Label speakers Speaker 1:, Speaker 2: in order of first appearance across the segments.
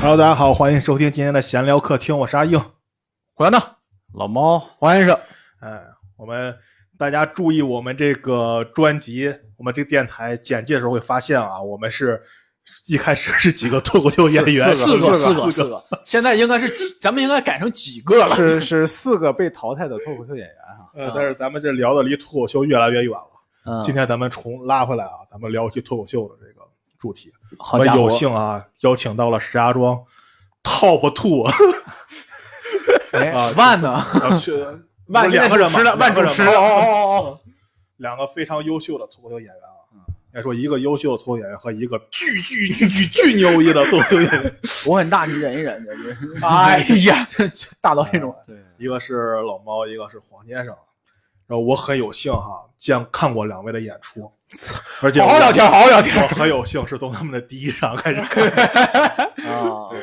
Speaker 1: Hello，大家好，欢迎收听今天的闲聊客厅，我是阿硬。
Speaker 2: 火焰呢？
Speaker 3: 老猫，
Speaker 2: 黄先生，
Speaker 1: 哎，我们大家注意，我们这个专辑，我们这个电台简介的时候会发现啊，我们是一开始是几个脱口秀演员，
Speaker 2: 四个
Speaker 1: 四
Speaker 2: 四个四个，现在应该是几咱们应该改成几个了？
Speaker 3: 是是四个被淘汰的脱口秀演员哈。
Speaker 2: 啊
Speaker 1: 呃，但是咱们这聊的离脱口秀越来越远了。
Speaker 3: 嗯，
Speaker 1: 今天咱们重拉回来啊，咱们聊一期脱口秀的这个主题。
Speaker 3: 好
Speaker 1: 我们
Speaker 3: 家伙，
Speaker 1: 有幸啊，邀请到了石家庄 Top Two
Speaker 3: 哎
Speaker 1: 啊
Speaker 3: 万呢？
Speaker 1: 啊，去两
Speaker 2: 万现在
Speaker 1: 个人
Speaker 2: 主
Speaker 1: 嘛
Speaker 2: 持呢？
Speaker 1: 两
Speaker 2: 万主
Speaker 1: 个人
Speaker 2: 持
Speaker 1: 嘛
Speaker 2: 哦哦哦
Speaker 1: 两个非常优秀的脱口秀演员啊。
Speaker 2: 嗯
Speaker 1: 应该说，一个优秀的脱口秀演员和一个巨巨巨巨巨牛逼的脱口秀演 员，
Speaker 3: 我很大，你忍一忍，就是
Speaker 2: 哦！哎呀，这这
Speaker 3: 大到 这种。
Speaker 2: 对，
Speaker 1: 一个是老猫，一个是黄先生。然后我很有幸哈、见看过两位的演 出，而且
Speaker 2: 好好聊天，好好聊天。
Speaker 1: 我很有幸是从他们的第一场开始看。
Speaker 3: 啊，
Speaker 1: 我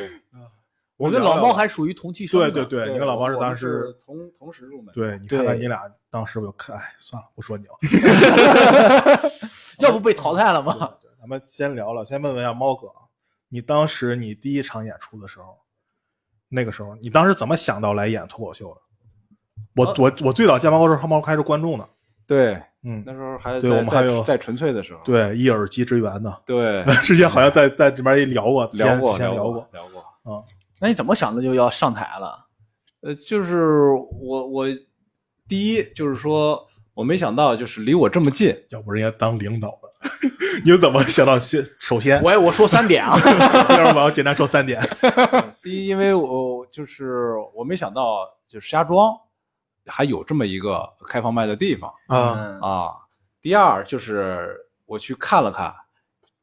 Speaker 3: 我跟老猫还属于同期生
Speaker 1: 对
Speaker 3: 的。
Speaker 1: 对对，你跟老猫是当时
Speaker 3: 同同时入门。
Speaker 1: 对，你看看
Speaker 3: 对
Speaker 1: 你俩当时我就看，哎，算了，不说你了。
Speaker 3: 要不被淘汰了吗？
Speaker 1: 对咱们先聊聊，先问问一下猫哥啊，你当时你第一场演出的时候，那个时候你当时怎么想到来演脱口秀的？我、
Speaker 3: 哦
Speaker 1: 我我最早见猫哥时候，猫哥还是观众呢。
Speaker 4: 对，
Speaker 1: 嗯，
Speaker 4: 那时候还
Speaker 1: 对
Speaker 4: 在
Speaker 1: 我们
Speaker 4: 在
Speaker 1: 还有
Speaker 4: 在纯粹的时候，
Speaker 1: 对，一耳机之缘呢。
Speaker 4: 对
Speaker 1: 之前好像在在这边也聊过，
Speaker 4: 聊 过
Speaker 1: 之前
Speaker 4: 聊
Speaker 1: 过。
Speaker 4: 聊过。
Speaker 3: 那你怎么想的就要上台了？
Speaker 4: 呃，就是我我第一就是说我没想到就是离我这么近，
Speaker 1: 要不人家当领导的， 你怎么想到先？首先，
Speaker 3: 我我说三点啊，
Speaker 1: 要不我要简单说三点。
Speaker 4: 第一因为我就是我没想到就石家庄还有这么一个开放麦的地方
Speaker 2: 啊，
Speaker 4: 啊。第二就是我去看了看，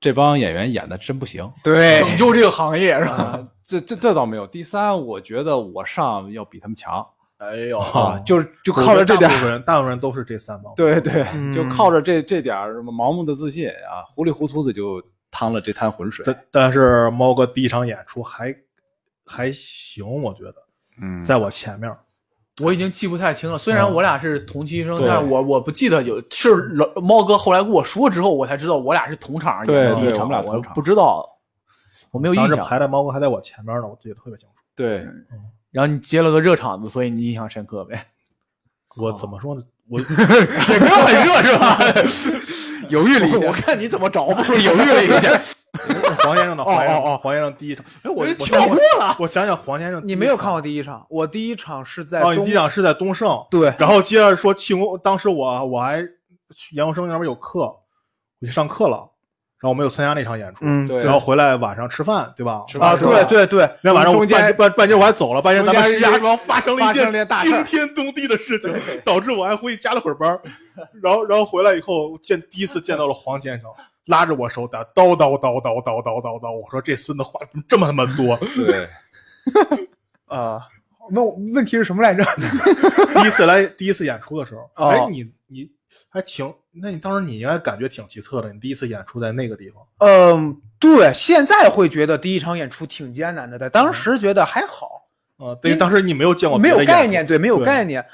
Speaker 4: 这帮演员演的真不行，
Speaker 2: 对
Speaker 3: 拯嗯救这个行业是吧？
Speaker 4: 啊、这这这倒没有。第三，我觉得我上要比他们强
Speaker 3: 哎呦，
Speaker 4: 啊，就是就
Speaker 1: 我
Speaker 4: 靠着
Speaker 1: 觉得
Speaker 4: 这点
Speaker 1: 大部分人大部分人都是这三帮。
Speaker 4: 对对，就
Speaker 2: 嗯
Speaker 4: 靠着这这点儿什么盲目的自信啊，糊里糊涂的就趟了这滩浑水。
Speaker 1: 但但是猫哥第一场演出还还行，我觉得
Speaker 4: 嗯
Speaker 1: 在我前面。
Speaker 3: 我已经记不太清了。虽然
Speaker 1: 嗯
Speaker 3: 我俩是同期生，
Speaker 1: 对
Speaker 3: 但是我我不记得有是老猫哥后来跟我说之后，我才知道我俩是同场
Speaker 4: 对
Speaker 3: 演的第一
Speaker 4: 对
Speaker 3: 场，
Speaker 4: 我们俩
Speaker 3: 我
Speaker 4: 同场
Speaker 3: 不知道，我没有
Speaker 1: 当
Speaker 3: 印
Speaker 1: 时
Speaker 3: 象。
Speaker 1: 排的猫哥还在我前面呢，我记得特别清楚。
Speaker 4: 对，
Speaker 3: 然后你接了个热场子，所以你印象深刻呗？哦
Speaker 1: 我怎么说呢？我
Speaker 3: 也没有很热是吧？犹豫了一下，我看你怎么着吧，犹豫了一下。
Speaker 1: 黄先生的黄先生
Speaker 2: 哦哦哦
Speaker 1: 黄先生第一场，哎，我我
Speaker 3: 跳
Speaker 1: 想
Speaker 3: 过
Speaker 1: 了，我想想黄先生，
Speaker 2: 你没有看？我第一场，我第一场是在
Speaker 1: 哦，你
Speaker 2: 东
Speaker 1: 第一场是在东盛，
Speaker 2: 对
Speaker 1: 然后接着说庆功，当时我我还去研究生那边有课，我去上课了，然后我没有参加那场演出，
Speaker 2: 嗯
Speaker 4: 对
Speaker 1: 然后回来晚上吃饭，对吧？
Speaker 4: 吃饭
Speaker 2: 啊，
Speaker 4: 是吧
Speaker 2: 对对对，
Speaker 1: 那晚上我
Speaker 4: 中间
Speaker 1: 半半半截我还走了，半截咱们
Speaker 4: 中
Speaker 1: 石
Speaker 4: 间
Speaker 1: 家庄发生了一
Speaker 4: 发生了
Speaker 1: 件
Speaker 4: 件大事
Speaker 1: 惊
Speaker 4: 儿
Speaker 1: 天动地的事情，导致我还回去加了会儿班儿，然后然后回来以后见第一次见到了黄先生。拉着我手打叨叨叨叨叨叨叨叨，我说这孙子话怎么这么他妈多？
Speaker 4: 对，
Speaker 2: 啊，那我问题是什么来着？
Speaker 1: 第一次来第一次演出的时候，
Speaker 2: 哦
Speaker 1: 哎，你你还挺，那你当时你应该感觉挺奇特的，你第一次演出在那个地方，
Speaker 2: 嗯，对，现在会觉得第一场演出挺艰难的，但当时觉得还好，
Speaker 1: 啊，对，
Speaker 2: 因
Speaker 1: 当时你没有见过
Speaker 2: 没
Speaker 1: 别的
Speaker 2: 有
Speaker 1: 演出
Speaker 2: 概念，对，没有
Speaker 1: 对
Speaker 2: 概念。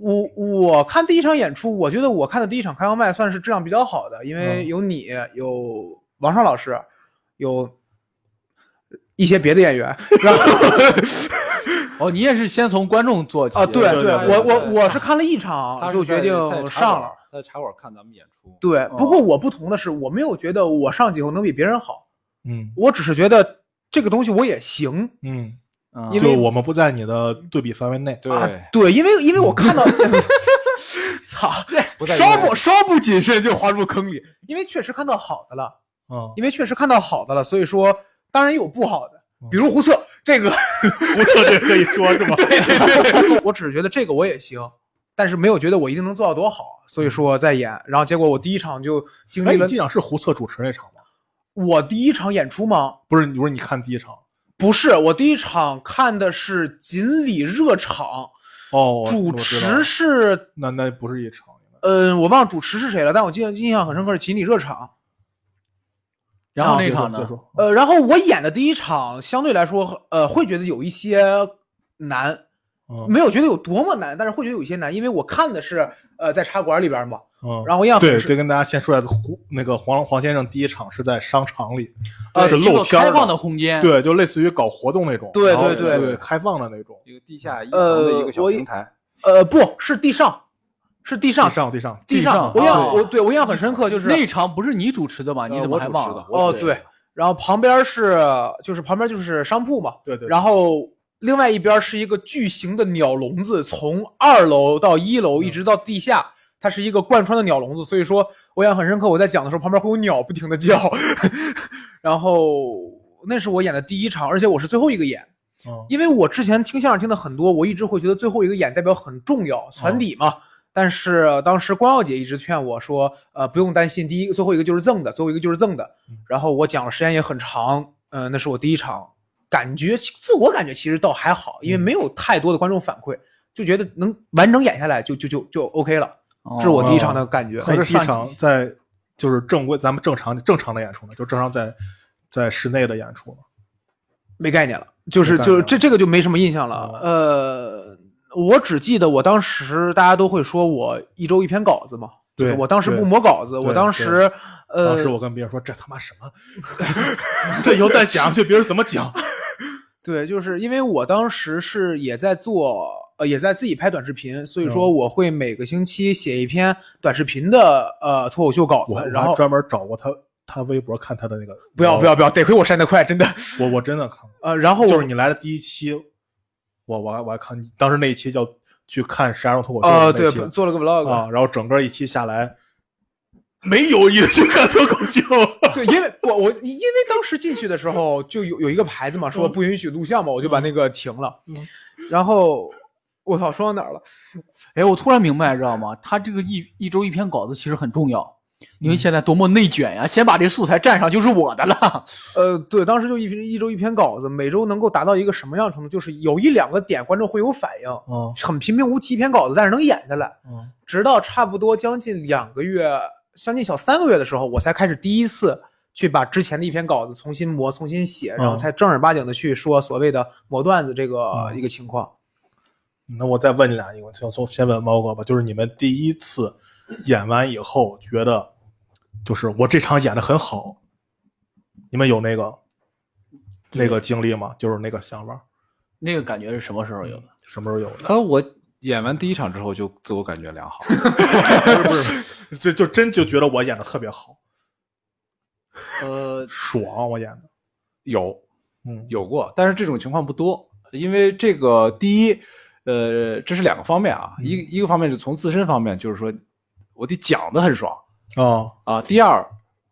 Speaker 2: 我我看第一场演出，我觉得我看的第一场开放麦算是质量比较好的，因为
Speaker 1: 嗯
Speaker 2: 有你，有王爽老师，有一些别的演员，然后
Speaker 3: 哦，你也是先从观众做起
Speaker 2: 啊，对
Speaker 1: 对
Speaker 2: 对，
Speaker 1: 对
Speaker 2: 我我
Speaker 4: 对
Speaker 2: 我是看了一
Speaker 4: 他
Speaker 2: 场
Speaker 4: 是
Speaker 2: 就决
Speaker 4: 在
Speaker 2: 定
Speaker 4: 在茶
Speaker 2: 上
Speaker 4: 馆哦
Speaker 2: 了。
Speaker 4: 儿，在茶馆儿看咱们演出。
Speaker 2: 对，不过我不同的是，我没有觉得我上几后能比别人好，
Speaker 1: 嗯
Speaker 2: 我只是觉得这个东西我也行
Speaker 1: 嗯，
Speaker 3: 嗯
Speaker 2: 因为
Speaker 1: 就我们不在你的对比范围内，
Speaker 4: 对，
Speaker 2: 啊。对，因为因为我看到， 操，这
Speaker 4: 不在
Speaker 2: 稍
Speaker 4: 因为
Speaker 2: 不稍不谨慎就滑入坑里，因为确实看到好的了，
Speaker 1: 嗯，
Speaker 2: 因为确实看到好的了，所以说当然也有不好的，比如胡策这个，
Speaker 1: 不错，这嗯可以说是吧？
Speaker 2: 我只是觉得这个我也行，但是没有觉得我一定能做到多好，所以说在演，然后结果我第一场就经
Speaker 1: 哎，
Speaker 2: 历
Speaker 1: 你
Speaker 2: 了
Speaker 1: 这场是胡策主持那场吗？
Speaker 2: 我第一场演出吗？
Speaker 1: 不是，你不是你看第一场
Speaker 2: 不是，我第一场看的是锦鲤热场，
Speaker 1: 哦，
Speaker 2: 主持是，
Speaker 1: 那那不是一场，
Speaker 2: 嗯、我忘了主持是谁了，但我记得印象很深刻是锦鲤热场。
Speaker 3: 然后那场
Speaker 1: 再
Speaker 3: 呢？
Speaker 1: 说
Speaker 2: 呃，然后我演的第一场相对来说，呃，会觉得有一些难，
Speaker 1: 嗯
Speaker 2: 没有觉得有多么难，但是会觉得有一些难，因为我看的是呃在茶馆里边嘛，
Speaker 1: 嗯，
Speaker 2: 然后印象很
Speaker 1: 对，
Speaker 2: 深
Speaker 1: 这跟大家先说一下，胡那个黄黄先生第一场是在商场里，
Speaker 5: 呃，
Speaker 1: 是
Speaker 5: 一个
Speaker 1: 露天
Speaker 5: 开
Speaker 1: 儿
Speaker 5: 放的空间，，
Speaker 1: 对，就类似于搞活动那种，
Speaker 2: 对
Speaker 1: 然后
Speaker 2: 对
Speaker 6: 对
Speaker 1: 对，开放的那种，
Speaker 6: 一个地下一层的一个小
Speaker 2: 呃
Speaker 6: 平台，
Speaker 2: 呃，不是地上，是地上
Speaker 1: 地，上地上，
Speaker 2: 地
Speaker 5: 地上
Speaker 2: 我印象
Speaker 6: 啊
Speaker 2: 我对我印象很深刻，就是
Speaker 5: 那场不是你主持的吗？你
Speaker 6: 呃
Speaker 5: 怎么
Speaker 6: 我
Speaker 5: 还
Speaker 6: 主
Speaker 5: 忘
Speaker 6: 持的
Speaker 5: 了？
Speaker 6: 我
Speaker 2: 哦
Speaker 6: 主持的
Speaker 2: 对，然后旁边是就是旁边就是商铺嘛，
Speaker 1: 对对，
Speaker 2: 然后另外一边是一个巨型的鸟笼子，从二楼到一楼一直到地下。它是一个贯穿的鸟笼子，所以说我印象很深刻。我在讲的时候，旁边会有鸟不停的叫， 然后那是我演的第一场，而且我是最后一个演，
Speaker 1: 嗯
Speaker 2: 因为我之前听相声听的很多，我一直会觉得最后一个演代表很重要，传底嘛。
Speaker 1: 嗯
Speaker 2: 但是呃当时光耀姐一直劝我说，呃，不用担心，第一个最后一个就是赠的，最后一个就是赠的
Speaker 1: 嗯。
Speaker 2: 然后我讲了时间也很长，嗯、那是我第一场，感觉自我感觉其实倒还好，因为
Speaker 1: 嗯
Speaker 2: 没有太多的观众反馈，就觉得能完整演下来就就就就 OK 了。这是我第一场的感觉。
Speaker 1: 那
Speaker 5: 合着
Speaker 1: 哦第一
Speaker 5: 上
Speaker 1: 场在就是正规咱们正常正常的演出呢，就正常在在室内的演出呢，
Speaker 2: 没概念了，就是
Speaker 1: 没概念
Speaker 2: 就
Speaker 1: 了哦
Speaker 2: 是这这个就没什么印象了。呃，我只记得我当时大家都会说我一周一篇稿子嘛，
Speaker 1: 对
Speaker 2: 就是我当时
Speaker 1: 对
Speaker 2: 不磨稿子，我
Speaker 1: 对
Speaker 2: 当时呃
Speaker 1: 当时我跟别人说这他妈什么， 这以后再讲这别人怎么讲？
Speaker 2: 对，就是因为我当时是也在做呃也在自己拍短视频，所以说
Speaker 1: 嗯
Speaker 2: 我会每个星期写一篇短视频的呃脱口秀稿
Speaker 1: 哦我我
Speaker 2: 子，然
Speaker 1: 还
Speaker 2: 后
Speaker 1: 专门找过他他微博看他的那个，
Speaker 2: 不要不要不要，得亏我删得快，真的
Speaker 1: 我我真的看过，
Speaker 2: 呃，然后
Speaker 1: 就
Speaker 2: 我
Speaker 1: 是你来的第一期，我我还我还看当时那一期叫去看石家庄脱口秀
Speaker 2: 呃
Speaker 1: 的
Speaker 2: 对
Speaker 1: 那期
Speaker 2: 做了个 vlog，
Speaker 1: 啊，然后整个一期下来 没有一个去看脱口秀，
Speaker 2: 对，因为我我因为当时进去的时候就有有一个牌子嘛，说不允许录像嘛，我就把那个停了。
Speaker 1: 嗯
Speaker 2: 然后我操，说到哪儿了？
Speaker 5: 哎，我突然明白，知道吗？他这个一一周一篇稿子其实很重要，因为现在多么内卷呀！先把这素材占上就是我的了。
Speaker 2: 呃，对，当时就一一周一篇稿子，每周能够达到一个什么样的程度？就是有一两个点观众会有反应，
Speaker 1: 嗯
Speaker 2: 很平平无奇一篇稿子，但是能演下来。
Speaker 1: 嗯
Speaker 2: 直到差不多将近两个月，将近小三个月的时候，我才开始第一次去把之前的一篇稿子重新磨、重新写，然后才正儿八经的去说所谓的磨段子这个
Speaker 1: 嗯
Speaker 2: 一个情况。
Speaker 1: 那我再问你俩一个问题，我从先问猫哥吧，就是你们第一次演完以后，觉得就是我这场演的很好，你们有那个那个经历吗？就是那个想法，
Speaker 5: 那个感觉是什么时候有的？
Speaker 1: 什么时候有的？
Speaker 6: 呃，我演完第一场之后就自我感觉良好，
Speaker 1: 不是不是， 就就真就觉得我演的特别好，
Speaker 5: 呃，
Speaker 1: 爽，我演的，
Speaker 6: 有
Speaker 1: 嗯
Speaker 6: 有过，但是这种情况不多，因为这个第一，呃，这是两个方面
Speaker 1: 嗯
Speaker 6: 啊，一一个方面是从自身方面，就是说我得讲的很爽
Speaker 1: 哦，
Speaker 6: 啊；第二，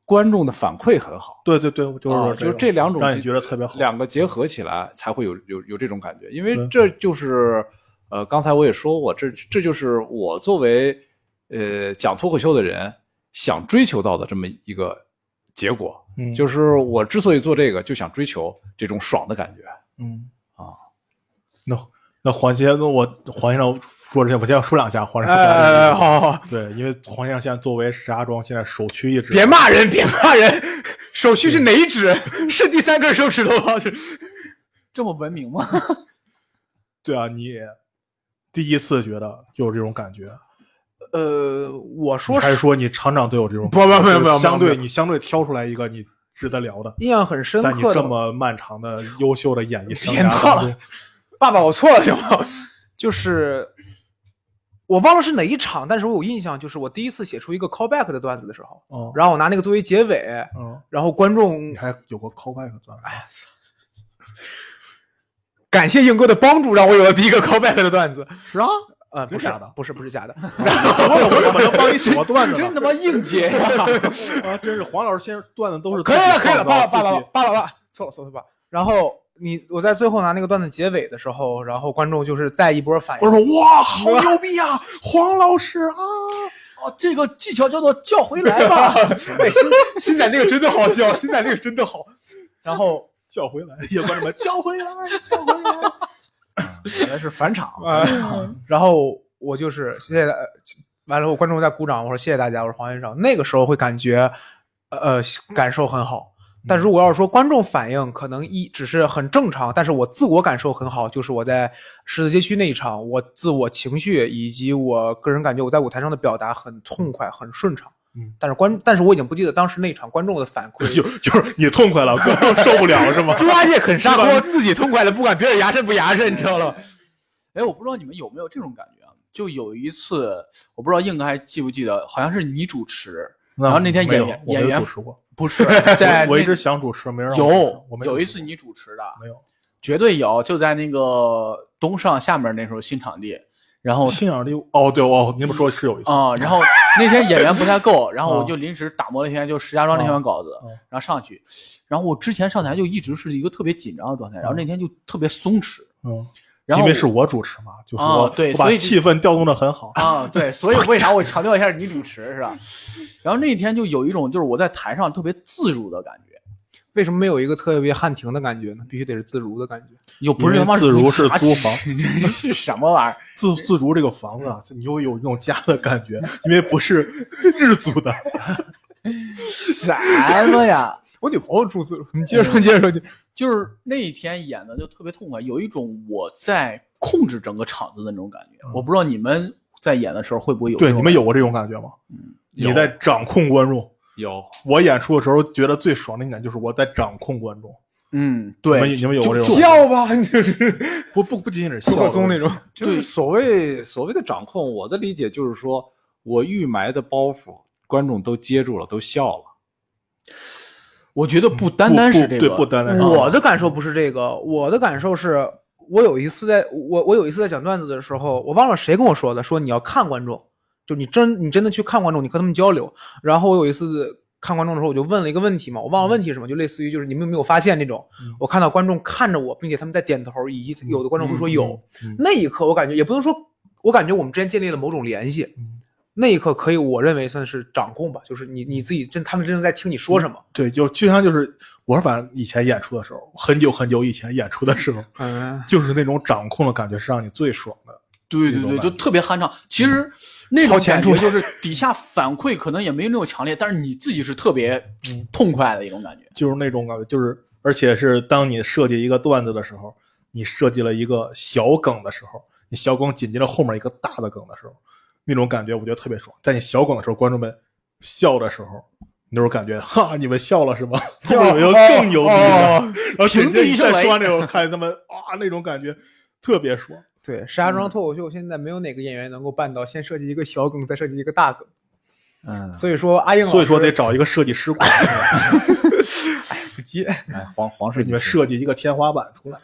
Speaker 6: 观众的反馈很好，
Speaker 1: 对对对，我就是说
Speaker 2: 哦
Speaker 6: 啊就
Speaker 1: 种
Speaker 6: 这两种
Speaker 1: 让
Speaker 6: 其
Speaker 1: 你觉得特别好，嗯
Speaker 6: 两个结合起来才会有有有这种感觉，因为
Speaker 1: 对
Speaker 6: 这就是呃，刚才我也说过，这这就是我作为呃讲脱口秀的人想追求到的这么一个结果，
Speaker 1: 嗯
Speaker 6: 就是我之所以做这个，就想追求这种爽的感觉。
Speaker 1: 嗯
Speaker 6: 啊，
Speaker 2: 哦
Speaker 1: 那那黄先生，我黄先生说这些，我先说两下黄先
Speaker 2: 哎
Speaker 1: 生。
Speaker 2: 哎，哎好好好，
Speaker 1: 对，因为黄先生现在作为石家庄现在首屈一指，
Speaker 2: 别骂人，别骂人，手续是哪一指？是第三根手指头吗？
Speaker 5: 这么文明吗？
Speaker 1: 对啊，你也第一次觉得有这种感觉，
Speaker 2: 呃，我
Speaker 1: 你
Speaker 2: 说
Speaker 1: 还是
Speaker 2: 是
Speaker 1: 说你常常都有这种
Speaker 2: 不
Speaker 1: 感觉？
Speaker 2: 不不
Speaker 1: 就是
Speaker 2: 不不
Speaker 1: 相
Speaker 2: 不
Speaker 1: 对
Speaker 2: 不
Speaker 1: 你相对挑出来一个你值得聊的，
Speaker 2: 印象很深
Speaker 1: 在你
Speaker 2: 刻
Speaker 1: 这
Speaker 2: 的。
Speaker 1: 么啊漫长的优秀的演艺生
Speaker 2: 别
Speaker 1: 涯
Speaker 2: 闹
Speaker 1: 当
Speaker 2: 了
Speaker 1: 中，，
Speaker 2: 爸爸，我错了行吗？就是我忘了是哪一场，但是我有印象，就是我第一次写出一个 callback 的段子的时候，
Speaker 1: 哦，
Speaker 2: 然后我拿那个作为结尾，
Speaker 1: 嗯，
Speaker 2: 然后观众
Speaker 1: 你还有个 callback 段，
Speaker 2: 感谢硬哥的帮助，让我有了第一个 callback 的段子。
Speaker 5: 是啊，
Speaker 2: 呃，不是
Speaker 1: 真假的
Speaker 2: 不是，不是假的。
Speaker 1: 我怎么能帮你什么段 子
Speaker 5: 真
Speaker 1: 呢？
Speaker 5: 他妈硬结呀！
Speaker 1: 啊，真是黄老师先生段子都是
Speaker 2: 可以了，可以了，爸爸，爸爸，
Speaker 1: 爸
Speaker 2: 爸爸，爸爸，错了，错了，爸爸。然后你我在最后拿那个段子结尾的时候，然后观众就是再一波反应，
Speaker 1: 我说哇，好牛逼啊，黄老师啊，
Speaker 5: 哦，这个技巧叫做叫回 来吧。
Speaker 2: 哎，新新仔那个真的好笑，新仔那个真的好。然后
Speaker 1: 叫回来，也观众们叫回来， 哎
Speaker 6: 原来是返场，
Speaker 2: 然后我就是谢谢大，呃完了后呃观众在鼓掌，我说谢谢大家，我说黄先生，那个时候会感觉，呃，感受很好。但如果要是说观众反应，可能一只是很正常，但是我自我感受很好，就是我在十字街区那一场，我自我情绪以及我个人感觉我在舞台上的表达很痛快，很顺畅。
Speaker 1: 嗯，，
Speaker 2: 但是观，但是我已经不记得当时那场观众的反 馈
Speaker 1: 就就是你痛快了，观众受不了是吗？
Speaker 2: 猪八戒啃砂锅自己痛快的，不管别人牙碜不牙碜，你知道了吧？
Speaker 5: 哎，我不知道你们有没有这种感觉啊？就有一次，我不知道硬哥还记不记得，好像是你主持，然后那天
Speaker 1: 没有
Speaker 5: 演员
Speaker 1: 我没有
Speaker 5: 演员
Speaker 1: 主持过，
Speaker 5: 不是在
Speaker 1: 我我一
Speaker 5: 那
Speaker 1: 直想主持，没人让我主持
Speaker 5: 有
Speaker 1: 我没
Speaker 5: 有一
Speaker 1: 主持
Speaker 5: 次
Speaker 1: 过
Speaker 5: 你主持的，
Speaker 1: 没有
Speaker 5: 绝对有，就在那个东上下面那时候新场地，然后
Speaker 1: 信仰力哦，对哦，你们说是有一次，
Speaker 5: 啊、然后那天演员不太够，然后我
Speaker 1: 啊
Speaker 5: 就临时打磨了一天，就石家庄那篇稿子，
Speaker 1: 啊
Speaker 5: 然后上去，然后我之前上台就一直是一个特别紧张的状态，然后那天就特别松弛，
Speaker 1: 嗯，
Speaker 5: 然
Speaker 1: 啊
Speaker 5: 后
Speaker 1: 因为是我主持嘛，就是
Speaker 5: 啊
Speaker 1: 我
Speaker 5: 对
Speaker 1: 我把
Speaker 5: 所以
Speaker 1: 气氛调动的很好，
Speaker 5: 啊，对，所以为啥我强调一下是你主持是吧？然后那天就有一种就是我在台上特别自如的感觉，
Speaker 2: 为什么没有一个特别汉庭的感觉呢？必须得是自如的感觉。
Speaker 5: 又不是
Speaker 1: 因
Speaker 5: 他
Speaker 1: 为
Speaker 5: 妈
Speaker 1: 自如是
Speaker 5: 啥
Speaker 1: 租 房
Speaker 5: 是什么玩意儿？
Speaker 1: 自自如这个房
Speaker 5: 嗯
Speaker 1: 子啊，你就会有一种家的感觉， 因为不是日租的，
Speaker 5: 什么呀？
Speaker 2: 我女朋友住自如，你接着
Speaker 1: 嗯
Speaker 2: 说，接着说，接着说
Speaker 5: 就是那一天演的就特别痛快，有一种我在控制整个场子的那种感觉。我不知道你们在演的时候会不会有
Speaker 1: 嗯
Speaker 5: 这嗯
Speaker 1: 对，
Speaker 5: 种
Speaker 1: 你们有过这种感觉吗？
Speaker 6: 有
Speaker 1: 你在掌控观众。
Speaker 6: 有
Speaker 1: 我演出的时候觉得最爽的一点就是我在掌控观众，
Speaker 5: 嗯，
Speaker 1: 你们
Speaker 5: 对，
Speaker 1: 你们有过这种感觉
Speaker 2: 笑吧，你 这是
Speaker 1: 不不不仅仅是笑
Speaker 2: 不可松那种。
Speaker 6: 就是
Speaker 5: 对
Speaker 6: 所谓所谓的掌控，我的理解就是说我预埋的包袱，观众都接住了，都笑了。
Speaker 5: 我觉得不单单是这个，嗯
Speaker 1: 不不对不单单是这个
Speaker 2: 我的感受不是这个，我的感受是我有一次在我我有一次在讲段子的时候，我忘了谁跟我说的，说你要看观众，就你真你真的去看观众，你和他们交流。然后我有一次看观众的时候，我就问了一个问题嘛，我忘了问题是什么，就类似于就是你们有没有发现那种，
Speaker 1: 嗯
Speaker 2: 我看到观众看着我，并且他们在点头，以及有的观众会说有，
Speaker 1: 嗯嗯嗯
Speaker 2: 那一刻我感觉也不能说，我感觉我们之间建立了某种联系。
Speaker 1: 嗯
Speaker 2: 那一刻可以，我认为算是掌控吧，就是你你自己真，他们真正在听你说什么。
Speaker 1: 对，就就像就是我反正以前演出的时候，很久很久以前演出的时候，
Speaker 2: 嗯，
Speaker 1: 就是那种掌控的感觉是让你最爽的。
Speaker 5: 对
Speaker 1: 这
Speaker 5: 对
Speaker 1: 种
Speaker 5: 对，
Speaker 1: 感嗯
Speaker 5: 就特别酣畅。其实那种
Speaker 2: 掏钱
Speaker 5: 感觉
Speaker 2: 出
Speaker 5: 就是底下反馈可能也没那么强烈，但是你自己是特别
Speaker 1: 嗯
Speaker 5: 痛快的一 种感觉。
Speaker 1: 就是那种感觉，就是而且是当你设计一个段子的时候，你设计了一个小梗的时候，你小梗紧接着后面一个大的梗的时候，那种感觉我觉得特别爽。在你小梗的时候，观众们笑的时候，那种感觉，哈，你们笑了是吗？后面有一个更牛逼的，
Speaker 2: 哦
Speaker 1: 然后紧
Speaker 5: 平
Speaker 1: 接着
Speaker 5: 地一
Speaker 1: 你
Speaker 5: 声
Speaker 1: 再
Speaker 5: 雷
Speaker 1: 说完这种，看他们啊，那种感觉特别爽。
Speaker 2: 对，石家庄脱口秀现在没有哪个演员能够办到先设计一个小梗，再设计一个大梗。
Speaker 6: 嗯，
Speaker 2: 啊所以说阿英老师，
Speaker 1: 所以说得找一个设计师过来，
Speaker 2: 不接。
Speaker 6: 哎，黄黄
Speaker 1: 给
Speaker 6: 是
Speaker 1: 你们设计一个天花板出来，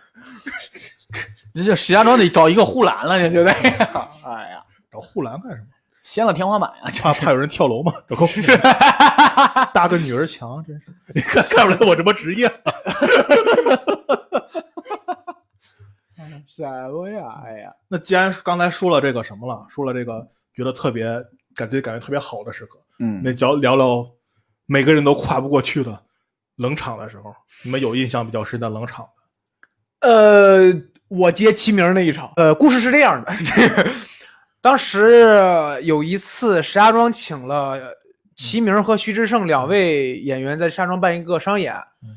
Speaker 5: 这就石家庄得搞一个护栏了，这就得。哎呀，
Speaker 1: 找护栏干什么？
Speaker 5: 掀了天花板啊 呀！这
Speaker 1: 啊怕怕有人跳楼吗？找个护栏搭个女儿墙， 真是你看看不出来我什么职业。
Speaker 5: 什么呀？哎呀，
Speaker 1: 那既然刚才说了这个什么了，说了这个觉得特别感觉感觉特别好的时刻，
Speaker 5: 嗯，
Speaker 1: 那聊聊聊每个人都跨不过去的冷场的时候，你们有印象比较深的冷场的？
Speaker 2: 呃，我接齐名那一场，呃，故事是这样的， 当时有一次石家庄请了齐名和徐志胜两位演员在石家庄办一个商演，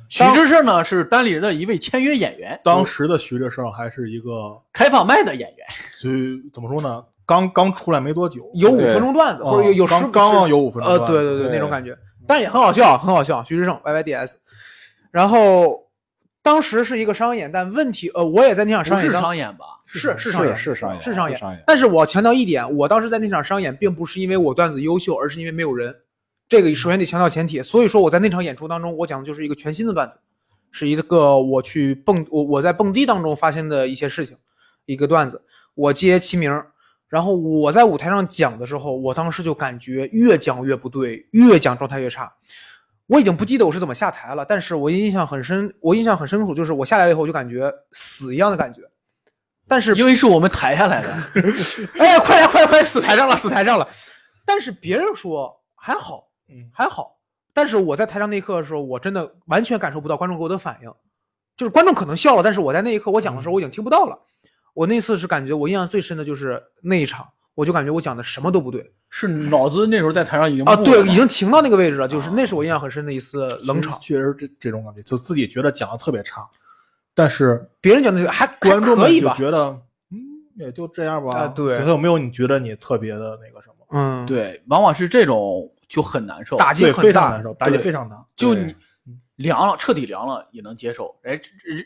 Speaker 5: 徐志胜呢是单立人的一位签约演员，
Speaker 1: 当时的徐志胜还是一个，
Speaker 5: 开放麦的演员。
Speaker 1: 就怎么说呢，刚刚出来没多久，啊
Speaker 2: 有五
Speaker 6: 对
Speaker 2: 分钟段子，或者有哦有十
Speaker 1: 刚
Speaker 2: 五
Speaker 1: 刚
Speaker 2: 十
Speaker 1: 有五分钟
Speaker 2: 呃，
Speaker 1: 段
Speaker 2: 对
Speaker 1: 子
Speaker 2: 对对，
Speaker 6: 对
Speaker 2: 那种感觉，但也很好笑，很好笑。徐志胜 YYDS，然后当时是一个商演，但问题呃，我也在那场
Speaker 5: 不
Speaker 2: 商演
Speaker 5: 是
Speaker 2: 当
Speaker 5: 商演吧？
Speaker 2: 是
Speaker 6: 是
Speaker 2: 商演
Speaker 6: 是商演
Speaker 2: 是
Speaker 6: 是商演
Speaker 2: 但是我要强调一点，我当时在那场商演，并不是因为我段子优秀，而是因为没有人。这个首先得强调前提，所以说我在那场演出当中，我讲的就是一个全新的段子，是一个我去蹦我我在蹦迪当中发现的一些事情，一个段子。我接齐名儿，然后我在舞台上讲的时候，我当时就感觉越讲越不对，越讲状态越差。我已经不记得我是怎么下台了，但是我印象很深，我印象很深楚，就是我下来了以后，我就感觉死一样的感觉。但是
Speaker 5: 因为是我们抬下来的，
Speaker 2: 哎，快点，快点，快点，死台上了，死台上了。但是别人说还好，
Speaker 1: 嗯
Speaker 2: 还好。但是我在台上那一刻的时候，我真的完全感受不到观众给我的反应，就是观众可能
Speaker 1: 嗯
Speaker 2: 笑了，但是我在那一刻我讲的时候我已经听不到了。我那次是感觉我印象最深的就是那一场，我就感觉我讲的什么都不对
Speaker 5: 是脑子那时候在台上已经
Speaker 2: 啊，
Speaker 5: 木
Speaker 2: 对
Speaker 5: 了，嘛
Speaker 2: 已经停到那个位置了，
Speaker 1: 啊
Speaker 2: 就是那是我印象很深的一次冷场。
Speaker 1: 确实这这种感觉，就自己觉得讲的特别差，但是
Speaker 2: 别人讲的还还
Speaker 1: 观众
Speaker 2: 可
Speaker 1: 们
Speaker 2: 以
Speaker 1: 就
Speaker 2: 吧？
Speaker 1: 觉得，嗯，也就这样吧。
Speaker 2: 啊对
Speaker 1: 有没有你觉得你特别的那个什么？
Speaker 2: 嗯，，
Speaker 5: 对，往往是这种就很难受，
Speaker 2: 打击
Speaker 1: 对，
Speaker 2: 很
Speaker 1: 非常
Speaker 2: 大
Speaker 1: 难。受，打击
Speaker 5: 对嗯
Speaker 1: 非常大。
Speaker 5: 就
Speaker 6: 对
Speaker 5: 你凉了，彻底凉了也能接受，哎，这这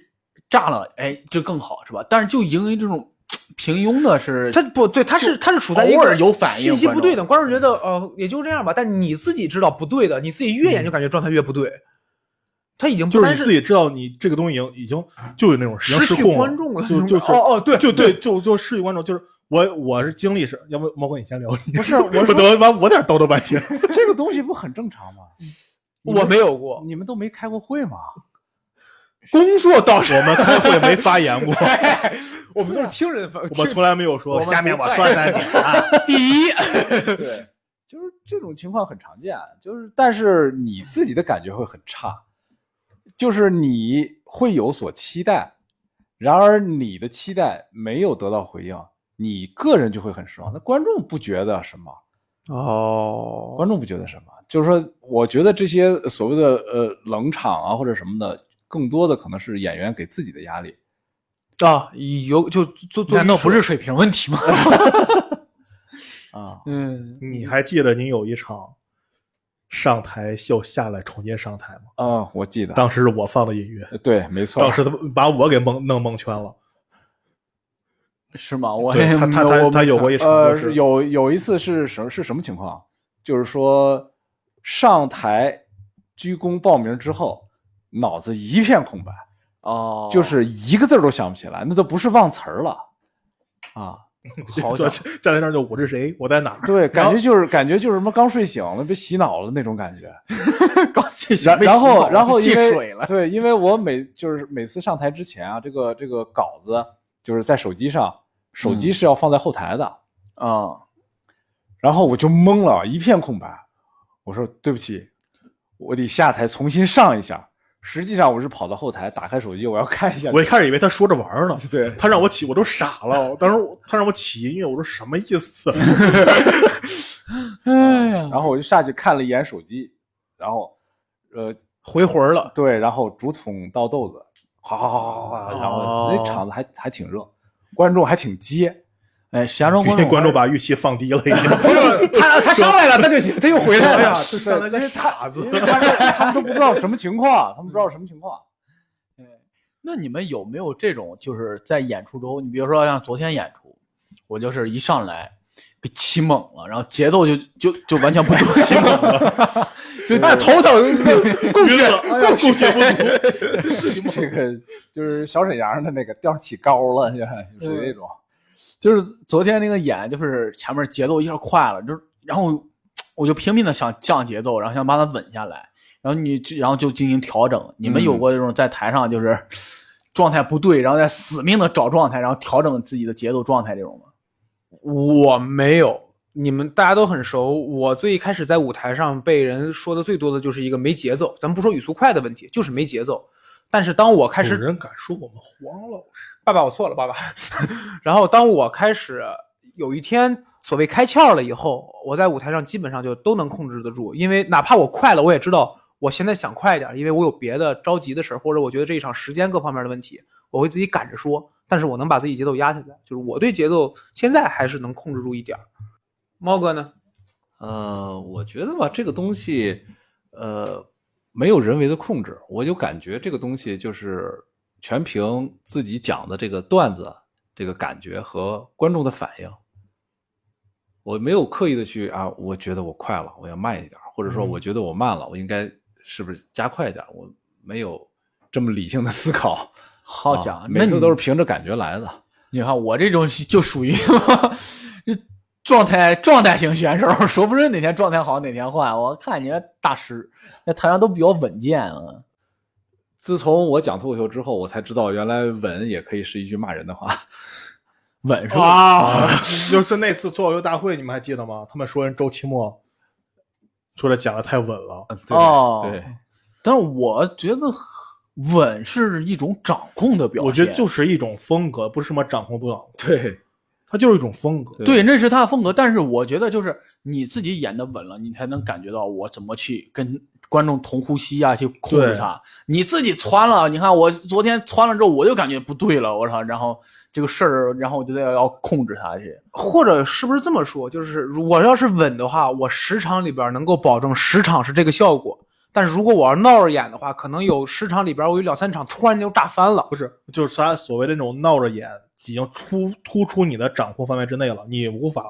Speaker 5: 炸了，哎，这更好是吧？但是就因为这种平庸的是，
Speaker 2: 他不对，他是他是处在一
Speaker 5: 偶
Speaker 2: 个
Speaker 5: 尔有反应
Speaker 2: 信息不对等，观
Speaker 5: 观
Speaker 2: 众觉得呃也就这样吧，但你自己知道不对的，你自己越演就感觉状态越不对。他已经不
Speaker 1: 就是
Speaker 2: 单
Speaker 1: 你自己知道你这个东西已经已经就有那种已经
Speaker 2: 失去
Speaker 1: 控了
Speaker 2: 观众了，
Speaker 1: 就就是
Speaker 2: 哦哦对
Speaker 1: 就对就就失去观众，就是我我是经历是，要不猫哥你先聊，
Speaker 4: 不 是我
Speaker 1: 我
Speaker 4: 说
Speaker 1: 等把我点叨叨半天。
Speaker 4: 这个东西不很正常吗？
Speaker 2: 我没有过
Speaker 4: 你们都没开过会吗？
Speaker 2: 工作 倒是
Speaker 1: 我们开会没发言 过，
Speaker 2: 我 们都是听人分，
Speaker 1: 我们从来没有说
Speaker 2: 我们
Speaker 1: 下面我说三点啊，第 一，
Speaker 4: 对，就是这种情况很常见，啊就是但是你自己的感觉会很差，就是你会有所期待，然而你的期待没有得到回应，你个人就会很失望。那观众不觉得什么？
Speaker 2: 哦，
Speaker 4: 观众不觉得什么？就是说，我觉得这些所谓的呃冷场啊或者什么的，更多的可能是演员给自己的压力。
Speaker 2: 啊，有就做做
Speaker 5: 难道不是水平问题吗？
Speaker 4: 啊，
Speaker 5: 嗯，
Speaker 1: 你还记得你有一场上台秀下来重新上台吗？
Speaker 4: 啊，我记得，
Speaker 1: 当时是我放的音乐，
Speaker 4: 对，没错
Speaker 1: 当，时他们把我给蒙弄蒙圈了。
Speaker 5: 是吗？我
Speaker 1: 对
Speaker 5: 也
Speaker 1: 他他
Speaker 5: 没
Speaker 1: 他
Speaker 5: 我
Speaker 1: 他有过一场就
Speaker 4: 呃，
Speaker 1: 是
Speaker 4: 是有有一次是什么是什么情况？啊就是说上台鞠躬报名之后，脑子一片空白，
Speaker 5: 哦，
Speaker 4: 就是一个字儿都想不起来，那都不是忘词儿了啊。
Speaker 5: 好
Speaker 1: 站
Speaker 5: 家
Speaker 1: 站在那儿就我是谁，我在哪儿？
Speaker 4: 对，感觉就是感觉就是什么刚睡醒了被洗脑了那种感觉。
Speaker 5: 刚 这些
Speaker 4: 然
Speaker 5: 被
Speaker 4: 然
Speaker 5: 洗脑
Speaker 4: 后
Speaker 5: 了
Speaker 4: 然后因
Speaker 5: 进
Speaker 4: 为
Speaker 5: 水了，
Speaker 4: 对，因为我每就是每次上台之前啊，这个这个稿子就是在手机上，手机是要放在后台的。
Speaker 5: 嗯啊，
Speaker 4: 然后我就懵了，一片空白。我说对不起，我得下台重新上一下。实际上我是跑到后台，打开手机，我要看一下。
Speaker 1: 我一开始以为他说着玩儿呢，
Speaker 4: 对
Speaker 1: 他让我起我都傻了。当时我他让我起音乐，我说什么意思？
Speaker 5: 哎呀，
Speaker 4: 然后我就下去看了一眼手机，然后，呃，
Speaker 2: 回魂儿了，
Speaker 4: 对，然后竹筒倒豆子，哗哗哗哗哗，然后那
Speaker 2: 哦
Speaker 4: 场子还还挺热，观众还挺接。
Speaker 5: 哎，石家庄观
Speaker 1: 因为
Speaker 5: 众
Speaker 1: 观众把预期放低了，已经。
Speaker 2: 不是他他上来了，他 就他又回来
Speaker 1: 哎呀
Speaker 2: 了，，
Speaker 1: 这上来个傻子
Speaker 4: 因。为他们他们都不知道什么情况，他们不知道什么情况。
Speaker 5: 那你们有没有这种，就是在演出中，你比如说像昨天演出，我就是一上来被起猛了，然后节奏就就就完全不对，起猛了，就
Speaker 2: 哎头疼，
Speaker 1: 供血，哎呀，供血不足。
Speaker 4: 这个就是小沈阳的那个调起高了，就是属于那种。
Speaker 5: 就是昨天那个演，就是前面节奏一下快了，就是然后我就拼命的想降节奏，然后想把它稳下来，然后你就然后就进行调整。你们有过这种在台上就是 状态不对，然后再死命的找状态，然后调整自己的节奏状态这种吗？
Speaker 2: 我没有，你们大家都很熟。我最开始在舞台上被人说的最多的就是一个没节奏，咱们不说语速快的问题，就是没节奏。但是当我开
Speaker 1: 有
Speaker 2: 始，
Speaker 1: 人敢说我们黄老师？
Speaker 2: 爸爸，我错了，爸爸。 然后当我开始有一天所谓开窍了以后，我在舞台上基本上就都能控制得住，因为哪怕我快了，我也知道我现在想快一点，因为我有别的着急的事儿，或者我觉得这一场时间各方面的问题，我会自己赶着说，但是我能把自己节奏压下来，就是我对节奏现在还是能控制住一点儿。猫哥呢？
Speaker 6: 呃，我觉得吧，这个东西，呃，没有人为的控制，我就感觉这个东西就是全凭自己讲的这个段子、这个感觉和观众的反应。我没有刻意的去啊，我觉得我快了，我要慢一点儿，或者说
Speaker 5: 嗯
Speaker 6: 我觉得我慢了，我应该是不是加快一点儿？我没有这么理性的思考。
Speaker 5: 好
Speaker 6: 啊
Speaker 5: 家伙，那
Speaker 6: 每
Speaker 5: 你
Speaker 6: 次都是凭着感觉来的。
Speaker 5: 你看我这种就属于状态状态型选手， 说不准哪天状态好哪天坏。我看你这大师在台上都比较稳健啊。
Speaker 6: 自从我讲脱口秀之后，我才知道原来稳也可以是一句骂人的话。
Speaker 5: 稳是吧？
Speaker 1: 哇！啊就是那次脱口秀大会，你们还记得吗？他们说人周奇墨说他讲的太稳了，
Speaker 6: 对
Speaker 5: 哦
Speaker 6: 对，
Speaker 5: 但是我觉得稳是一种掌控的表现，
Speaker 1: 我觉得就是一种风格，不是什么掌控不掌控，
Speaker 6: 对，
Speaker 1: 它就是一种风格。
Speaker 5: 对，那是他的风格。但是我觉得就是你自己演的稳了，你才能感觉到我怎么去跟观众同呼吸啊，去控制
Speaker 1: 对
Speaker 5: 他。你自己穿了，你看我昨天穿了之后，我就感觉不对了，我操！然后这个事儿，然后我就得要控制他去。
Speaker 2: 或者是不是这么说？就是如我要是稳的话，我十场里边能够保证十场是这个效果。但是如果我要闹着演的话，可能有十场里边我有两三场突然就炸翻了。
Speaker 1: 不是，就是他所谓的那种闹着演，已经突突出你的掌控范围之内了，你无法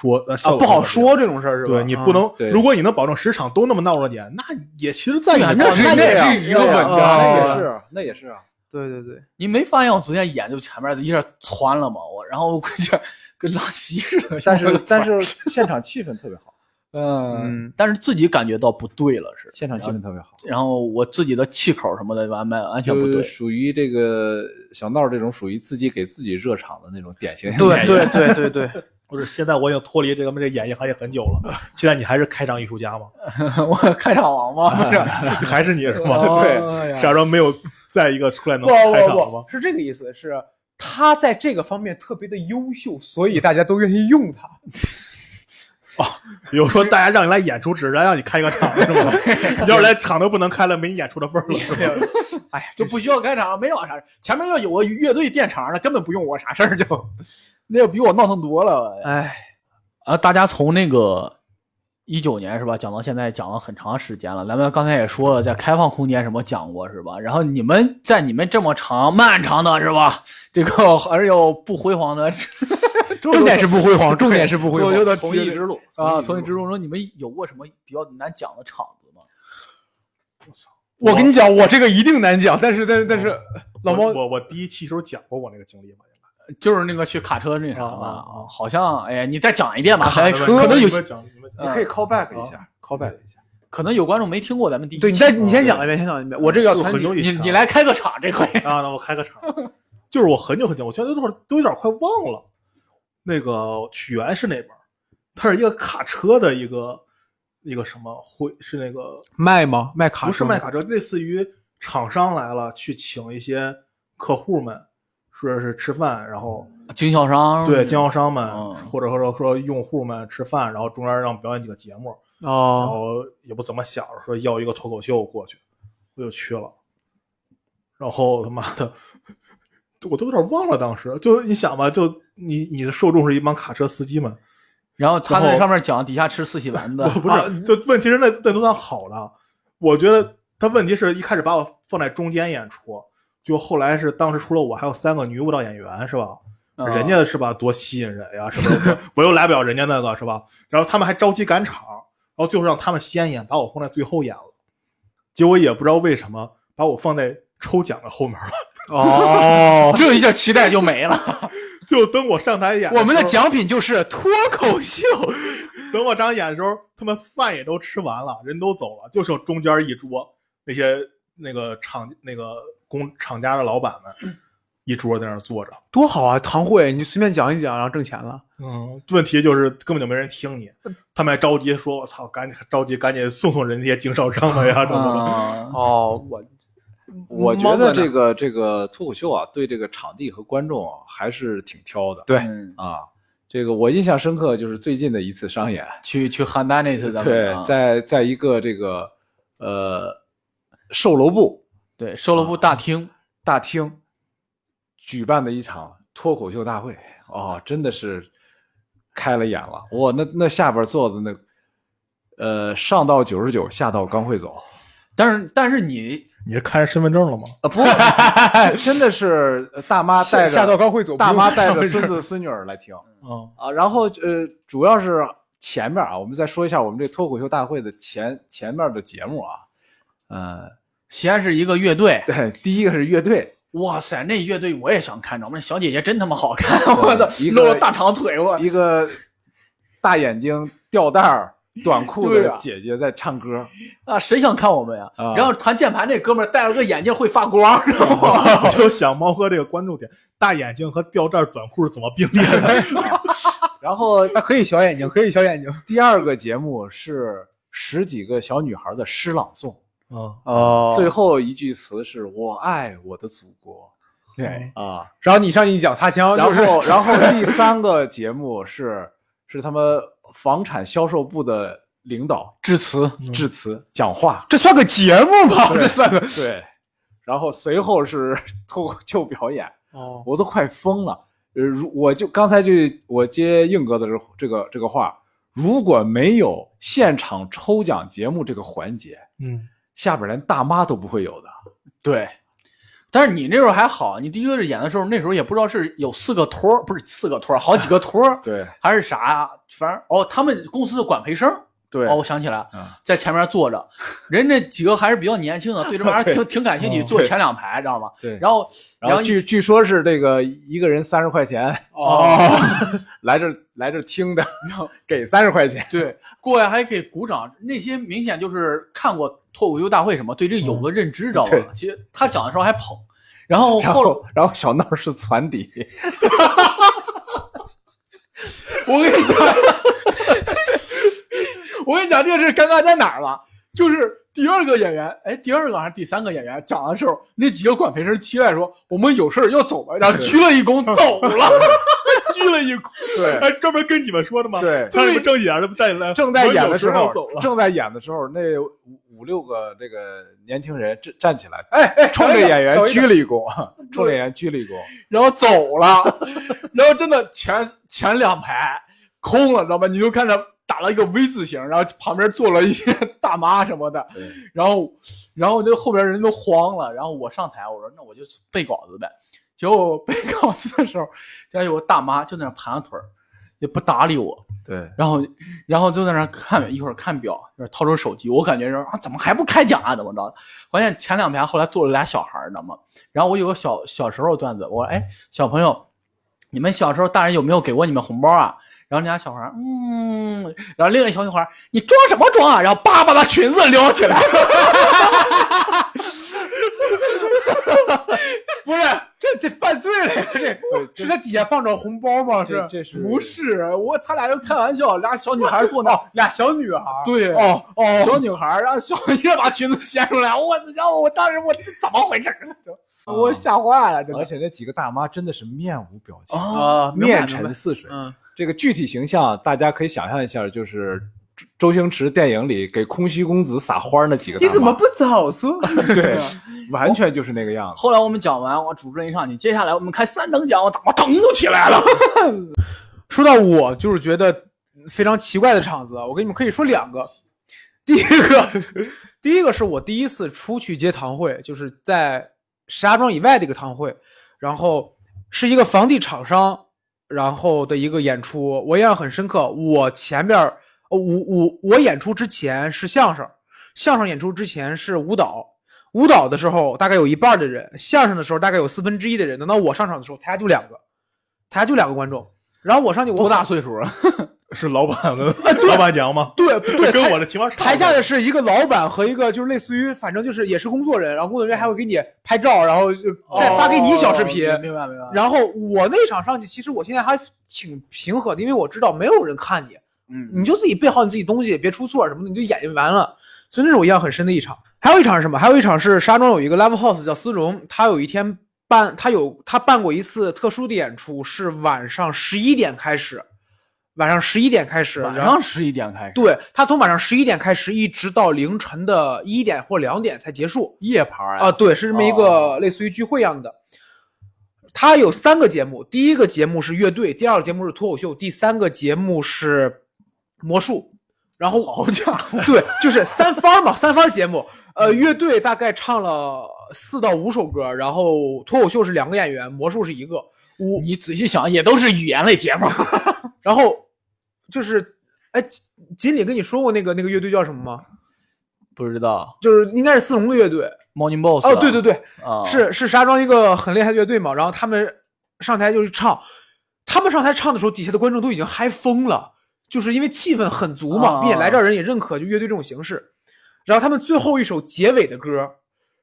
Speaker 1: 说呃、效
Speaker 2: 啊，
Speaker 1: 果
Speaker 2: 不好
Speaker 1: 怎么样
Speaker 2: 说。这种事儿是吧？嗯
Speaker 1: 对你不能，
Speaker 6: 对
Speaker 1: 如果你能保证十场都那么闹着演，那也其实在你
Speaker 5: 对啊
Speaker 1: 的
Speaker 5: 那
Speaker 1: 保证
Speaker 5: 是
Speaker 1: 内
Speaker 5: 那
Speaker 1: 啊
Speaker 5: 是一个稳
Speaker 1: 对啊
Speaker 5: 当
Speaker 2: 哦
Speaker 4: 那也是，那也是啊。
Speaker 2: 对对对，
Speaker 5: 你没发现我昨天演就前面一下窜了吗？我然后我跟这跟拉稀似的。
Speaker 4: 但是但是现场气氛特别好，
Speaker 5: 嗯，但是自己感觉到不对了是。
Speaker 4: 现场气氛特别好，
Speaker 5: 然后我自己的气口什么的完完完全不
Speaker 6: 就
Speaker 5: 对。
Speaker 6: 属于这个小闹这种属于自己给自己热场的那种典型演员。
Speaker 1: 哎
Speaker 2: 对对对对对，
Speaker 1: 不是，现在我已经脱离这个这个演艺行业很久了，现在你还是开场艺术家吗？
Speaker 5: 我开场王吗？
Speaker 4: 哎
Speaker 5: 不是
Speaker 1: 还是你是吗？
Speaker 5: 哎呀
Speaker 1: 假装没有再一个出来
Speaker 2: 哦不
Speaker 1: 能开场了
Speaker 2: 不
Speaker 1: 吗
Speaker 2: 不，？是这个意思，是他在这个方面特别的优秀，所以大家都愿意用他。
Speaker 1: 有说大家让你来演出，只是来让你开个场是吗？ 你要是连场都不能开了，没你演出的份儿了是吧？
Speaker 2: 哎呀，
Speaker 5: 就不需要开场，没我啥事儿。前面要有个乐队垫场的，根本不用我啥事儿，就 那要比我闹腾多了。
Speaker 2: 哎，
Speaker 5: 啊，大家从那个一九年是吧，讲到现在讲了很长时间了。咱们刚才也说了，在开放空间什么讲过是吧？然后你们在你们这么长漫长的是吧，这个 还是有不辉煌 的，重点是不辉煌，重点是不辉
Speaker 6: 我
Speaker 5: 煌。
Speaker 6: 觉得同一之路
Speaker 5: 啊，从一之中说，你们有过什么比较难讲的场子吗？
Speaker 2: 我跟你讲，我这个一定难讲，但是但是但是，老猫
Speaker 1: 我我我第一期时候讲过我那个经历吧，
Speaker 5: 就是那个去卡车那啥
Speaker 1: 啊
Speaker 5: 吧，啊好像哎呀，你再讲一遍吧，还
Speaker 1: 车
Speaker 5: 可能有
Speaker 1: 你们讲你们讲
Speaker 4: 你可
Speaker 2: 嗯
Speaker 4: 以 call back 一
Speaker 1: 嗯
Speaker 4: 下，call back 一下。
Speaker 5: 可能有观众没听过咱们第一
Speaker 2: 对
Speaker 5: 期，
Speaker 2: 你再你先讲一遍，先讲一遍，我这个要
Speaker 1: 就
Speaker 2: 传
Speaker 1: 很
Speaker 2: 递
Speaker 1: 容易
Speaker 5: 你
Speaker 1: 查
Speaker 5: 你来开个场这回，
Speaker 1: 啊，那我开个场，就是我很久很久，我现在都都有点快忘了，那个曲源是那边儿，它是一个卡车的一个一个什么会是那个
Speaker 2: 卖吗？卖卡
Speaker 1: 不是
Speaker 2: 吗
Speaker 1: 卖卡车，类似于厂商来了去请一些客户们，说是吃饭，然后
Speaker 5: 经销商
Speaker 1: 对经销商们、
Speaker 5: 嗯
Speaker 1: 或者说说用户们吃饭，然后中间让表演几个节目，然
Speaker 2: 哦，
Speaker 1: 后也不怎么想说要一个脱口秀过去，我就去了。然后他妈的，我都有点忘了当时，就你想吧，就你你的受众是一帮卡车司机们，
Speaker 5: 然后他
Speaker 1: 然后
Speaker 5: 在上面讲底下吃四喜丸子，
Speaker 1: 不是，就问题是那那都算好的。我觉得他问题是一开始把我放在中间演出，就后来是当时除了我还有三个女舞蹈演员是吧？
Speaker 5: 啊
Speaker 1: 人家是吧多吸引人呀，是不是？我我又来不了人家那个是吧？然后他们还着急赶场，然后最后让他们先演，把我放在最后演了。结果也不知道为什么把我放在抽奖的后面了。
Speaker 5: 哦，啊 这一下期待就没了。
Speaker 1: 就等我上台演时候，
Speaker 2: 奖品就是脱口秀，
Speaker 1: 等我上演的时候，他们饭也都吃完了，人都走了，就剩中间一桌那些那个厂那个工厂家的老板们，一桌在那儿坐着。
Speaker 2: 多好啊！堂会，你随便讲一讲，然后挣钱了。
Speaker 1: 嗯，问题就是根本就没人听你，他们还着急说：“我操，赶紧着急，赶紧送送人家这些经销商们呀，什么的。
Speaker 5: 啊
Speaker 2: 哦，我
Speaker 6: 我觉得这个这个脱口秀啊，对这个场地和观众啊还是挺挑的。
Speaker 4: 对
Speaker 5: 嗯
Speaker 6: 啊，这个我印象深刻，就是最近的一次商演，
Speaker 5: 去去邯郸那次咱们
Speaker 6: 对
Speaker 5: 啊，
Speaker 6: 在在一个这个呃售楼部
Speaker 5: 对售楼部大厅，
Speaker 6: 大厅举办的一场脱口秀大会，哦，真的是开了眼了。我那那下边坐的那呃上到九十九，下到刚会 走，
Speaker 5: 但是但是你
Speaker 1: 你是看着身份证了吗？
Speaker 6: 啊不，真的是大妈带
Speaker 2: 下
Speaker 6: 着
Speaker 2: 下道刚会走，
Speaker 6: 大妈
Speaker 2: 不用
Speaker 6: 带着
Speaker 2: 上
Speaker 6: 孙子孙女儿来听
Speaker 1: 嗯，
Speaker 6: 啊。然后呃，主要是前面啊，我们再说一下我们这脱口秀大会的前前面的节目啊。呃，
Speaker 5: 先是一个乐队，
Speaker 6: 对，第一个是乐队，
Speaker 5: 哇塞，那乐队我也想看着，我们那小姐姐真他妈好看， 我操，
Speaker 6: 一个
Speaker 5: 露了大长腿，我
Speaker 6: 一个大眼睛、吊带儿、短裤
Speaker 5: 对
Speaker 6: 的
Speaker 5: 啊
Speaker 6: 姐姐在唱歌，
Speaker 5: 啊，谁想看我们呀？
Speaker 6: 啊
Speaker 5: 然后弹键盘那哥们儿戴了个眼镜会发光，知道吗？
Speaker 1: 我就想猫哥这个关注点，大眼睛和吊带短裤是怎么并列的？
Speaker 6: 然后
Speaker 2: 啊， 可以小眼睛，可以小眼睛。
Speaker 6: 第二个节目是十几个小女孩的诗朗诵，
Speaker 1: 嗯，
Speaker 2: 哦
Speaker 6: 最后一句词是“我爱我的祖国，
Speaker 5: 对，
Speaker 6: 啊，
Speaker 2: 然后你上去一讲擦枪，
Speaker 4: 然
Speaker 2: 就是
Speaker 4: 后，然后第三个节目是是他们房产销售部的领导
Speaker 5: 致辞
Speaker 4: 致辞讲话，
Speaker 2: 这算个节目吗？
Speaker 4: 对
Speaker 2: 这算个
Speaker 4: 对，然后随后 是脱口秀表演，
Speaker 2: 哦，
Speaker 4: 我都快疯了。呃，如我就刚才就我接硬哥的这这个这个话，如果没有现场抽奖节目这个环节，
Speaker 1: 嗯，
Speaker 4: 下边连大妈都不会有的。
Speaker 5: 对。但是你那时候还好，你第一个是演的时候，那时候也不知道是有四个托儿，不是四个托儿，好几个托儿
Speaker 4: 对
Speaker 5: 还是啥，反正哦，他们公司管培生，
Speaker 4: 对
Speaker 5: 哦，我想起来了
Speaker 4: 嗯，
Speaker 5: 在前面 坐着，人那几个还是比较年轻的，对这玩意儿
Speaker 4: 对
Speaker 5: 挺挺感兴趣，
Speaker 1: 哦
Speaker 5: 坐
Speaker 4: 对
Speaker 5: 前两排，知道吗？
Speaker 4: 对，
Speaker 5: 然后
Speaker 4: 然后据据说是这个一个人三十块钱
Speaker 5: 哦，
Speaker 4: 来这来这听的，给三十块钱。
Speaker 5: 对，过来还给鼓掌，那些明显就是看过脱口秀大会什么，对这有个认知，知道吧
Speaker 4: 嗯对？
Speaker 5: 其实他讲的时候还捧，然 后
Speaker 4: 然
Speaker 5: 后
Speaker 4: 后，然后小闹是攒底。 我跟你讲，
Speaker 5: 我跟你讲，这个是尴尬在哪儿吧？就是第二个演员，哎，第二个还是第三个演员讲的时候，那几个管培生期待说我们有事儿要走啊了，然后鞠了一躬走了，
Speaker 1: 鞠了一躬，
Speaker 4: 对
Speaker 1: 还专门跟你们说的吗？，
Speaker 4: 对，
Speaker 1: 他是正演的不带你 来，
Speaker 4: 正在演的
Speaker 1: 我有
Speaker 4: 时
Speaker 1: 候
Speaker 4: 候
Speaker 1: 要走，了，
Speaker 4: 正在演的时候，那五五六个这个年轻人站站起来，哎哎， 冲着演员
Speaker 2: 等一等
Speaker 4: 鞠了一躬，冲着演员鞠了一躬。
Speaker 5: 然后走了，然后真的前前两排空了，知道吧？你就看着打了一个 V 字形，然后旁边坐了一些大妈什么的，然后然后就后边人都慌了，然后我上台，我说那我就背稿子呗。结果背稿子的时候，底下有个大妈就在那盘着腿儿，也不搭理我，
Speaker 4: 对，
Speaker 5: 然后然后就在那儿看一会儿看表，就是掏出手机，我感觉是啊，怎么还不开奖啊？怎么着？关键前两排后来坐了俩小孩儿，你知道吗？然后我有个小小时候段子，我说哎，小朋友，你们小时候大人有没有给过你们红包啊？然后那俩小孩儿，嗯，然后另一个小女孩儿，你装什么装啊？然后叭把她裙子撩起来，
Speaker 2: 不是这这犯罪了呀？这是在底下放着红包吗？
Speaker 4: 这
Speaker 2: 是
Speaker 4: 这是
Speaker 5: 不是我，他俩就开玩笑，俩小女孩儿坐那儿，
Speaker 2: 俩小女孩，
Speaker 5: 对，
Speaker 2: 哦哦，
Speaker 5: 小女孩儿，然后小女孩把裙子掀出来，我，然后我当时我这怎么回事儿？我吓坏了，真
Speaker 4: 啊而
Speaker 5: 的。
Speaker 4: 且那几个大妈真的是面无表情，
Speaker 5: 啊
Speaker 2: 明白
Speaker 4: 面沉似水。
Speaker 2: 哦嗯，
Speaker 4: 这个具体形象，大家可以想象一下，就是周周星驰电影里给空虚公子撒花那几个大
Speaker 2: 你
Speaker 4: 妈，
Speaker 2: 怎么不早说？
Speaker 4: 对，完全就是那个样子。
Speaker 5: 后来我们讲完，我主持人一上去，接下来我们开三等奖，我打我腾就起来了。
Speaker 2: 说到我，就是觉得非常奇怪的场子啊，我给你们可以说两个。第一个， 第一个是我第一次出去接堂会，就是在石家庄以外的一个堂会，然后是一个房地厂商，然后的一个演出，我印象很深刻。我前边儿，呃我我我演出之前是相声，相声演出之前是舞蹈。舞蹈的时候大概有一半儿的人，相声的时候大概有四分之一的人。等到我上场的时候，台下就两个，台下就两个观众。然后我上去，我
Speaker 5: 多大
Speaker 2: 喊
Speaker 5: 岁数啊？
Speaker 1: 是老板跟老板娘吗？
Speaker 2: 对对，
Speaker 1: 跟
Speaker 2: 台
Speaker 1: 我的情况差不多。
Speaker 2: 台下的是一个老板和一个就是类似于，反正就是也是工作人，然后工作人员还会给你拍照，然后就再发给你小视频。
Speaker 5: 哦明白明白。
Speaker 2: 然后我那场上去，其实我现在还挺平和的，因为我知道没有人看你，
Speaker 5: 嗯
Speaker 2: 你就自己背好你自己东西，别出错什么的，你就演就完了。所以那是我印象很深的一场。还有一场是什么？还有一场是沙庄有一个 live house 叫丝绒，他有一天办，他有他办过一次特殊的演出，是晚上十一点开始，晚上十一点开始，
Speaker 5: 晚
Speaker 2: 然后
Speaker 5: 上十一点开始，
Speaker 2: 对他从晚上十一点开始，一直到凌晨的一点或两点才结束。
Speaker 5: 夜盘
Speaker 2: 啊，
Speaker 5: 啊，
Speaker 2: 对，是这么一个类似于聚会一样的。它有三个节目，第一个节目是乐队，第二个节目是脱口秀，第三个节目是魔术。然后
Speaker 5: 好家伙，
Speaker 2: 对，就是三番儿嘛， 三番儿节目。呃，乐队大概唱了四到五首歌，然后脱口秀是两个演员，魔术是一个。我
Speaker 5: 你仔细想，也都是语言类节目。
Speaker 2: 然后就是，哎，锦锦鲤跟你说过那个那个乐队叫什么吗？
Speaker 5: 不知道
Speaker 2: 就是应该是四龙的乐队。
Speaker 5: Morning Boss
Speaker 2: 哦，对对对，
Speaker 5: 啊，
Speaker 2: 是是石家庄一个很厉害的乐队嘛，然后他们上台就是唱，他们上台唱的时候，底下的观众都已经嗨疯了，就是因为气氛很足嘛，
Speaker 5: 啊
Speaker 2: 并且来这儿人也认可就乐队这种形式。然后他们最后一首结尾的歌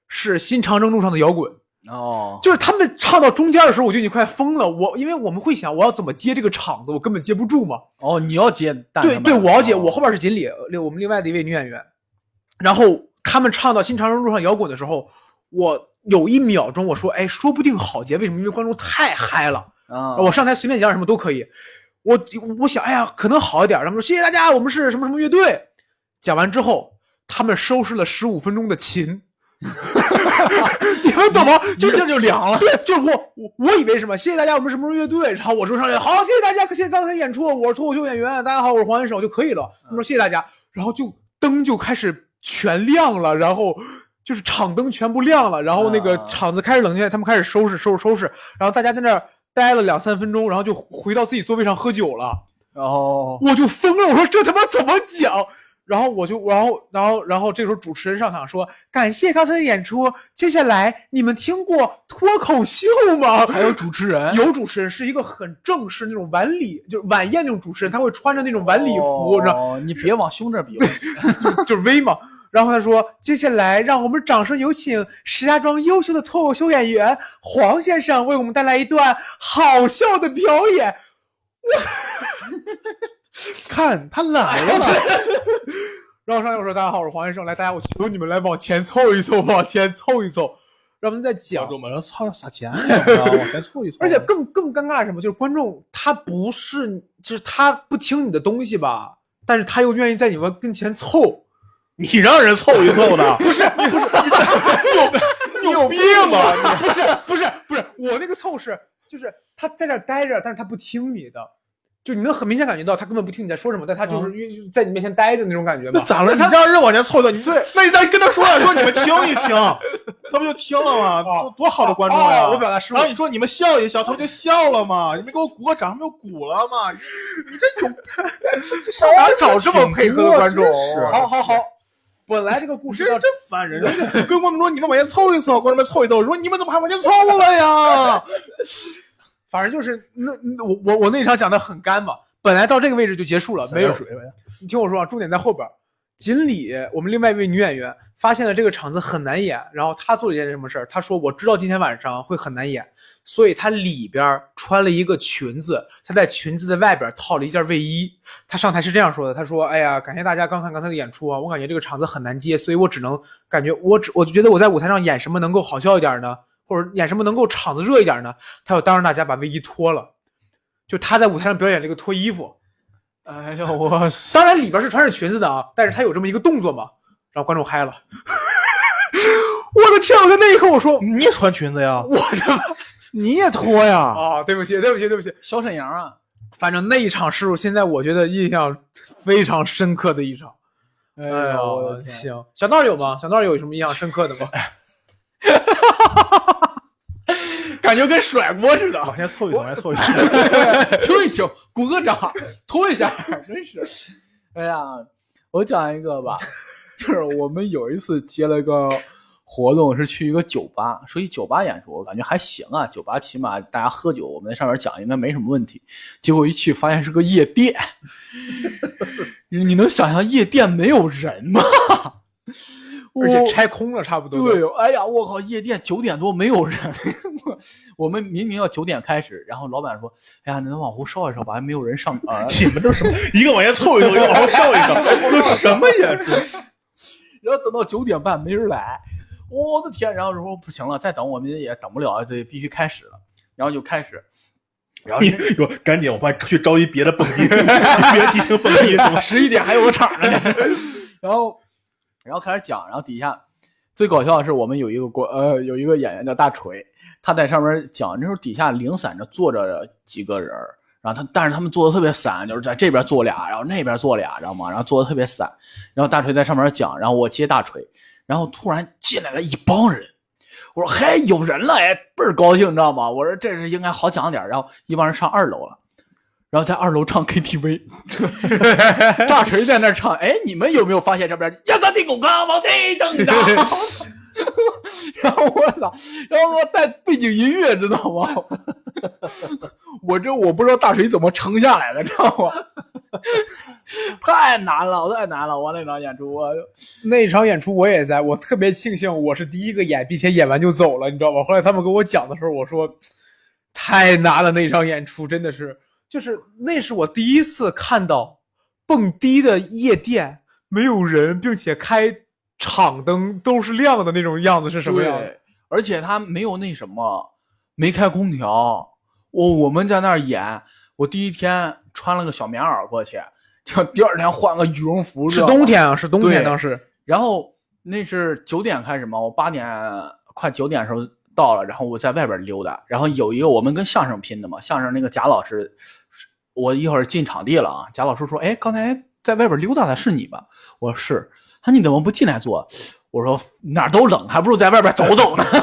Speaker 2: 是《新长征路上的摇滚》，
Speaker 5: 哦，
Speaker 2: 就是他们唱到中间的时候，我就已经快疯了。我因为我们会想我要怎么接这个场子，我根本接不住嘛。
Speaker 5: 哦，你要接蛋
Speaker 2: 对
Speaker 5: 他们
Speaker 2: 对，我要接，
Speaker 5: 哦
Speaker 2: 我后边是锦鲤，另我们另外的一位女演员。然后他们唱到《新长征路上摇滚》的时候，我有一秒钟我说，哎，说不定好结，为什么？因为观众太嗨了，
Speaker 5: 啊，
Speaker 2: 我上台随便讲什么都可以。我我想，哎呀，可能好一点。然后说谢谢大家，我们是什么什么乐队。讲完之后，他们收拾了十五分钟的琴， 你们懂吗？就
Speaker 5: 一
Speaker 2: 是
Speaker 5: 下就凉了。
Speaker 2: 对，就是我我我以为什么？谢谢大家，我们什么时候乐队？然后我说上去，好，谢谢大家，谢谢刚才演出，我是脱口秀演员，大家好，我是黄安手就可以了。他们说谢谢大家，然后就灯就开始全亮了，然后就是场灯全部亮了，然后那个
Speaker 5: 啊
Speaker 2: 场子开始冷下来，他们开始收拾收拾收拾，然后大家在那儿待了两三分钟，然后就回到自己座位上喝酒了。
Speaker 5: 然后
Speaker 2: 我就疯了，我说这他妈怎么讲？然后我就，然后，然后，然后这时候主持人上场说：“感谢刚才的演出，接下来你们听过脱口秀吗？”
Speaker 5: 还有主持人，
Speaker 2: 有主持人是一个很正式那种晚礼，就是晚宴那种主持人，他会穿着那种晚礼服，你知道，
Speaker 5: 哦你别往胸这儿比划。
Speaker 2: 就是威嘛。然后他说：“接下来让我们掌声有请石家庄优秀的脱口秀演员黄先生为我们带来一段好笑的表演。”
Speaker 1: 看他来了，
Speaker 2: 然后上来我说：“大家好，我是黄先生，来，大家我求你们来往前凑一凑，往前凑一凑。”然后他们在讲
Speaker 1: 观，众们说操要撒钱呀，你知道吗往前凑一凑。
Speaker 2: 而且更更尴尬的是什么？就是观众他不是，就是他不听你的东西吧，但是他又愿意在你们跟前凑，
Speaker 1: 你让人凑一凑 的，不是
Speaker 2: 你有病吧？不是不是不是，我那个凑是就是他在这儿待着，但是他不听你的，就你能很明显感觉到他根本不听你在说什么，但他就是因为就是在你面前待着那种感觉
Speaker 1: 哦那
Speaker 2: 嘛。
Speaker 1: 咋了？你让人往前凑一凑，你对，那你再跟他说呀，说你们听一 听，他不就听了吗？多多好的观众呀！
Speaker 2: 哦我表达失误
Speaker 1: 然后你说你们笑一笑，他不就笑了吗？你们给我鼓个掌，他们就鼓了吗？你你这有这上哪找这么配合的观众？
Speaker 2: 好好好，本来这个故
Speaker 1: 你
Speaker 2: 事
Speaker 1: 这
Speaker 2: 要
Speaker 1: 真烦人！人 家跟观众说你们往前凑一凑，观众们凑一凑，说你们怎么还往前凑了呀？
Speaker 2: 反正就是那那我我我那场讲的很干嘛，本来到这个位置就结束了，没有。
Speaker 1: 水呗。
Speaker 2: 你听我说啊，重点在后边儿。锦鲤，我们另外一位女演员发现了这个场子很难演，然后她做了一件什么事儿？她说：“我知道今天晚上会很难演，所以她里边儿穿了一个裙子，她在裙子的外边儿套了一件卫衣。她上台是这样说的：她说，哎呀，感谢大家刚看刚才的演出啊，我感觉这个场子很难接，所以我只能感觉我只我就觉得我在舞台上演什么能够好笑一点儿呢，或者演什么能够场子热一点儿呢？她要当着大家把卫衣脱了，就她在舞台上表演了一个脱衣服。”
Speaker 5: 哎呀，我
Speaker 2: 当然里边是穿着裙子的啊，但是他有这么一个动作嘛，然后观众嗨了。 我的天！啊我在那一刻我说
Speaker 1: 你也穿裙子呀？
Speaker 4: 你也脱呀？
Speaker 2: 啊，对不起，对不起，对不起。
Speaker 5: 小沈阳啊，
Speaker 2: 反正那一场是我现在我觉得印象非常深刻的一场。
Speaker 5: 哎
Speaker 2: 哎
Speaker 5: 呀，我
Speaker 2: 呦
Speaker 5: 的，天，哎
Speaker 2: 行，小道有吗？小道有什么印象深刻的 吗？
Speaker 5: 感觉跟甩锅似的，
Speaker 1: 往前凑一凑，往前凑一凑。
Speaker 5: 听一听，鼓个掌，偷一下，真是。 哎呀，我讲一个吧，就是我们有一次接了个活动，是去一个酒吧，说一酒吧演出，我感觉还行啊，酒吧起码大家喝酒，我们在上面讲应该没什么问题。结果一去发现是个夜店， 你能想象夜店没有人吗？
Speaker 2: 而且
Speaker 5: 我
Speaker 2: 拆空了，差不多。
Speaker 5: 对，哎呀，我靠，夜店九点多没有人， 我我们明明要九点开始，然后老板说，哎呀，你能往后稍一稍吧，还没有人上 班。
Speaker 1: 你们都什么？一个往前凑一凑，一个往后稍一稍，都 什么演出？
Speaker 5: 然后等到九点半没人来，我的天！然后说不行了，再等我们也等不了，这必须开始了。然后就开始，然后
Speaker 1: 你我赶紧，我怕去着急别的蹦 迪，别提听蹦迪什么。
Speaker 5: 十一点还有个场呢， 然后然后开始讲，然后底下最搞笑的是我们有一个国呃有一个演员叫大锤，他在上面讲，那时候底下零散着坐着几个人儿，然后他但是他们坐的特别散，就是在这边坐俩，然后那边坐俩，知道吗？然后坐的特别散，然后大锤在上面讲，然后我接大锤，然后突然进来了一帮人。我说嘿，有人了，哎，倍儿高兴，你知道吗？我说这是应该好讲点儿。然后一帮人上二楼了，然后在二楼唱 KTV，大 锤在那儿唱，哎，你们有没有发现这边亚萨地狗咖往地 正长？然后我操，然后说带背景音乐，知道吗？ 我这我不知道大锤怎么撑下来的，知道吗？太难了，太难了！我那场演出，我
Speaker 2: 那一场演出我也在，我特别庆幸我是第一个演，并且演完就走了，你知道吧？后来他们跟我讲的时候，我说太难了，那一场演出真的是，就是那是我第一次看到蹦迪的夜店没有人，并且开场灯都是亮的那种样子是什么样的？
Speaker 5: 对？而且他没有那什么，没开空调。哦我我们在那儿演，我第一天穿了个小棉袄过去，就第二天换个羽绒服。
Speaker 2: 是冬，天啊，是冬天，
Speaker 5: 对
Speaker 2: 当时
Speaker 5: 然后那是九点开始嘛，我八点快九点的时候到了，然后我在外边溜达，然后有一个我们跟相声拼的嘛，相声那个贾老师，我一会儿进场地了啊，贾老师说，哎，刚才在外边溜达的是你吧？我说是，他说你怎么不进来坐？我说哪儿都冷，还不如在外边走走呢。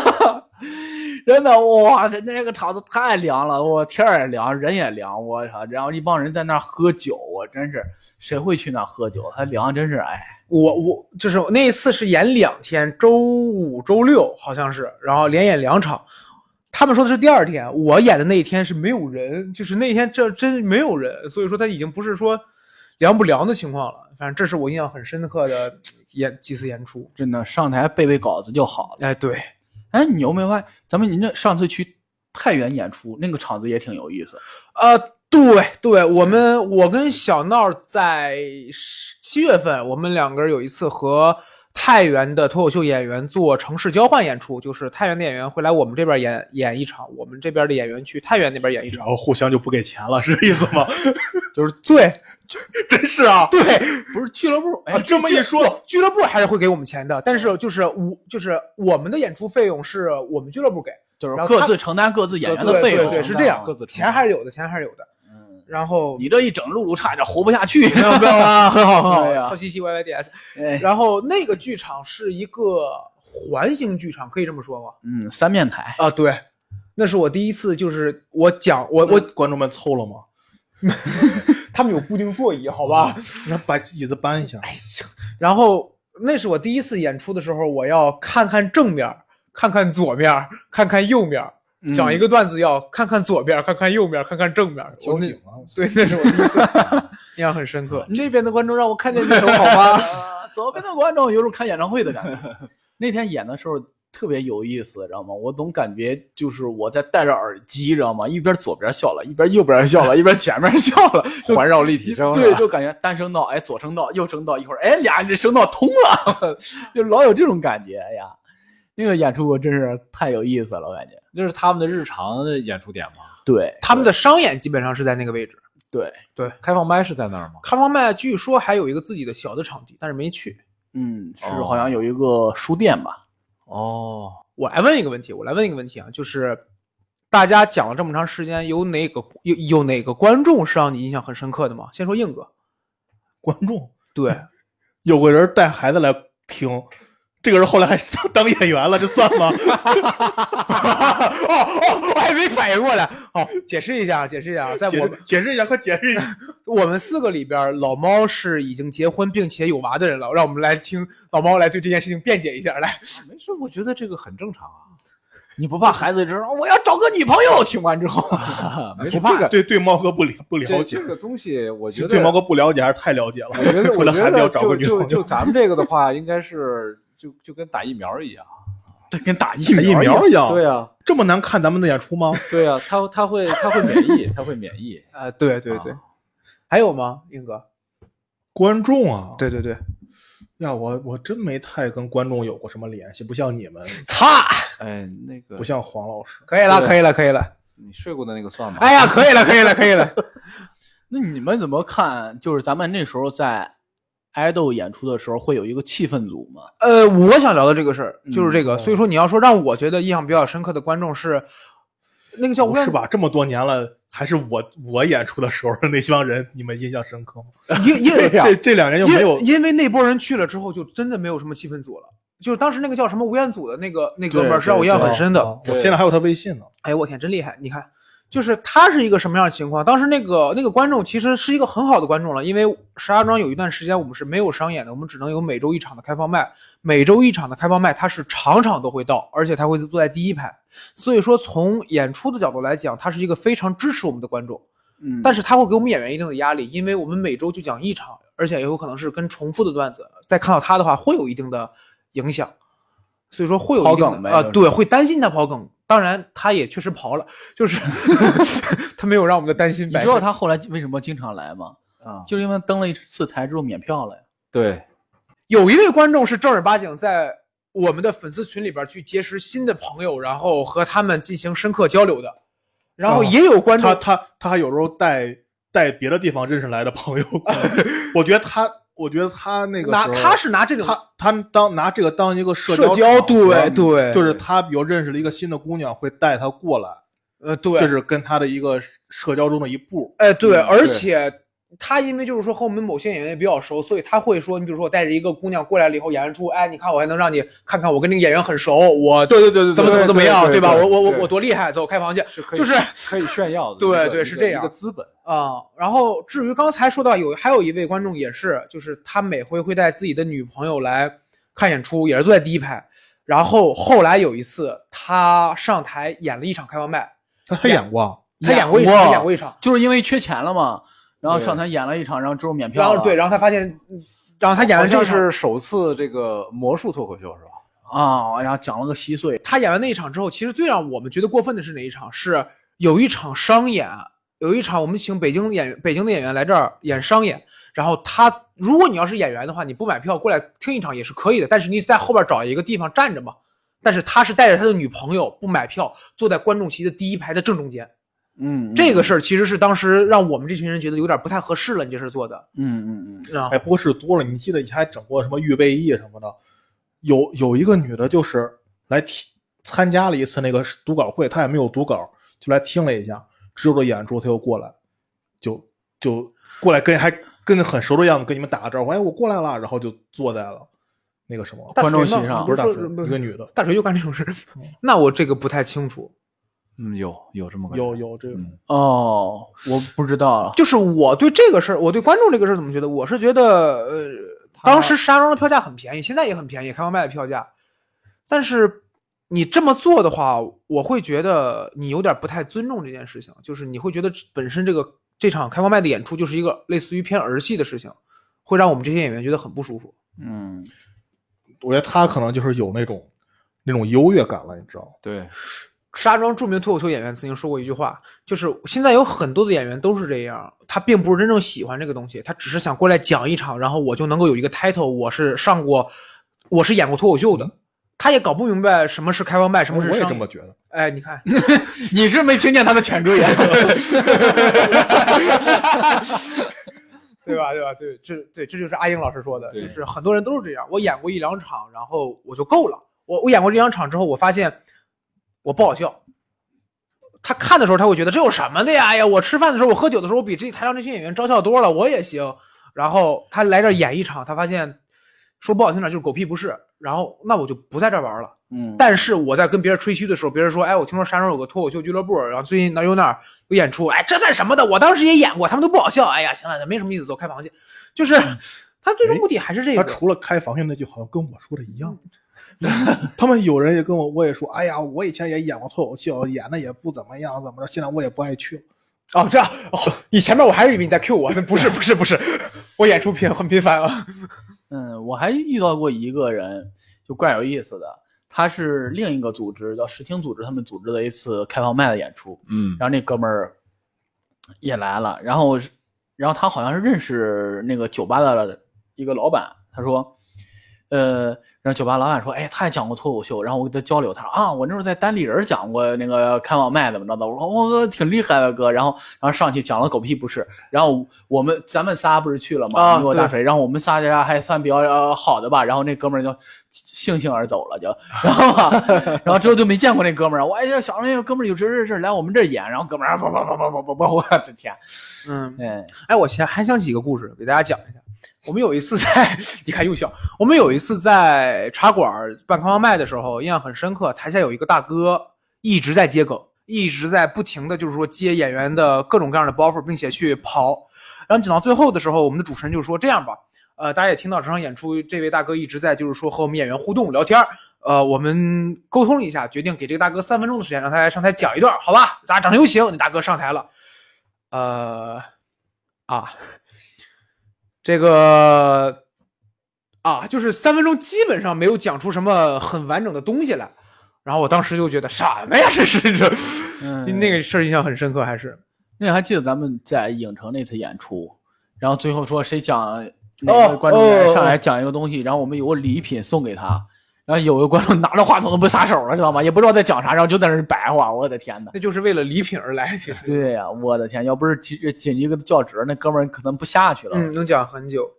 Speaker 5: 真的，哇，这那个场子太凉了，我天儿也凉，人也凉，我操！然后一帮人在那儿喝酒，我真是谁会去那儿喝酒？他凉，真是哎，
Speaker 2: 我我就是那一次是演两天，周五、周六好像是，然后连演两场。他们说的是第二天，我演的那一天是没有人，就是那天这真没有人，所以说他已经不是说凉不凉的情况了。反正这是我印象很深刻的演几次演出。
Speaker 5: 真的上台背背稿子就好了。
Speaker 2: 哎，对，
Speaker 5: 哎，你有没有发现，咱们您这上次去太原演出那个场子也挺有意思，
Speaker 2: 呃，对对，我们我跟小闹在十七月份，我们两个人有一次和太原的脱口秀演员做城市交换演出，就是太原的演员会来我们这边演演一场，我们这边的演员去太原那边演一
Speaker 1: 然
Speaker 2: 场。
Speaker 1: 后互相就不给钱了，是这意思吗？
Speaker 2: 就是对
Speaker 1: 真是啊，
Speaker 2: 对，
Speaker 5: 不是俱乐部？哎
Speaker 1: 啊，这么一说，
Speaker 2: 俱乐部还是会给我们钱的，但是就是我就是我们的演出费用是我们俱乐部给
Speaker 5: 就是
Speaker 2: 然后
Speaker 5: 各
Speaker 2: 他
Speaker 5: 自承担各自演员的
Speaker 2: 对
Speaker 5: 费用，啊
Speaker 2: 对对，是这样，钱还是有的，钱还是有的。
Speaker 5: 嗯，
Speaker 2: 然 后
Speaker 5: 你这一整露露差点活不下去。
Speaker 2: 没有没有啊，很好很
Speaker 5: 对
Speaker 2: 好，
Speaker 5: 呀
Speaker 2: 笑嘻嘻 Y Y D S。
Speaker 5: 哎，
Speaker 2: 然后那个剧场是一个环形剧场，可以这么说吗？
Speaker 5: 嗯，三面台，
Speaker 2: 啊，对，嗯那是我第一次，就是我讲我
Speaker 1: 我
Speaker 2: 我
Speaker 1: 观众们凑了吗？
Speaker 2: 他们有固定座椅，好吧？
Speaker 1: 那把椅子搬一下，
Speaker 2: 哎行。然后那是我第一次演出的时候，我要看看正面儿，看看左面儿，看看右面儿，讲一
Speaker 5: 个
Speaker 2: 个段子要看看左边儿，看看右面儿，看看正面儿。
Speaker 1: 交
Speaker 2: 我那
Speaker 1: 警啊！
Speaker 2: 对，那是我第一次，印象很深刻。
Speaker 4: 这边的观众让我看见你手好 吗？
Speaker 5: 嗯呃左边的观众有种看演唱会的 感觉。那天演的时候特别有意思，知道吗？我总感觉就是我在戴着耳机，知道吗？一边左边笑了，一边右边笑了，一边前面笑 了，
Speaker 4: 环绕立体声，啊
Speaker 5: 对，，就感觉单声道，哎，左声道，右声道，一会儿，哎，俩这声道通了， 就老有这种感觉。哎呀，那个演出我真是太有意思了，我感觉。
Speaker 4: 那是他们的日常的演出点吗？
Speaker 5: 对
Speaker 2: 他们的商演基本上是在那个位置。
Speaker 5: 对，
Speaker 4: 开放麦是在那儿吗？
Speaker 2: 康方麦据说还有一个自己的小的场地，但是没去。
Speaker 5: 嗯，是
Speaker 4: 哦
Speaker 5: 好像有一个书店吧？
Speaker 4: 哦，
Speaker 2: 我来问一个问题，我来问一个问题啊，就是大家讲了这么长时间，有哪个有有哪个观众是让你印象很深刻的吗？先说硬哥，
Speaker 1: 观众
Speaker 2: 对，
Speaker 1: 有个人带孩子来听，这个人后来还当 演员了，这算 吗？
Speaker 2: 哦哦，我还没反应过来，哦，解释一下，解释一下啊，在
Speaker 1: 解
Speaker 2: 我
Speaker 1: 释解释一下，快解释一 下。
Speaker 2: 我们四个里边，老猫是已经结婚并且有娃的人了，让我们来听老猫来对这件事情辩解一下， 来，
Speaker 4: 没事，我觉得这个很正常啊。
Speaker 5: 你不怕孩子知道我要找个女朋友？听完之后，
Speaker 4: 没事，
Speaker 1: 不怕
Speaker 4: 这个
Speaker 1: 对对猫哥不了不了
Speaker 4: 这
Speaker 1: 解
Speaker 4: 这，个东西，我觉得
Speaker 1: 对猫哥不了解还是太 了解了。
Speaker 4: 我觉得，
Speaker 1: 为
Speaker 4: 我
Speaker 1: 了
Speaker 4: 觉
Speaker 1: 孩子
Speaker 4: 得
Speaker 1: 要找个
Speaker 4: 就
Speaker 1: 女朋
Speaker 4: 就
Speaker 1: 友，
Speaker 4: 就咱们这个的话，应该是就就跟打疫苗一样。
Speaker 5: 这跟打疫
Speaker 1: 打疫
Speaker 5: 苗
Speaker 1: 苗一样，
Speaker 4: 对啊呀，
Speaker 1: 这么难看咱们的演出吗？
Speaker 4: 对呀，他他会他会免疫，他会免疫。
Speaker 2: 呃，对对对
Speaker 4: 啊，
Speaker 2: 还有吗？硬哥，
Speaker 1: 观众啊，
Speaker 2: 对对对，
Speaker 1: 呀，我我真没太跟观众有过什么联系，不像你们，
Speaker 2: 擦，
Speaker 4: 哎，那个
Speaker 1: 不像黄老师。
Speaker 2: 可以了，
Speaker 4: 对
Speaker 2: 可以了，可以了，
Speaker 4: 你睡过的那个算吗？
Speaker 2: 哎呀，可以了，可以了，可以了。
Speaker 5: 那你们怎么看？就是咱们那时候在爱豆演出的时候，会有一个气氛组吗？
Speaker 2: 呃，我想聊的这个事儿就是这个，
Speaker 1: 嗯
Speaker 2: 所以说你要说让我觉得印象比较深刻的观众是那个叫吴
Speaker 1: 不哦
Speaker 2: 彦
Speaker 1: 是吧？这么多年了，还是我我演出的时候的那 帮人，你们印象深刻吗？
Speaker 2: 因因
Speaker 1: 这这这两年就没有
Speaker 2: 因因为那波人去了之后，就真的没有什么气氛组了。就是当时那个叫什么吴彦祖的那个那哥们儿，
Speaker 5: 对
Speaker 2: 是让我印象很深的。
Speaker 1: 啊我现在还有他微信呢。
Speaker 2: 哎呦，我天，真厉害！你看，就是他是一个什么样的情况？当时那个那个观众其实是一个很好的观众了，因为石家庄有一段时间我们是没有商演的，我们只能有每周一场的开放麦。每周一场的开放麦，他是场场都会到，而且他会坐在第一排。所以说，从演出的角度来讲，他是一个非常支持我们的观众。
Speaker 5: 嗯
Speaker 2: 但是他会给我们演员一定的压力，因为我们每周就讲一场，而且也有可能是跟重复的段子。再看到他的话，会有一定的影响，所以说会有一定的
Speaker 5: 跑梗呗
Speaker 2: 啊、
Speaker 5: 就是
Speaker 2: 对，会担心他跑梗。当然，他也确实跑了，就是 他没有让我们的担心
Speaker 5: 你
Speaker 2: 白
Speaker 5: 知
Speaker 2: 费。
Speaker 5: 道他后来为什么经常来吗？
Speaker 4: 啊，
Speaker 5: 就是因为登了一次台之后免票了呀。
Speaker 4: 对，
Speaker 2: 有一位观众是正儿八经在我们的粉丝群里边去结识新的朋友，然后和他们进行深刻交流的。然后
Speaker 1: 哦
Speaker 2: 也有观众，
Speaker 1: 他他他还有时候带带别的地方认识来的朋友， 我觉得他，我觉得他那个
Speaker 2: 拿
Speaker 1: 时候
Speaker 2: 他是拿这种
Speaker 1: 他他当拿这个当一个社
Speaker 2: 社
Speaker 1: 交
Speaker 2: 交，
Speaker 1: 场合
Speaker 2: 对对，
Speaker 1: 就是他比如认识了一个新的姑娘，会带她过来，
Speaker 2: 呃对，
Speaker 1: 这是跟他的一个社交中的一步。
Speaker 2: 哎，对，
Speaker 1: 嗯
Speaker 2: 而
Speaker 1: 对
Speaker 2: 且他因为就是说和我们某些演员比较熟，所以他会说，你比如说我带着一个姑娘过来了以后，演完出，哎，你看我还能让你看看我跟这个演员很熟，我
Speaker 1: 对对对对，
Speaker 2: 怎么
Speaker 1: 对
Speaker 2: 怎么怎么样，
Speaker 4: 对对
Speaker 2: 吧？
Speaker 4: 对
Speaker 2: 我我我
Speaker 4: 对
Speaker 2: 我多厉害，走开房去
Speaker 4: 是可以
Speaker 2: 就是
Speaker 4: 可以炫耀的，
Speaker 2: 对
Speaker 4: 一个
Speaker 2: 对
Speaker 4: 一
Speaker 2: 是
Speaker 4: 个
Speaker 2: 这样
Speaker 4: 一个资本。
Speaker 2: 啊、然后至于刚才说到有还有一位观众也是，就是他每回会带自己的女朋友来看演出，也是坐在第一排。然后后来有一次，他上台演了一场开放麦，
Speaker 1: 他他演过，啊
Speaker 2: 他演过一场，
Speaker 5: 演过
Speaker 2: 他演过一场，
Speaker 5: 就是因为缺钱了嘛，然后
Speaker 4: 对
Speaker 5: 上台演了一场，然后之后免
Speaker 2: 然
Speaker 5: 票
Speaker 2: 后
Speaker 5: 了。
Speaker 2: 对，然后他发现，嗯然后他演
Speaker 4: 好
Speaker 2: 完这
Speaker 4: 像
Speaker 2: 一场
Speaker 4: 是首次这个魔术脱口秀是吧？
Speaker 5: 啊，然后讲了个稀碎，
Speaker 2: 他演完那一场之后，其实最让我们觉得过分的是哪一场？是有一场商演，有一场我们请北京演北京的演员来这儿演商演，然后他如果你要是演员的话，你不买票过来听一场也是可以的，但是你在后边找一个地方站着嘛。但是他是带着他的女朋友不买票，坐在观众席的第一排的正中间。
Speaker 5: 嗯，
Speaker 2: 这个事儿其实是当时让我们这群人觉得有点不太合适了，你这事儿做的。
Speaker 5: 嗯，嗯嗯嗯，
Speaker 2: 啊
Speaker 1: 哎，不过是多了。你记得以前还整过什么预备役什么的，有有一个女的，就是来听参加了一次那个读稿会，她也没有读稿，就来听了一下之后的演出，她又过来，就就过来跟还跟很熟的样子跟你们打个招呼，哎，我过来了，然后就坐在了那个什么，
Speaker 2: 大
Speaker 5: 观众
Speaker 2: 锤吗
Speaker 5: 席上
Speaker 1: 不是大
Speaker 2: 说
Speaker 1: 师，
Speaker 2: 不
Speaker 1: 一个女的，
Speaker 2: 大锤就干这种事儿， 那我这个不太清楚。
Speaker 6: 嗯，有有这么个人
Speaker 1: 有有这个，
Speaker 6: 嗯
Speaker 5: 哦，我不知道了，
Speaker 2: 就是我对这个事儿，我对观众这个事儿怎么觉得？我是觉得，呃，当时石家庄的票价很便宜，现在也很便宜，开放麦的票价。但是你这么做的话，我会觉得你有点不太尊重这件事情，就是你会觉得本身这个这场开放麦的演出就是一个类似于偏儿戏的事情，会让我们这些演员觉得很不舒服。
Speaker 5: 嗯，
Speaker 1: 我觉得她可能就是有那种那种优越感了，你知道吗？
Speaker 6: 对，
Speaker 2: 石家庄著名脱口秀演员曾经说过一句话，就是现在有很多的演员都是这样，他并不是真正喜欢这个东西，他只是想过来讲一场，然后我就能够有一个 title，我是上过，我是演过脱口秀的。他也搞不明白什么是开放麦，什么
Speaker 1: 嗯我
Speaker 2: 是
Speaker 1: 也
Speaker 2: 商
Speaker 1: 这
Speaker 2: 演
Speaker 1: 么。觉得。
Speaker 2: 哎，你看，
Speaker 5: 你是没听见他的潜规言，
Speaker 2: 对吧？对吧？对，这对这就是阿英老师说的，
Speaker 6: 对
Speaker 2: 就是很多人都是这样。我演过一两场，然后我就够了。我我演过一两场之后，我发现我不好笑。他看的时候他会觉得这有什么的呀？哎呀，我吃饭的时候，我喝酒的时候，我比这台上这些演员招笑多了，我也行。然后他来这儿演一场，他发现说不好听点就是狗屁不是。然后那我就不在这儿玩了。
Speaker 5: 嗯，
Speaker 2: 但是我在跟别人吹嘘的时候，别人说：“哎，我听说山上有个脱口秀俱乐部，然后最近哪有哪儿有演出，哎，这算什么的？我当时也演过，他们都不好笑。哎呀，行了，没什么意思，走开房去。”就是他最终目的还是这
Speaker 1: 他
Speaker 2: 个。
Speaker 1: 除了开房间那句好像跟我说的一样， 他们有人也跟我，我也说，哎呀，我以前也演过脱口秀，演的也不怎么样，怎么着，现在我也不爱去了。
Speaker 2: 哦，这样哦，你前面我还是以为你在 Q 我，不是不是不是，我演出频很频繁啊。
Speaker 5: 嗯，我还遇到过一个人，就怪有意思的，他是另一个组织叫视听组织，他们组织的一次开放麦的演出，
Speaker 6: 嗯
Speaker 5: 然后那哥们儿也来了，然后是然后他好像是认识那个酒吧的一个老板，他说，呃，然后酒吧老板说，哎，他也讲过脱口秀，然后我跟他交流，他说啊，我那时候在单立人讲过那个开放麦怎么着的，我说我、哦、挺厉害的哥，然后然后上去讲了狗屁不是，然后我们咱们仨不是去了
Speaker 2: 啊
Speaker 5: 嘛，你我大
Speaker 2: 对
Speaker 5: 水，然后我们仨家还算比较、呃好的吧，然后那哥们儿就悻悻而走了就，然后吧， 然后之后就没见过那哥们儿，我哎呀想着那个哥们儿有这这这来我们这儿演，然后哥们儿叭啊叭叭叭叭叭叭，我的天，
Speaker 2: 嗯，
Speaker 5: 哎，
Speaker 2: 哎，我前还想起一个故事给大家讲一下。我们有一次在， 你看又笑。我们有一次在茶馆办开放麦的时候，印象很深刻。台下有一个大哥一直在接梗，一直在不停的就是说接演员的各种各样的包袱，并且去跑。然后讲到最后的时候，我们的主持人就说：“这样吧，呃，大家也听到这场演出，这位大哥一直在就是说和我们演员互动聊天儿，呃，我们沟通了一下，决定给这个大哥三分钟的时间，让他来上台讲一段儿，好吧？大家掌声有请，那大哥上台了，呃，啊，这个啊，就是三分钟基本上没有讲出什么很完整的东西来。”然后我当时就觉得什么呀，这是这，
Speaker 5: 嗯
Speaker 2: 那个事儿印象很深刻，还是
Speaker 5: 那还记得咱们在影城那次演出，然后最后说谁讲哪个观众来
Speaker 2: 哦
Speaker 5: 上来讲一个东西，然后我们有个礼品送给他，然后有个观众拿着话筒都不撒手了，知道吗？也不知道在讲啥，然后就在那儿白话，我的天呐。
Speaker 2: 那就是为了礼品而来，其实。
Speaker 5: 对呀、我的天，要不是紧紧急给他叫职，那哥们儿可能不下去了。
Speaker 2: 嗯，能讲很久。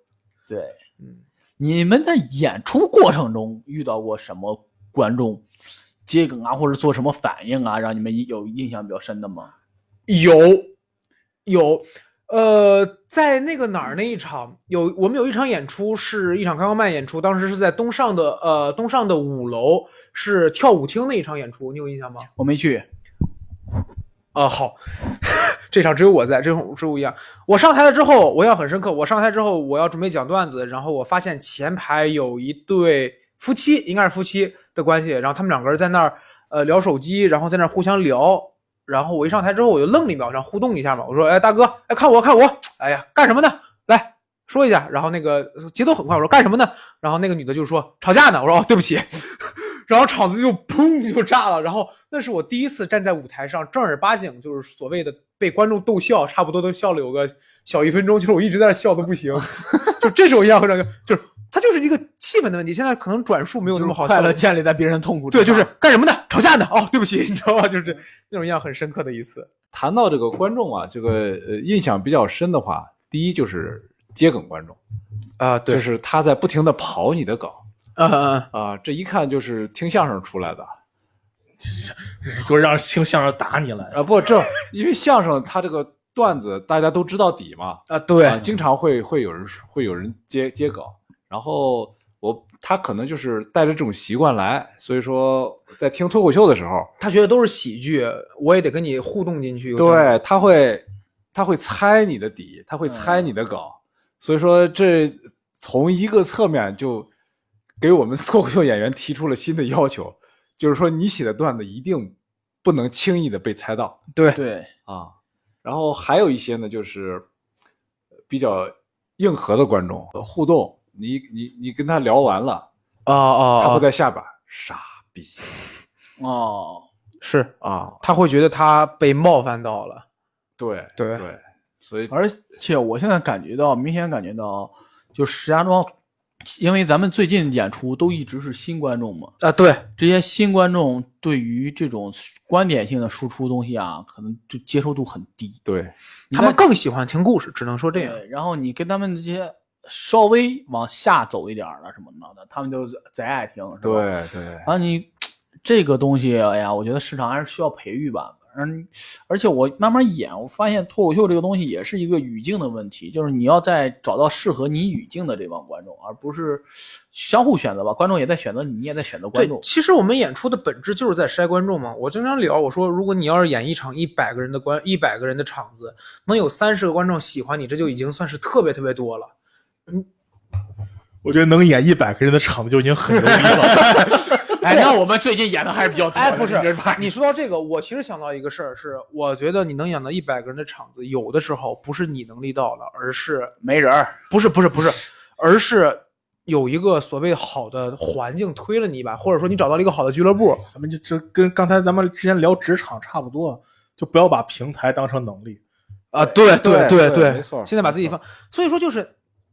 Speaker 5: 对，
Speaker 2: 嗯，
Speaker 5: 你们在演出过程中遇到过什么观众接梗啊，或者做什么反应啊，让你们有印象比较深的吗？
Speaker 2: 有有，呃，在那个哪儿那一场有我们有一场演出是一场开放麦演出，当时是在东上的呃东上的五楼是跳舞厅那一场演出，你有印象吗？
Speaker 5: 我没去，
Speaker 2: 啊，好， 这场只有我在，这场只有我一样。我上台了之后，我印象很深刻。我上台之后，我要准备讲段子，然后我发现前排有一对夫妻，应该是夫妻的关系，然后他们两个人在那儿呃聊手机，然后在那儿互相聊。然后我一上台之后，我就愣了一秒，想互动一下嘛。我说：“哎，大哥，哎，看我，看我，哎呀，干什么呢？来说一下。”然后那个节奏很快，我说：“干什么呢？”然后那个女的就说：“吵架呢。”我说：“哦，对不起。” 然后场子就砰就炸了。然后那是我第一次站在舞台上正儿八经，就是所谓的被观众逗笑，差不多都笑了有个小一分钟，就是我一直在那笑的不行。 就这种样很就是它就是一个气氛的问题。现在可能转述没有那么好
Speaker 5: 快
Speaker 2: 笑
Speaker 5: 乐
Speaker 2: 了。
Speaker 5: 建立在别人痛苦之
Speaker 2: 对，就是
Speaker 5: 上
Speaker 2: 干什么呢？吵架呢？哦，对不起， 你知道吧？就是那种印象很深刻的一次。
Speaker 6: 谈到这个观众啊，这个呃印象比较深的话，第一就是接梗观众，
Speaker 2: 啊，
Speaker 6: 就
Speaker 2: 对，
Speaker 6: 是他在不停的刨你的梗
Speaker 2: 嗯嗯
Speaker 6: 啊、这一看就是听相声出来的啊、
Speaker 1: 给我让听相声打你来。
Speaker 6: 啊不这因为相声它这个段子大家都知道底嘛，
Speaker 2: 啊，对
Speaker 6: 啊，经常会会有人会有人接接梗，然后我他可能就是带着这种习惯来，所以说在听脱口秀的时候，
Speaker 2: 他觉得都是喜剧，我也得跟你互动进去。有点
Speaker 6: 对他会他会猜你的底，他会猜你的梗，所以说这从一个侧面就给我们 脱口秀演员提出了新的要求，就是说你写的段子一定不能轻易的被猜到。
Speaker 2: 对
Speaker 5: 对，
Speaker 6: 啊，然后还有一些呢，就是
Speaker 4: 呃
Speaker 6: 比较硬核的观众呃互动，你你你跟他聊完了，
Speaker 2: 啊啊，
Speaker 6: 他
Speaker 4: 哦
Speaker 2: 啊
Speaker 6: 会在下边傻逼
Speaker 5: 哦，
Speaker 2: 是
Speaker 6: 啊，
Speaker 2: 他会觉得他被冒犯到了。
Speaker 6: 对
Speaker 2: 对
Speaker 6: 对，所以
Speaker 5: 而且我现在感觉到，明显感觉到，就石家庄，因为咱们最近演出都一直是新观众嘛，
Speaker 2: 啊，对，
Speaker 5: 这些新观众对于这种观点性的输出东西啊，可能就接受度很低。
Speaker 6: 对
Speaker 2: 他们更喜欢听故事，只能说这样。
Speaker 5: 对，然后你跟他们这些稍微往下走一点儿了什么的，他们就贼爱听。是吧
Speaker 6: 对，对
Speaker 5: 然后啊你这个东西，哎呀，我觉得市场还是需要培育吧。嗯，而且我慢慢演，我发现脱口秀这个东西也是一个语境的问题，就是你要在找到适合你语境的这帮观众，而不是相互选择吧。观众也在选择你，你也在选择观
Speaker 2: 对
Speaker 5: 众，。
Speaker 2: 其实我们演出的本质就是在筛观众嘛。我经常聊，我说如果你要是演一场一百个人的观一百个人的场子，能有三十个观众喜欢你，这就已经算是特别特别多了。
Speaker 1: 我觉得能演一百个人的场子就已经很牛逼 了。
Speaker 5: 哎，那我们最近演的还是比较多的。
Speaker 2: 哎，不是
Speaker 5: 你这玩意，儿
Speaker 2: 你说到这个，我其实想到一个事儿，是我觉得你能演到一百个人的场子，有的时候不是你能力到了，而是
Speaker 5: 没人
Speaker 4: 哎
Speaker 5: 儿
Speaker 2: 不是不是不是，而是有一个所谓好的环境推了你一把，或者说你找到了一个好的俱乐部。
Speaker 1: 咱们就这跟刚才咱们之前聊职场差不多，就不要把平台当成能力。
Speaker 2: 啊，对
Speaker 6: 嗯对
Speaker 2: 对
Speaker 6: 对没错
Speaker 2: 现在把
Speaker 6: 没
Speaker 2: 自己
Speaker 6: 错
Speaker 2: 放，所以说就是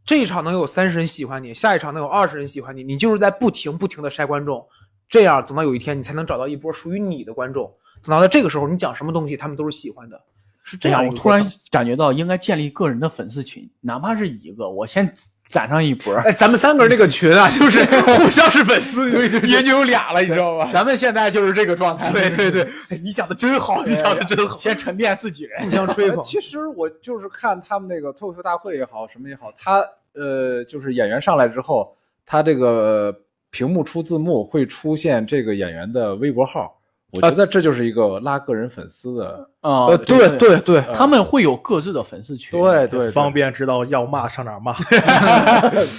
Speaker 2: 这一场能有三十人喜欢你，下一场能有二十人喜欢你，你就是在不停不停的筛观众，这样等到有一天你才能找到一波属于你的观众，等到这个时候你讲什么东西他们都是喜欢的，是这
Speaker 5: 这样，
Speaker 2: 样一
Speaker 5: 我
Speaker 2: 个过程。
Speaker 5: 突然感觉到应该建立个人的粉丝群，哪怕是一个，我先攒上一波儿。
Speaker 2: 哎，咱们三个人这个群啊，就是互相是粉丝，也就有俩了，你知道吧？
Speaker 5: 咱们现在就是这个状态。
Speaker 2: 对对对，哎你讲的真好，你讲的真好，
Speaker 5: 先沉淀自己人。
Speaker 2: 互相吹捧。
Speaker 4: 其实我就是看他们那个脱口秀大会也好，什么也好，他呃，就是演员上来之后，他这个屏幕出字幕会出现这个演员的微博号，我觉得这就是一个拉个人粉丝的。
Speaker 5: 啊、
Speaker 2: 呃，对对对，
Speaker 5: 他们会有各自的粉丝群。
Speaker 4: 对对，
Speaker 1: 方便知道要骂上哪 儿骂，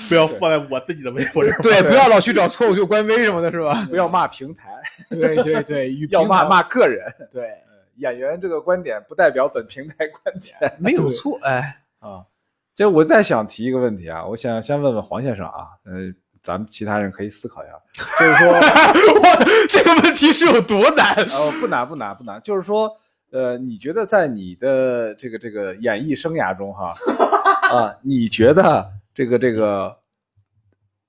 Speaker 1: 不要放在我自己的微博这儿。
Speaker 2: 对，不要老去找脱口秀官微什么的，是吧？
Speaker 4: 不要骂平台，
Speaker 5: 对对对，与
Speaker 4: 要
Speaker 5: 平
Speaker 4: 骂
Speaker 5: 台
Speaker 4: 骂个人。
Speaker 5: 对，
Speaker 4: 演员这个观点不代表本平台观点。
Speaker 2: 没有错，哎，
Speaker 4: 就我再想提一个问题啊，我想先问问黄先生啊，呃，咱们其他人可以思考一下，就是说，
Speaker 5: 我这个问题是有多难？
Speaker 4: 呃，不难不难不难，就是说，呃，你觉得在你的这个这个演艺生涯中哈，啊、你觉得这个这个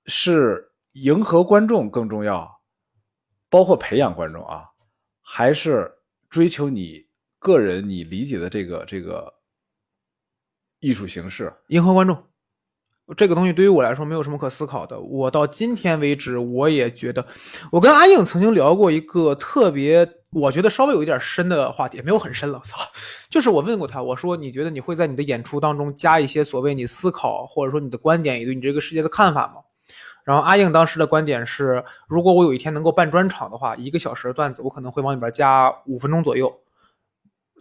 Speaker 4: 是迎合观众更重要，包括培养观众啊，还是追求你个人你理解的这个这个艺术形式？
Speaker 2: 迎合观众。这个东西对于我来说没有什么可思考的。我到今天为止，我也觉得，我跟阿应曾经聊过一个特别，我觉得稍微有一点深的话题，也没有很深了。我操，就是我问过他，我说你觉得你会在你的演出当中加一些所谓你思考或者说你的观点，也对你这个世界的看法吗？然后阿应当时的观点是，如果我有一天能够办专场的话，一个小时的段子，我可能会往里边加五分钟左右，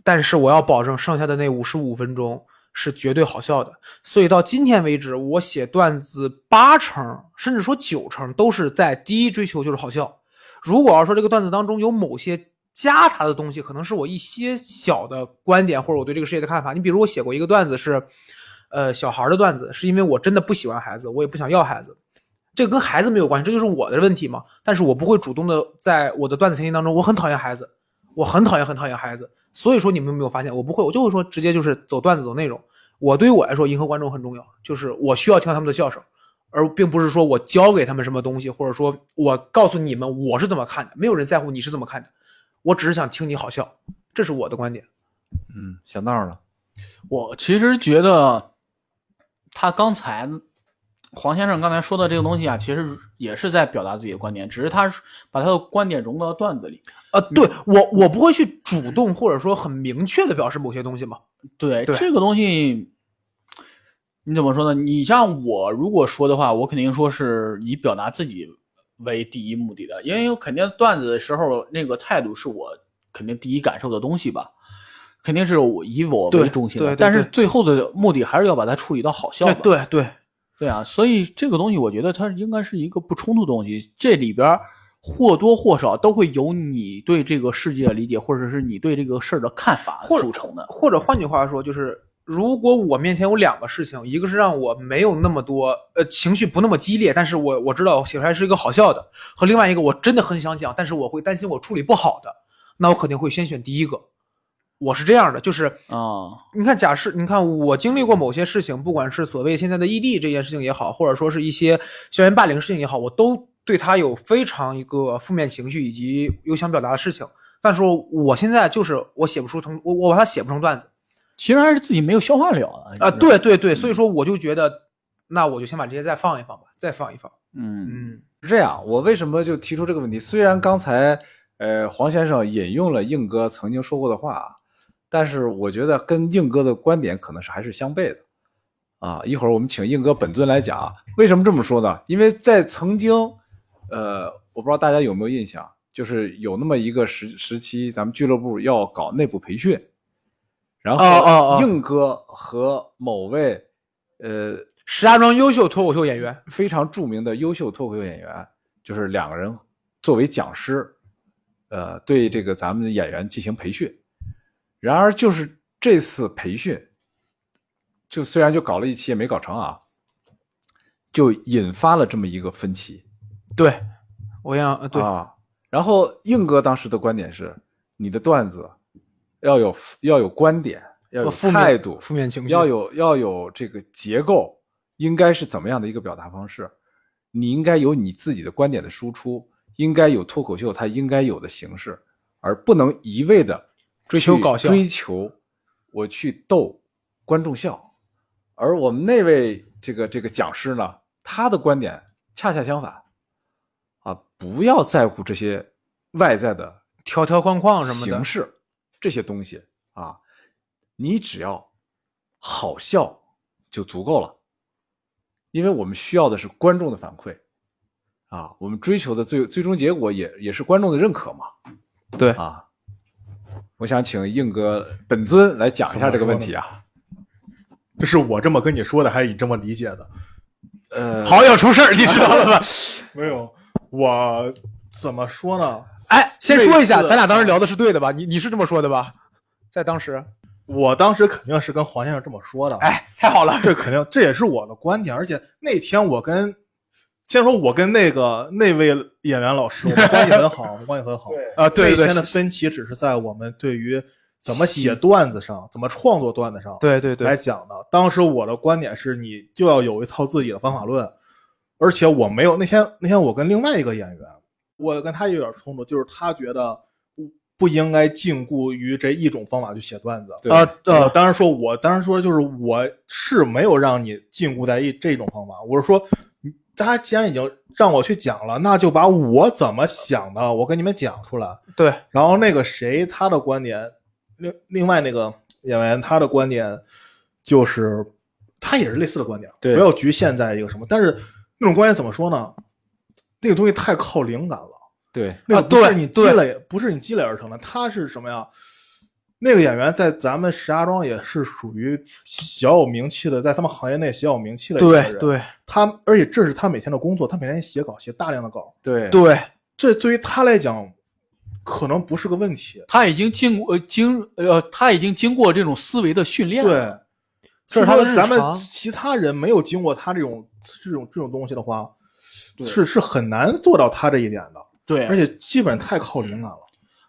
Speaker 2: 但是我要保证剩下的那五十五分钟。是绝对好笑的，所以到今天为止，我写段子八成甚至说九成都是在第一追求就是好笑。如果要说这个段子当中有某些夹杂的东西，可能是我一些小的观点或者我对这个世界的看法。你比如我写过一个段子是，呃，小孩的段子，是因为我真的不喜欢孩子，我也不想要孩子，这个跟孩子没有关系，这就是我的问题嘛。但是我不会主动的在我的段子情节当中，我很讨厌孩子，我很讨厌很讨厌孩子。所以说你们有没有发现，我不会，我就会说直接就是走段子走内容。我对于我来说，迎合观众很重要，就是我需要听到他们的笑声，而并不是说我教给他们什么东西，或者说我告诉你们我是怎么看的，没有人在乎你是怎么看的，我只是想听你好笑，这是我的观点。
Speaker 6: 嗯，想道了，
Speaker 5: 我其实觉得他刚才黄先生刚才说的这个东西啊，其实也是在表达自己的观点，只是他是把他的观点融到段子里。
Speaker 2: 啊，对我我不会去主动或者说很明确的表示某些东西嘛。
Speaker 5: 对
Speaker 2: 对
Speaker 5: 这个东西，你怎么说呢？你像我如果说的话，我肯定说是以表达自己为第一目的的，因为我肯定段子的时候那个态度是我肯定第一感受的东西吧，肯定是我以我为
Speaker 2: 对
Speaker 5: 中心的。
Speaker 2: 对对
Speaker 5: 但是
Speaker 2: 对
Speaker 5: 最后的目的还是要把它处理到好笑
Speaker 2: 哎
Speaker 5: 吧。
Speaker 2: 对对，
Speaker 5: 对啊，所以这个东西我觉得它应该是一个不冲突的东西，这里边儿或多或少都会有你对这个世界的理解，或者是你对这个事儿的看法
Speaker 2: 或者
Speaker 5: 组成的。
Speaker 2: 或者换句话说，就是如果我面前有两个事情，一个是让我没有那么多呃情绪不那么激烈，但是我我知道写出来是一个好笑的，和另外一个我真的很想讲，但是我会担心我处理不好的，那我肯定会先选第一个。我是这样的，就是
Speaker 5: 啊、
Speaker 2: 你看，假设你看我经历过某些事情，不管是所谓现在的异地这件事情也好，或者说是一些校园霸凌事情也好，我都对他有非常一个负面情绪以及有想表达的事情。但是我现在就是我写不出成，我我把它写不成段子
Speaker 5: 其实还是自己没有消化了的
Speaker 2: 啊、对，对对，所以说我就觉得，那我就先把这些再放一放吧，再放一放。
Speaker 5: 嗯，
Speaker 2: 嗯，
Speaker 4: 是这样，我为什么就提出这个问题？虽然刚才呃黄先生引用了硬哥曾经说过的话啊，但是我觉得跟硬哥的观点可能是还是相悖的啊。一会儿我们请硬哥本尊来讲啊，为什么这么说呢？因为在曾经，呃，我不知道大家有没有印象，就是有那么一个时时期，咱们俱乐部要搞内部培训，然
Speaker 2: 哦哦
Speaker 4: 后
Speaker 2: 哦
Speaker 4: 硬哥和某位呃
Speaker 2: 石家庄优秀脱口秀演员，
Speaker 4: 非常著名的优秀脱口秀演员，就是两个人作为讲师，呃，对这个咱们的演员进行培训。然而，就是这次培训，就虽然就搞了一期也没搞成啊，就引发了这么一个分歧
Speaker 2: 对，我想呃对、
Speaker 4: 啊。然后硬哥当时的观点是，你的段子要有要有观点，要有
Speaker 2: 负面
Speaker 4: 态度，
Speaker 2: 负面情绪
Speaker 4: 要有要有这个结构，应该是怎么样的一个表达方式？你应该有你自己的观点的输出，应该有脱口秀它应该有的形式，而不能一味的
Speaker 2: 追求搞笑
Speaker 4: 追求我去逗观众笑。而我们那位这个这个讲师呢，他的观点恰恰相反，啊，不要在乎这些外在的
Speaker 2: 条条框框什么的
Speaker 4: 形，式这些东西啊，你只要好笑就足够了，因为我们需要的是观众的反馈啊，我们追求的最最终结果也也是观众的认可嘛
Speaker 2: 对
Speaker 4: 啊。我想请硬哥本尊来讲一下这个问题啊，
Speaker 1: 这是我这么跟你说的，还是你这么理解的？
Speaker 4: 呃，
Speaker 2: 好友出事儿，你知道了吧？
Speaker 1: 没有，我怎么说呢？
Speaker 2: 哎，先说一下，
Speaker 1: 类似
Speaker 2: 咱俩当时聊的是对的吧？你你是这么说的吧？在当时，
Speaker 1: 我当时肯定是跟黄先生这么说的，
Speaker 2: 哎，太好了，
Speaker 1: 这肯定这也是我的观点。而且那天我跟，先说我跟那个那位演员老师，我们关系很好，我们关系很好。
Speaker 4: 对
Speaker 2: 啊， 对
Speaker 1: 那
Speaker 2: 对
Speaker 1: 天的
Speaker 2: 对，
Speaker 1: 分歧只是在我们对于怎么写段子上，怎么创作段子上，
Speaker 2: 对对
Speaker 1: 来
Speaker 2: 对，
Speaker 1: 讲的。当时我的观点是你就要有一套自己的方法论，而且我没有那天那天我跟另外一个演员，我跟他有点冲突，就是他觉得不不应该禁锢于这一种方法去写段子。
Speaker 4: 对
Speaker 2: 啊
Speaker 1: 我
Speaker 2: 呃，
Speaker 1: 当时说，我当时说就是我是没有让你禁锢在一这种方法，我是说，你大家既然已经让我去讲了，那就把我怎么想的我跟你们讲出来。
Speaker 2: 对，
Speaker 1: 然后那个谁他的观点，另另外那个演员他的观点就是他也是类似的观点，
Speaker 4: 对
Speaker 1: 不要局限在一个什么，但是那种观点怎么说呢？那个东西太靠灵感了。
Speaker 4: 对，
Speaker 1: 那
Speaker 2: 啊
Speaker 1: 个不是
Speaker 2: 对
Speaker 1: 你积
Speaker 2: 对
Speaker 1: 累，不是你积累而成的，他是什么呀？那个演员在咱们石家庄也是属于小有名气的，在他们行业内小有名气的一个
Speaker 2: 对
Speaker 1: 人。，
Speaker 2: 对
Speaker 1: 他而且这是他每天的工作，他每天写稿，写大量的稿，
Speaker 4: 对，
Speaker 2: 对，
Speaker 1: 这对于他来讲可能不是个问题。
Speaker 5: 他已经经过呃经呃，他已经经过这种思维的训练了。
Speaker 1: 对，
Speaker 2: 这是他的
Speaker 1: 就
Speaker 2: 日
Speaker 1: 说咱
Speaker 2: 常
Speaker 1: 们其他人没有经过他这种这种这种东西的话，是是很难做到他这一点的，
Speaker 5: 对
Speaker 1: 而且基本太靠灵感了。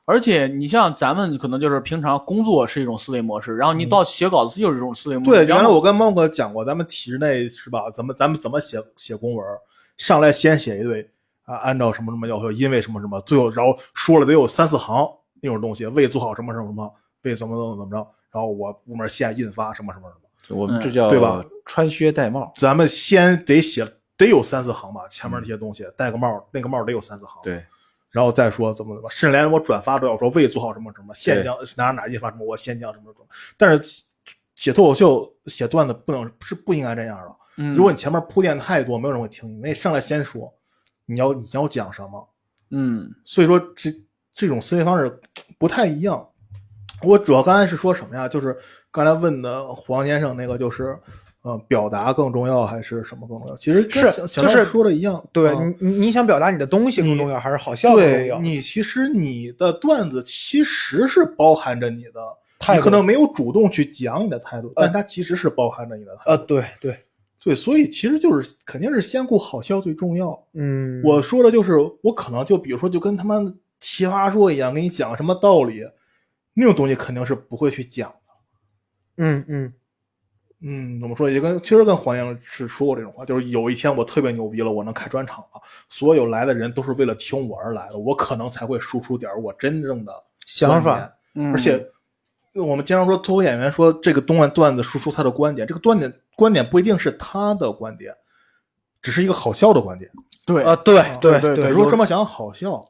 Speaker 5: 而且你像咱们可能就是平常工作是一种思维模式，然后你到写稿子又是一种思维模
Speaker 1: 嗯
Speaker 5: 式。
Speaker 1: 对，原
Speaker 5: 然
Speaker 1: 来
Speaker 5: 后
Speaker 1: 我跟猫哥讲过，咱们体制内是吧？咱们咱们怎么写写公文儿？上来先写一堆啊，按照什么什么要求，因为什么什么，最后然后说了得有三四行那种东西，为做好什么什么什么，为怎么怎么怎么着，然后我部门先印发什么什么什么，
Speaker 4: 我们这
Speaker 5: 嗯
Speaker 4: 叫
Speaker 1: 对吧？
Speaker 4: 穿靴戴帽，
Speaker 1: 咱们先得写得有三四行吧，前面那些东西，戴个帽儿，那个帽儿得有三四行，
Speaker 4: 对，
Speaker 1: 然后再说怎么怎么，甚至连我转发都要说为做好什么什么，现
Speaker 4: 对
Speaker 1: 将哪哪印发什么，我先将什么什么，但是写写脱口秀写段子不能是不应该这样的。
Speaker 5: 嗯
Speaker 1: 如果你前面铺垫太多，没有人会听你。那上来先说你要你要讲什么，
Speaker 5: 嗯
Speaker 1: 所以说这这种思维方式不太一样。我主要刚才是说什么呀？就是刚才问的黄先生那个，就是呃，表达更重要还是什么更重要？其实跟
Speaker 2: 是
Speaker 1: 小小
Speaker 2: 就
Speaker 1: 赖
Speaker 2: 是
Speaker 1: 说的一样，
Speaker 2: 对
Speaker 1: 啊
Speaker 2: 你你你想表达你的东西更重要，还是好笑更重
Speaker 1: 对
Speaker 2: 要？
Speaker 1: 你其实你的段子其实是包含着你的。
Speaker 2: 态
Speaker 1: 你
Speaker 2: 度
Speaker 1: 可能没有主动去讲你的态度，但它其实是包含着你的态度。
Speaker 2: 呃，对对，
Speaker 1: 对，所以其实就是肯定是先顾好笑最重要。
Speaker 2: 嗯，
Speaker 1: 我说的就是，我可能就比如说，就跟他们奇葩说一样，给你讲什么道理，那种东西肯定是不会去讲的。
Speaker 2: 嗯嗯
Speaker 1: 嗯，怎么说？也跟其实跟黄洋是说过这种话，就是有一天我特别牛逼了，我能开专场了，所有来的人都是为了听我而来的，我可能才会输出点我真正的
Speaker 2: 想
Speaker 1: 观
Speaker 2: 法
Speaker 1: 点。
Speaker 5: 嗯，
Speaker 1: 而且我们经常说脱口演员说这个东段子输出他的观点，这个观点观点不一定是他的观点，只是一个好笑的观点。
Speaker 5: 对
Speaker 2: 啊，对
Speaker 5: 对
Speaker 2: 对啊
Speaker 1: 如果这么想好笑，